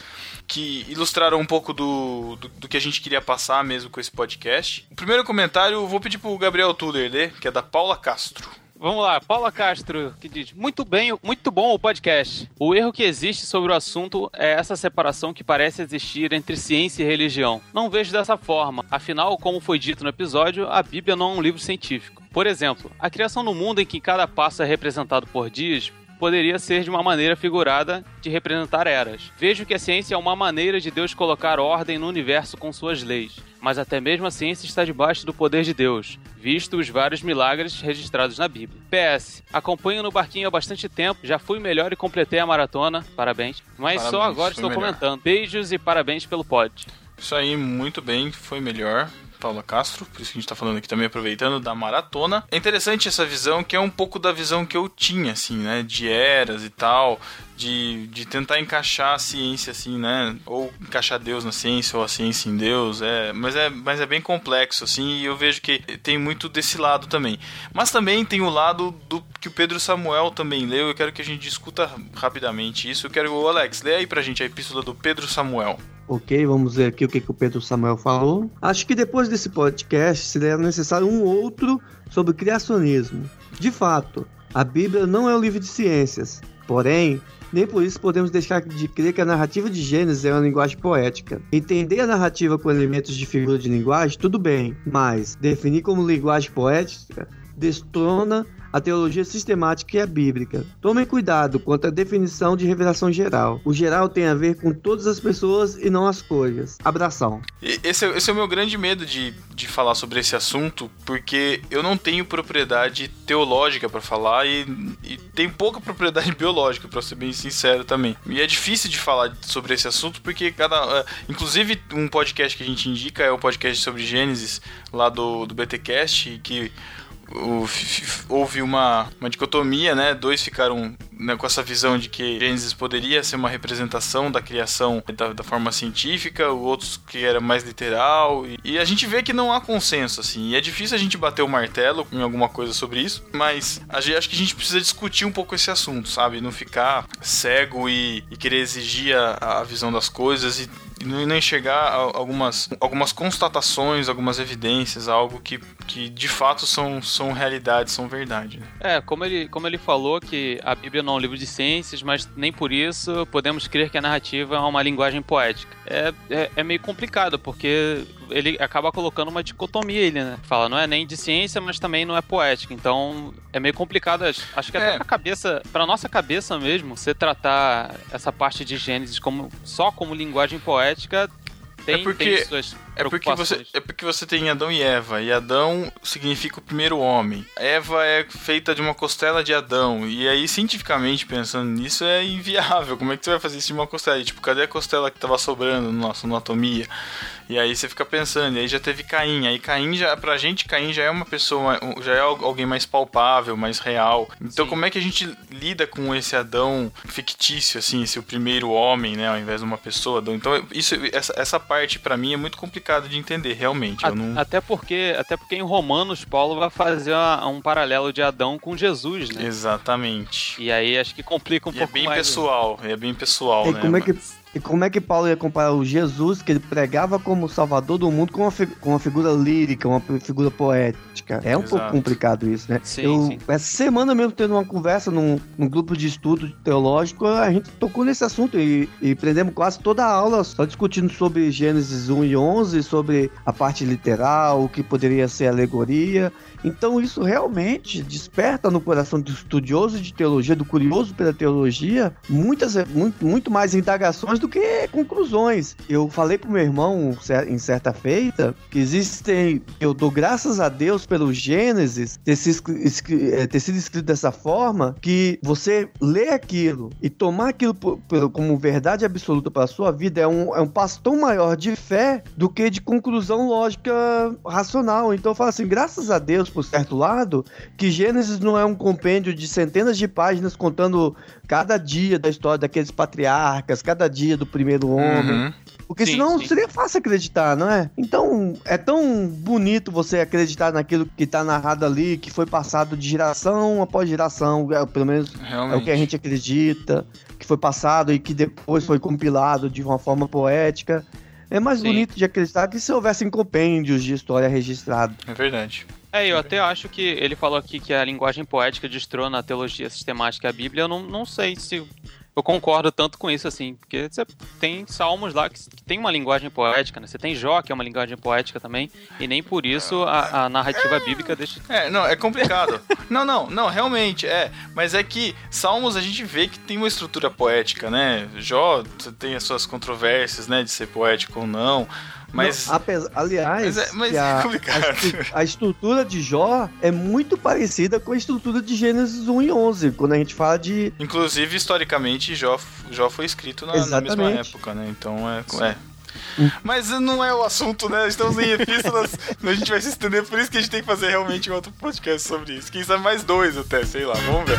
S1: que ilustraram um pouco do, do, do que a gente queria passar mesmo com esse podcast. O primeiro comentário eu vou pedir pro Gabriel Tuller ler, que é da Paula Castro.
S8: Vamos lá, Paula Castro, que diz: Muito bem, muito bom o podcast. O erro que existe sobre o assunto é essa separação que parece existir entre ciência e religião. Não vejo dessa forma. Afinal, como foi dito no episódio, a Bíblia não é um livro científico. Por exemplo, a criação no mundo em que cada passo é representado por dias poderia ser de uma maneira figurada de representar eras. Vejo que a ciência é uma maneira de Deus colocar ordem no universo com suas leis. Mas até mesmo a ciência está debaixo do poder de Deus, visto os vários milagres registrados na Bíblia. PS, acompanho no barquinho há bastante tempo, já fui melhor e completei a maratona, parabéns. Mas só
S1: Parabéns,
S8: agora
S1: foi
S8: estou
S1: melhor.
S8: comentando. Beijos e parabéns pelo pod.
S1: Isso aí, muito bem, foi melhor. Paula Castro, por isso que a gente tá falando aqui também, aproveitando da maratona. É interessante essa visão, que é um pouco da visão que eu tinha, assim, né? De eras e tal, de, de tentar encaixar a ciência, assim, né? Ou encaixar Deus na ciência, ou a ciência em Deus. É, mas, é, mas é bem complexo, assim, e eu vejo que tem muito desse lado também. Mas também tem o lado do que o Pedro Samuel também leu, eu quero que a gente discuta rapidamente isso. Eu quero, ô, Alex, lê aí pra gente a epístola do Pedro Samuel.
S6: Ok, vamos ver aqui o que, que o Pedro Samuel falou. Acho que depois desse podcast seria necessário um outro sobre criacionismo. De fato, a Bíblia não é um livro de ciências, porém, nem por isso podemos deixar de crer que a narrativa de Gênesis é uma linguagem poética. Entender a narrativa com elementos de figura de linguagem, tudo bem, mas definir como linguagem poética destrona a teologia sistemática e a bíblica. Tomem cuidado quanto à definição de revelação geral. O geral tem a ver com todas as pessoas e não as coisas. Abração.
S1: E Esse, é- esse é o meu grande medo de, de falar sobre esse assunto, porque eu não tenho propriedade teológica pra falar e, e tem pouca propriedade biológica, pra ser bem sincero também. E é difícil de falar sobre esse assunto, porque cada. eh, Inclusive, um podcast que a gente indica é o podcast sobre Gênesis, lá do, do BTCast, que o- f- f- houve uma, uma dicotomia, né? Dois ficaram né, com essa visão de que Gênesis poderia ser uma representação da criação da, da forma científica, o outros que era mais literal. E, e a gente vê que não há consenso, assim. E é difícil a gente bater o martelo em alguma coisa sobre isso, mas a gente- acho que a gente precisa discutir um pouco esse assunto, sabe? Não ficar cego e, e querer exigir a, a visão das coisas e e não não enxergar al- algumas, algumas constatações, algumas evidências, algo que, que de fato são, são realidade, são verdade. né?
S8: É, como ele, como ele falou que a Bíblia não é um livro de ciências, mas nem por isso podemos crer que a narrativa é uma linguagem poética. É, é, é meio complicado, porque ele acaba colocando uma dicotomia, ele, né? Fala, não é nem de ciência, mas também não é poética. Então, é meio complicado. Acho acho que até
S1: É.
S8: pra cabeça, pra nossa cabeça mesmo, você tratar essa parte de Gênesis como, só como linguagem poética tem,
S1: é porque,
S8: tem suas
S1: é porque você é porque você tem Adão e Eva e Adão significa o primeiro homem. Eva é feita de uma costela de Adão e aí cientificamente pensando nisso é inviável. Como é que você vai fazer isso de uma costela? E, tipo, cadê a costela que tava sobrando na nossa anatomia? E aí você fica pensando, e aí já teve Caim, aí Caim já pra gente Caim já é uma pessoa, já é al- alguém mais palpável, mais real. Então como é que a gente lida com esse Adão fictício assim, esse o primeiro homem, né, ao invés de uma pessoa? Adão? Então isso essa, essa parte pra mim é muito complicado de entender realmente. Eu não
S8: Até porque, até porque em Romanos, Paulo vai fazer uma- um paralelo de Adão com Jesus, né?
S1: Exatamente.
S8: E aí acho que complica um
S1: E é
S8: pouco
S1: bem
S8: mais.
S1: pessoal, é bem pessoal,
S6: E
S1: né?
S6: como, é que,
S1: mano?
S6: e como é que Paulo ia comparar o Jesus que ele pregava como salvador do mundo com uma, fi- com uma figura lírica, uma pi- figura poética? É um
S1: Exato.
S6: pouco complicado isso, né?
S1: Sim,
S6: Eu,
S1: sim.
S6: Essa semana mesmo, tendo uma conversa num, num grupo de estudo teológico, a gente tocou nesse assunto e, e prendemos quase toda a aula só discutindo sobre Gênesis 1 e 11, sobre a parte literal, o que poderia ser alegoria. Então isso realmente desperta no coração do estudioso de teologia, do curioso pela teologia, muitas, muito, muito mais indagações do que conclusões. Eu falei pro meu irmão cer- em certa feita que existem, eu dou graças a Deus pelo Gênesis ter se escri- escri- eh, ter sido escrito dessa forma, que você ler aquilo e tomar aquilo por- pelo- como verdade absoluta para sua vida é um, é um passo tão maior de fé do que de conclusão lógica racional. Então eu falo assim, graças a Deus, por certo lado, que Gênesis não é um compêndio de centenas de páginas contando cada dia da história daqueles patriarcas, cada dia do primeiro homem.
S1: Uhum.
S6: Porque
S1: Sim,
S6: senão
S1: sim.
S6: seria fácil acreditar, não é? Então, é tão bonito você acreditar naquilo que tá narrado ali, que foi passado de geração após geração, é, pelo menos é o que a gente acredita, que foi passado e que depois foi compilado de uma forma poética. É mais bonito de acreditar que se houvessem compêndios de história registrado.
S1: É verdade.
S8: É, eu até acho que ele falou aqui que a linguagem poética destrona a teologia sistemática e a Bíblia. Eu não, não sei se eu concordo tanto com isso, assim, porque você tem salmos lá que, que tem uma linguagem poética, né? Você tem Jó, que é uma linguagem poética também, e nem por isso a, a narrativa bíblica deixa.
S1: É, não, é complicado. não, não, não, realmente, é. Mas é que Salmos a gente vê que tem uma estrutura poética, né? Jó tem as suas controvérsias, né, de ser poético ou não. Mas.
S6: Não, apesar- aliás,
S1: Mas é- mas
S6: que
S1: é
S6: a,
S1: complicado.
S6: a estru- a estrutura de Jó é muito parecida com a estrutura de Gênesis 1 e 11, quando a gente fala de.
S1: Inclusive, historicamente, Jó, Jó foi escrito na, na mesma
S6: Exatamente.
S1: época, né? Então é. é. Mas não é o assunto, né? Estamos em epístolas, a gente vai se estender, É por isso que a gente tem que fazer realmente um outro podcast sobre isso. Quem sabe mais dois até, sei lá, vamos ver.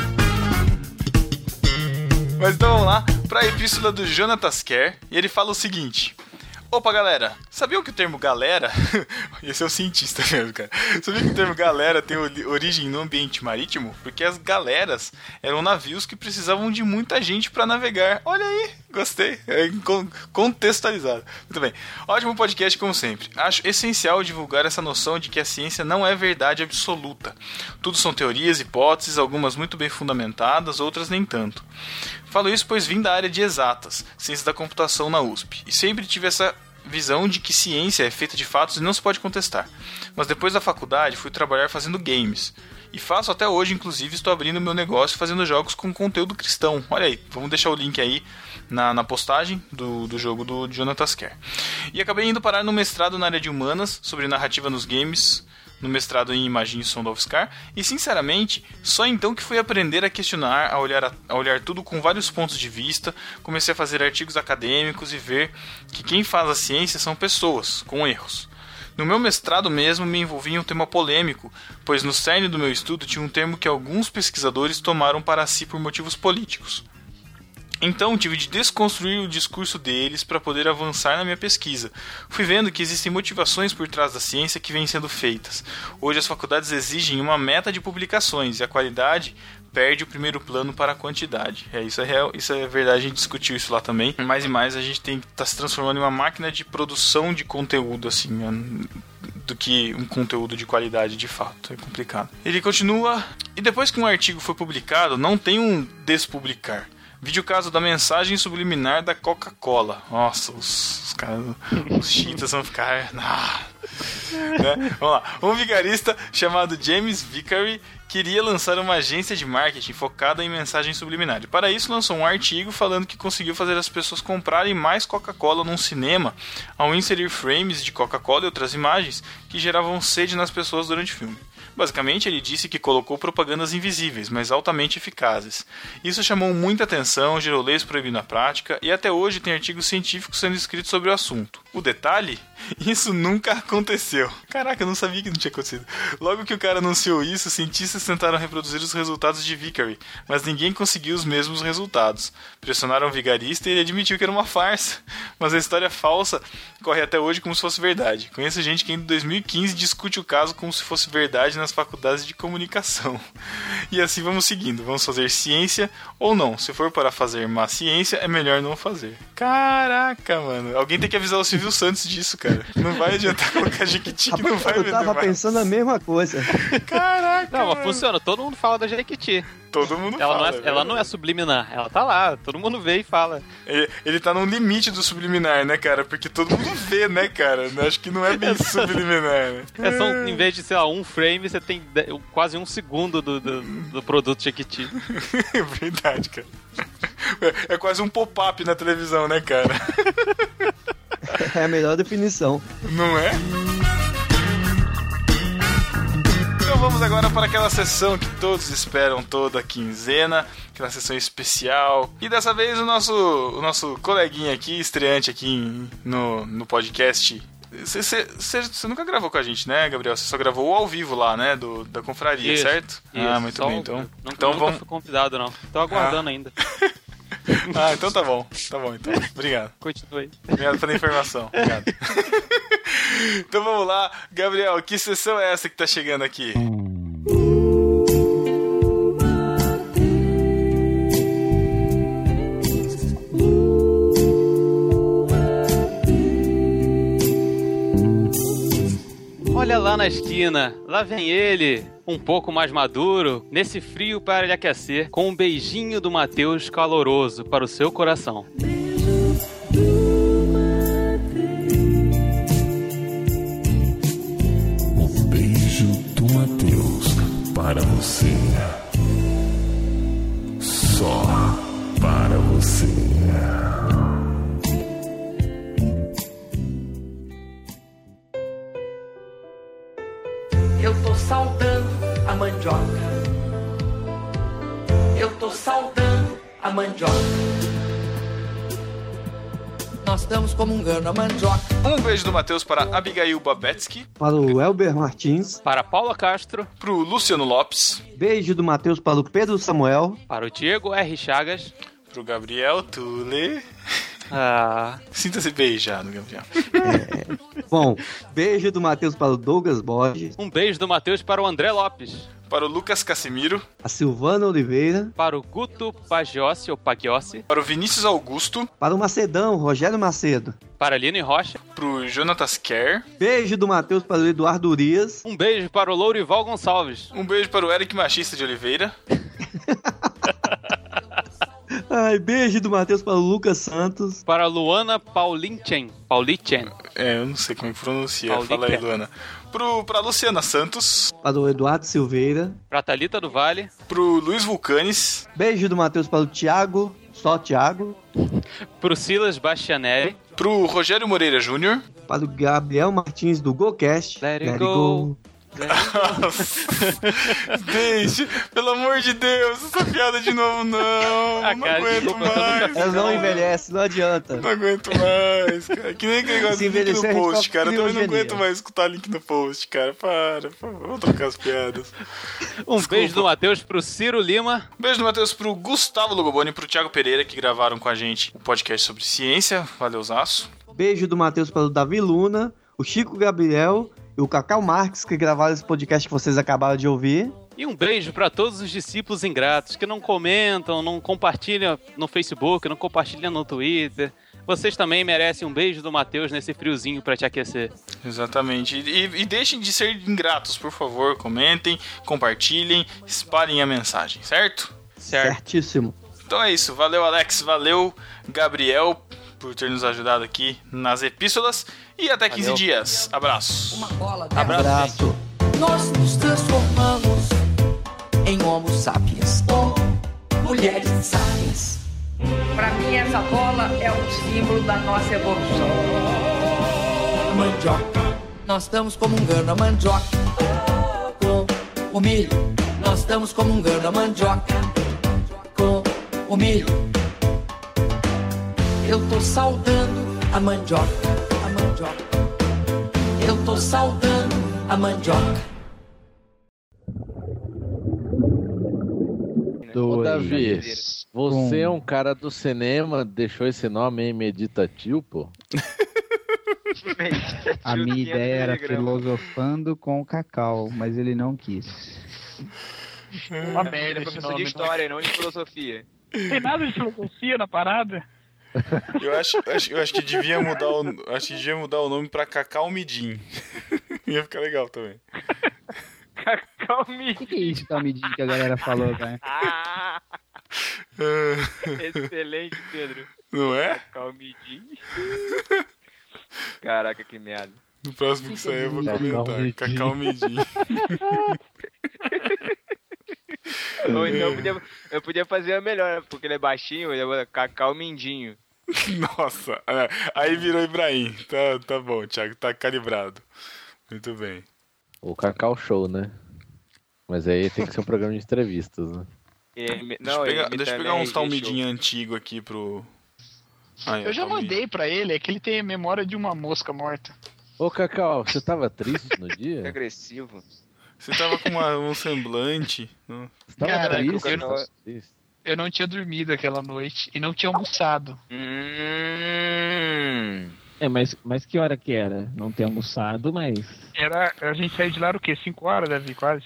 S1: Mas então vamos lá para a epístola do Jonatas Kerr, e ele fala o seguinte. Opa, galera! Sabiam que o termo galera. Esse é um cientista mesmo, cara. Sabiam que o termo galera tem ori- origem no ambiente marítimo? Porque as galeras eram navios que precisavam de muita gente para navegar. Olha aí! Gostei! É con- contextualizado. Muito bem. Ótimo podcast, como sempre. Acho essencial divulgar essa noção de que a ciência não é verdade absoluta. Tudo são teorias, hipóteses, algumas muito bem fundamentadas, outras nem tanto. Falo isso pois vim da área de exatas, ciência da computação na USP, e sempre tive essa visão de que ciência é feita de fatos e não se pode contestar. Mas depois da faculdade fui trabalhar fazendo games. E faço até hoje, inclusive, estou abrindo meu negócio fazendo jogos com conteúdo cristão. Olha aí, vamos deixar o link aí na, na postagem do, do jogo do Jonathan Kerr. E acabei indo parar no mestrado na área de humanas, sobre narrativa nos games, no mestrado em Imagem Sondovskar, e sinceramente, só então que fui aprender a questionar, a olhar, a, a olhar tudo com vários pontos de vista, comecei a fazer artigos acadêmicos e ver que quem faz a ciência são pessoas, com erros. No meu mestrado mesmo me envolvi em um tema polêmico, pois no cerne do meu estudo tinha um termo que alguns pesquisadores tomaram para si por motivos políticos. Então tive de desconstruir o discurso deles para poder avançar na minha pesquisa. Fui vendo que existem motivações por trás da ciência que vêm sendo feitas. Hoje as faculdades exigem uma meta de publicações e a qualidade perde o primeiro plano para a quantidade. É isso é real, isso é verdade, a gente discutiu isso lá também. Mais e mais a gente tem que estar se transformando em uma máquina de produção de conteúdo assim, né? do que um conteúdo de qualidade de fato. É complicado. Ele continua. E depois que um artigo foi publicado, não tem um despublicar. Vídeo caso da mensagem subliminar da Coca-Cola. Nossa, os, os caras. Os cheetahs vão ficar. Ah, né? Vamos lá. Um vigarista chamado James Vickery queria lançar uma agência de marketing focada em mensagem subliminar. E para isso lançou um artigo falando que conseguiu fazer as pessoas comprarem mais Coca-Cola num cinema ao inserir frames de Coca-Cola e outras imagens que geravam sede nas pessoas durante o filme. Basicamente, ele disse que colocou propagandas invisíveis, mas altamente eficazes. Isso chamou muita atenção, gerou leis proibindo a prática e até hoje tem artigos científicos sendo escritos sobre o assunto. O detalhe? Isso nunca aconteceu. Caraca, eu não sabia que não tinha acontecido. Logo que o cara anunciou isso, cientistas tentaram reproduzir os resultados de Vickery, mas ninguém conseguiu os mesmos resultados. Pressionaram o vigarista e ele admitiu que era uma farsa, mas a história falsa corre até hoje como se fosse verdade. Conheço gente que em 2015 discute o caso como se fosse verdade nas faculdades de comunicação. E assim vamos seguindo. Vamos fazer ciência ou não. Se for para fazer má ciência, é melhor não fazer. Caraca, mano. Alguém tem que avisar o Silvio Santos disso, cara. Não vai adiantar colocar Jequiti que não vai
S6: Eu
S1: vender
S6: tava
S1: mais.
S6: pensando a mesma coisa.
S1: Caraca!
S8: Não, mas funciona, todo mundo fala da Jequiti.
S1: Todo mundo
S8: ela
S1: fala,
S8: Não é,
S1: é
S8: ela não é subliminar, ela tá lá, todo mundo vê e fala.
S1: Ele, ele tá no limite do subliminar, né, cara? Porque todo mundo vê, né, cara? Acho que não é bem subliminar, né?
S8: É só, um- em vez de, sei lá, um frame, você tem de- quase um segundo do, do, do produto Jequiti.
S1: É verdade, cara. É quase um pop-up na televisão, né, cara?
S6: É a melhor definição.
S1: Não é? Então vamos agora para aquela sessão que todos esperam toda quinzena, aquela sessão especial. E dessa vez o nosso, o nosso coleguinha aqui, estreante aqui em- no, no podcast. Você- Você você- você nunca gravou com a gente, né, Gabriel? Você só gravou ao vivo lá, né? Do, da confraria,
S8: Isso,
S1: certo? ah,
S8: isso,
S1: muito
S8: só
S1: bem,
S8: o-
S1: então.
S8: Nunca,
S1: então
S8: nunca
S1: vamos.
S8: fui convidado, não. Tô aguardando ainda.
S1: Ah, então tá bom. Tá bom, então. Obrigado.
S8: Continue aí.
S1: Obrigado pela informação. Obrigado. então vamos lá, Gabriel, que sessão é essa que tá chegando aqui?
S8: Olha lá na esquina, lá vem ele, um pouco mais maduro, nesse frio para lhe aquecer, com um beijinho do Mateus caloroso para o seu coração.
S16: Um Beijo do Matheus para você. Só para você.
S13: Eu tô saudando a mandioca. Eu tô saudando a mandioca. Nós um estamos comungando a mandioca.
S1: Um beijo do Matheus para Abigail Babetsky,
S6: Para o Elber Martins.
S8: Para Paula Castro.
S1: Para o Luciano Lopes.
S6: Beijo do Matheus para o Pedro Samuel.
S8: Para o Diego R. Chagas.
S1: Pro Gabriel Tule.
S8: Ah.
S1: Sinta-se beijado, Gabriel.
S6: É, Bom, beijo do Matheus para o Douglas Borges.
S8: Um beijo do Matheus para o André Lopes.
S1: Para o Lucas Casimiro.
S6: A Silvana Oliveira.
S8: Para o Guto Pagiossi ou Pagiossi.
S1: Para o Vinícius Augusto.
S6: Para o Macedão, Rogério Macedo.
S8: Para a Lino Rocha.
S1: Para o Jonatas Kerr.
S6: Beijo do Matheus para o Eduardo Urias.
S8: Um beijo para o Lourival Gonçalves.
S1: Um beijo para o Eric Machista de Oliveira.
S6: Ai, beijo do Matheus para o Lucas Santos.
S8: Para a Luana Paulinchen. Paulichen.
S1: É, eu não sei como é que pronuncia.
S8: Paulica.
S1: Fala aí, Luana. Pro, pra Luciana Santos.
S6: Para o Eduardo Silveira.
S8: Para a Thalita do Vale.
S1: Pro Luiz Vulcanes.
S6: Beijo do Matheus para o Thiago. Só Thiago.
S8: Para o Silas Bastianelli.
S1: Pro Rogério Moreira Júnior.
S6: Para o Gabriel Martins do GoCast.
S8: Let it
S6: Let it
S8: go.
S6: go.
S1: Deixe, pelo amor de Deus, essa piada de novo não.
S8: A
S1: não
S8: cara de
S1: aguento
S8: louco,
S1: mais.
S6: Ela não envelhece, não adianta.
S1: Não aguento mais, cara. Que nem aquele negócio
S6: Se
S1: do link
S6: envelhecer,
S1: no
S6: a gente
S1: post,
S6: só cria
S1: cara. Eu também não
S6: genia.
S1: aguento mais escutar link no post, cara. Para, por favor, vamos trocar as piadas.
S8: Um beijo do Matheus para o Ciro Lima.
S1: Beijo do Matheus pro Gustavo Logoboni e pro Thiago Pereira que gravaram com a gente o podcast sobre ciência. Valeu, Zaço.
S6: Beijo do Matheus para o Davi Luna, o Chico Gabriel e o Cacau Marques, que gravaram esse podcast que vocês acabaram de ouvir.
S8: E um beijo para todos os discípulos ingratos que não comentam, não compartilham no Facebook, não compartilham no Twitter. Vocês também merecem um beijo do Matheus nesse friozinho para te aquecer.
S1: Exatamente. E, e- e deixem de ser ingratos, por favor. Comentem, compartilhem, espalhem a mensagem, certo?
S8: Certo.
S6: Certíssimo.
S1: Então é isso. Valeu, Alex. Valeu, Gabriel, por ter nos ajudado aqui nas epístolas. E até 15
S8: Valeu.
S1: dias. Abraço.
S13: Uma bola dessa.
S1: Abraço.
S13: Nós nos transformamos em Homo sapiens ou mulheres sapiens.
S17: Para mim, essa bola é um símbolo da nossa evolução.
S13: Mandioca. Nós estamos comungando a mandioca com o milho. Nós estamos comungando a mandioca com o milho. Eu tô saudando a mandioca, a mandioca. Eu tô saudando a mandioca.
S3: Ô, Davi,
S12: Brincadeira.
S3: você é um cara do cinema, deixou esse nome aí meditativo, pô?
S9: A minha ideia era
S3: miligramas.
S9: filosofando com o Cacau, mas ele não quis.
S18: É.
S10: Uma merda, professor de história, não de filosofia.
S18: Tem nada de filosofia na parada?
S1: Eu acho, acho- eu acho que devia mudar o, acho que devia mudar o nome pra Cacau Midim. Ia ficar legal também.
S9: O que, que é isso, Talmidinho, que a galera falou, cara?
S10: Ah, Excelente, Pedro.
S1: Não é?
S10: Calmidinho. Caraca, que merda.
S1: No próximo que sair eu
S9: Tá
S1: vou
S10: Cacau
S1: comentar. Tá
S10: Midim.
S1: Cacau Midim.
S10: Ou então eu podia, eu podia fazer a melhor, né? porque ele é baixinho, ele é Cacau Mindinho.
S1: Nossa, é, aí virou Ibrahim. Tá, tá bom, Thiago, tá calibrado. Muito bem.
S3: O Cacau Show, né? Mas aí tem que ser um programa de entrevistas, né?
S1: Deixa eu
S10: não, ele é
S1: pegar,
S10: imita
S1: deixa eu
S10: a
S1: pegar uns
S10: NRG
S1: talmidinho antigo aqui pro. Aí, ó,
S18: Eu já
S1: Talmidinho.
S18: mandei pra ele, é que ele tem a memória de uma mosca morta.
S3: Ô, Cacau, você tava triste no
S18: é
S3: dia?
S10: Agressivo.
S1: Você tava com uma- um semblante. não?
S18: Cara,
S3: triste,
S18: eu, não, eu não tinha dormido aquela noite e não tinha almoçado. Hum.
S4: É, mas, mas que hora que era? Não tem almoçado, mas.
S18: Era, a gente saiu de lá era o quê? 5 horas, Davi, quase?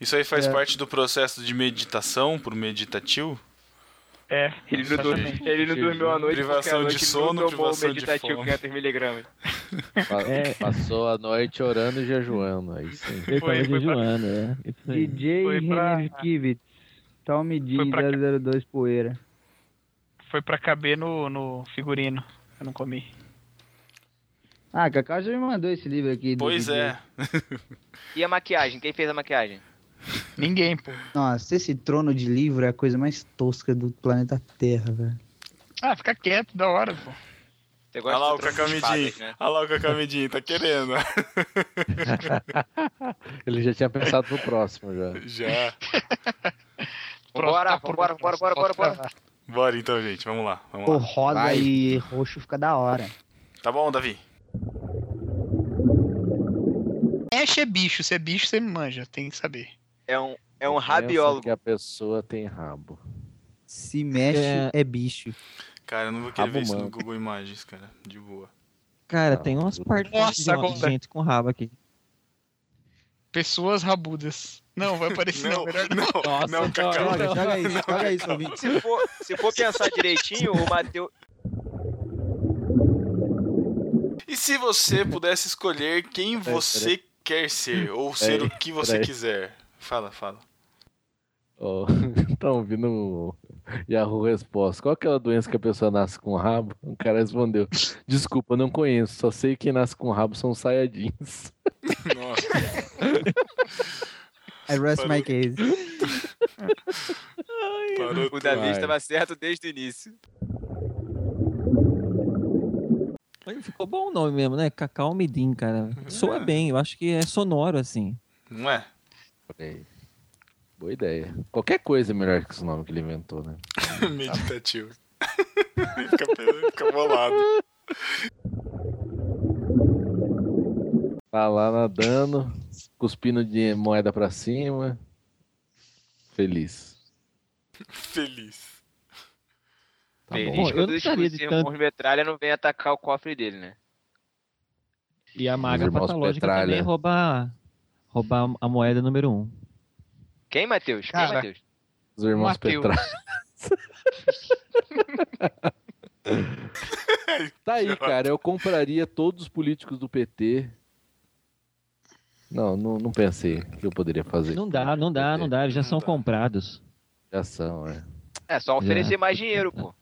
S1: Isso aí faz
S18: É.
S1: parte do processo de meditação pro meditativo?
S10: É, ele não, dormiu, ele não dormiu a noite porque a
S1: Privação
S10: noite
S1: de
S10: ele
S1: sono,
S10: não tomou o
S1: privação de
S10: meditativo
S1: fome.
S10: 500mg.
S3: Pa- Passou a noite orando e jejuando, aí sim.
S4: Ele tava jejuando, é. Isso aí.
S9: DJ
S18: Foi pra-
S9: Henry Kivitz. Tome
S18: Foi pra cá.
S9: 002 poeira.
S18: Foi pra caber no, no figurino. Eu não comi.
S9: Ah, Cacau já me mandou esse livro aqui. do DJ.
S18: é.
S10: E a maquiagem? Quem fez a maquiagem?
S18: Ninguém, pô.
S9: Nossa, esse trono de livro é a coisa mais tosca do planeta Terra, velho.
S18: Ah, fica quieto, da hora, pô.
S10: Você
S1: Olha lá o
S18: do trono de
S1: Cacamidinho.
S18: espadas, né?
S1: Olha lá o Cacamidinho, tá querendo.
S3: Ele já tinha pensado no próximo já.
S1: Já.
S10: Bora, bora, bora, bora, bora, bora.
S1: Bora então, gente, vamos lá. Vamos
S9: Pô,
S1: lá.
S9: rosa
S1: Vai.
S9: e roxo fica da hora.
S1: Tá bom, Davi?
S18: Mexe é bicho. Se é bicho, você manja. Tem que saber.
S10: É um, é um
S3: Pensa que a pessoa tem rabo.
S9: Se mexe,
S4: É.
S9: é bicho.
S1: Cara, eu não vou querer
S3: Rabo
S1: ver isso no
S3: humano.
S1: Google Imagens, Ah, cara. De boa.
S4: Cara, tem umas partes
S18: Nossa,
S4: de uma- de
S18: agora-
S4: gente com rabo aqui.
S18: Pessoas rabudas. Não, vai aparecer não. melhor não.
S1: Nossa, não,
S18: Cacau.
S9: Joga, joga isso, joga isso, ouvinte.
S10: Se for, se for pensar direitinho, o Matheus.
S1: E se você pudesse escolher quem você quer ser, ou
S3: Peraí,
S1: ser o que você
S3: peraí.
S1: quiser? Fala, fala.
S3: Ó, Estão tá ouvindo o Yahoo Resposta. Qual é aquela doença que a pessoa nasce com rabo? O cara respondeu: Desculpa, não conheço. Só sei que quem nasce com rabo são saiyajins.
S9: I rest my case.
S1: Parou
S10: o Davi
S3: tudo.
S10: estava certo desde o início.
S4: Mas Ficou bom o nome mesmo, né? Cacau Midim, cara. Soa bem, eu acho que é sonoro, assim.
S1: Não é?
S3: Peraí. Boa ideia. Qualquer coisa é melhor que esse nome que ele inventou, né?
S1: Meditativo. fica, fica bolado.
S3: Tá lá nadando, cuspindo de moeda pra cima. Feliz.
S1: Feliz.
S3: Tá bom.
S10: Feliz
S4: eu
S10: quando
S4: não estaria
S10: os
S4: de
S10: exclusivos
S4: tanto-
S10: por metralha não vem atacar o cofre dele, né?
S4: E a maga
S3: irmãos
S4: patológica
S3: Petralha.
S4: também é roubar, roubar a moeda número um.
S10: Quem, Matheus? Quem,
S18: Cara.
S10: Matheus?
S3: Os irmãos
S18: Mateus.
S3: Petralha. Tá aí, cara. Eu compraria todos os políticos do PT. Não, não, não pensei o que eu poderia fazer.
S4: Não dá, não dá, não dá. Eles já são comprados.
S3: Já são, é.
S10: É só oferecer mais dinheiro, pô.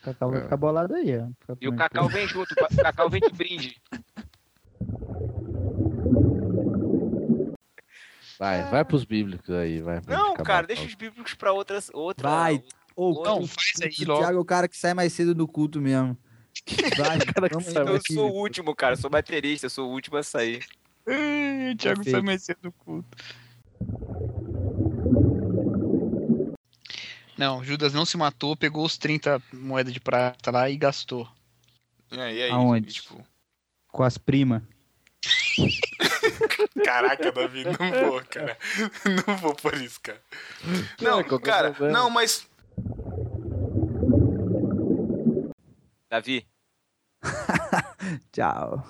S9: O Cacau vai
S12: É.
S9: ficar bolado aí, ó. Fica
S10: E o
S9: tranquilo.
S10: Cacau vem junto, o Cacau vem de brinde.
S3: Vai, vai pros bíblicos aí, vai. pra gente
S10: Não,
S3: acabar
S10: cara,
S3: com-
S10: deixa os bíblicos pra outras, outra.
S12: Vai. Ô,
S10: Não,
S12: o-
S18: faz aí
S12: o
S10: logo.
S12: Thiago é o cara que sai mais cedo do culto mesmo. Vai, vamos
S10: Então eu
S12: aqui.
S10: sou o último, cara. eu Sou baterista, eu sou o último a sair.
S18: Ai, o Thiago
S12: Perfeito.
S18: foi mais cedo do culto. Não, Judas não se matou, pegou os 30 moedas de prata lá e gastou.
S1: E aí, e
S5: É
S1: aí?
S9: Aonde?
S1: Tipo,
S9: Com as primas.
S1: caraca, Davi, não vou, cara. Não vou por isso, cara. Não,
S3: qual que é o
S1: cara,
S3: problema?
S1: não, mas.
S10: Davi,
S9: Tchau.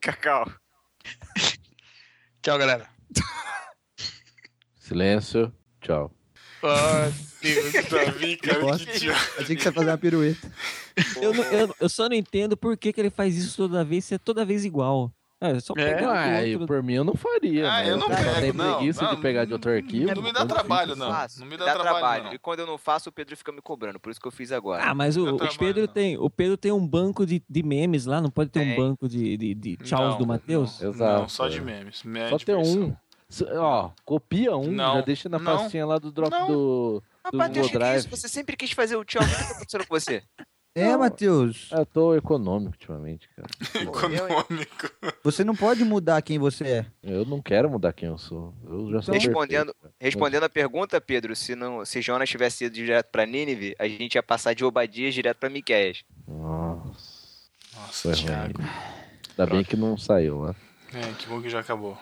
S10: Cacau.
S18: Tchau, galera.
S3: Silêncio, tchau.
S18: Ah, Deus.
S1: Davi, tá cara, que idiota.
S9: Achei que você ia fazer uma pirueta.
S4: Eu, não- eu- eu só não entendo por que, que ele faz isso toda vez, se é toda vez igual. É, é só pegar
S3: Ah,
S4: o
S3: e
S4: outro.
S3: por mim eu não faria.
S1: Ah,
S3: né?
S1: eu não
S3: O cara
S1: pego,
S3: tem
S1: não,
S3: preguiça
S1: não,
S3: de pegar de outro arquivo.
S1: É, Não me dá
S3: então
S1: trabalho, não.
S10: faço.
S1: Não me dá, trabalho,
S10: E quando eu não faço, o Pedro fica me cobrando. Por isso que eu fiz agora.
S4: Ah, mas o,
S1: Eu
S4: o
S1: trabalho,
S4: Pedro
S1: não.
S4: tem, o Pedro tem um banco de, de memes lá, não pode ter
S10: Tem.
S4: um banco de, de, de tchauz
S1: Não,
S4: do Matheus?
S3: Exato.
S1: Não, só de memes. Média
S3: Só tem
S1: versão.
S3: um. S- Ó, copia um,
S1: Não,
S3: já deixa na
S1: não,
S3: pastinha lá do drop
S1: não.
S3: do. do Google
S10: Rapaz, Deus, que que é isso?
S3: Drive.
S10: Você sempre quis fazer o tchau. O que tá acontecendo com você?
S9: É, Matheus.
S3: Eu tô econômico ultimamente, cara.
S1: Econômico.
S9: Você não pode mudar quem você é.
S3: Eu não quero mudar quem eu sou. Eu já sou
S10: Então, Respondendo,
S3: perfeito, cara.
S10: respondendo a pergunta, Pedro, se, não, se Jonas tivesse ido direto pra Nínive, a gente ia passar de Obadias direto pra Miquéias.
S3: Nossa,
S1: Nossa,
S3: foi ruim.
S1: Thiago.
S3: Ainda bem que não saiu né? lá.
S1: É, que bom que já acabou.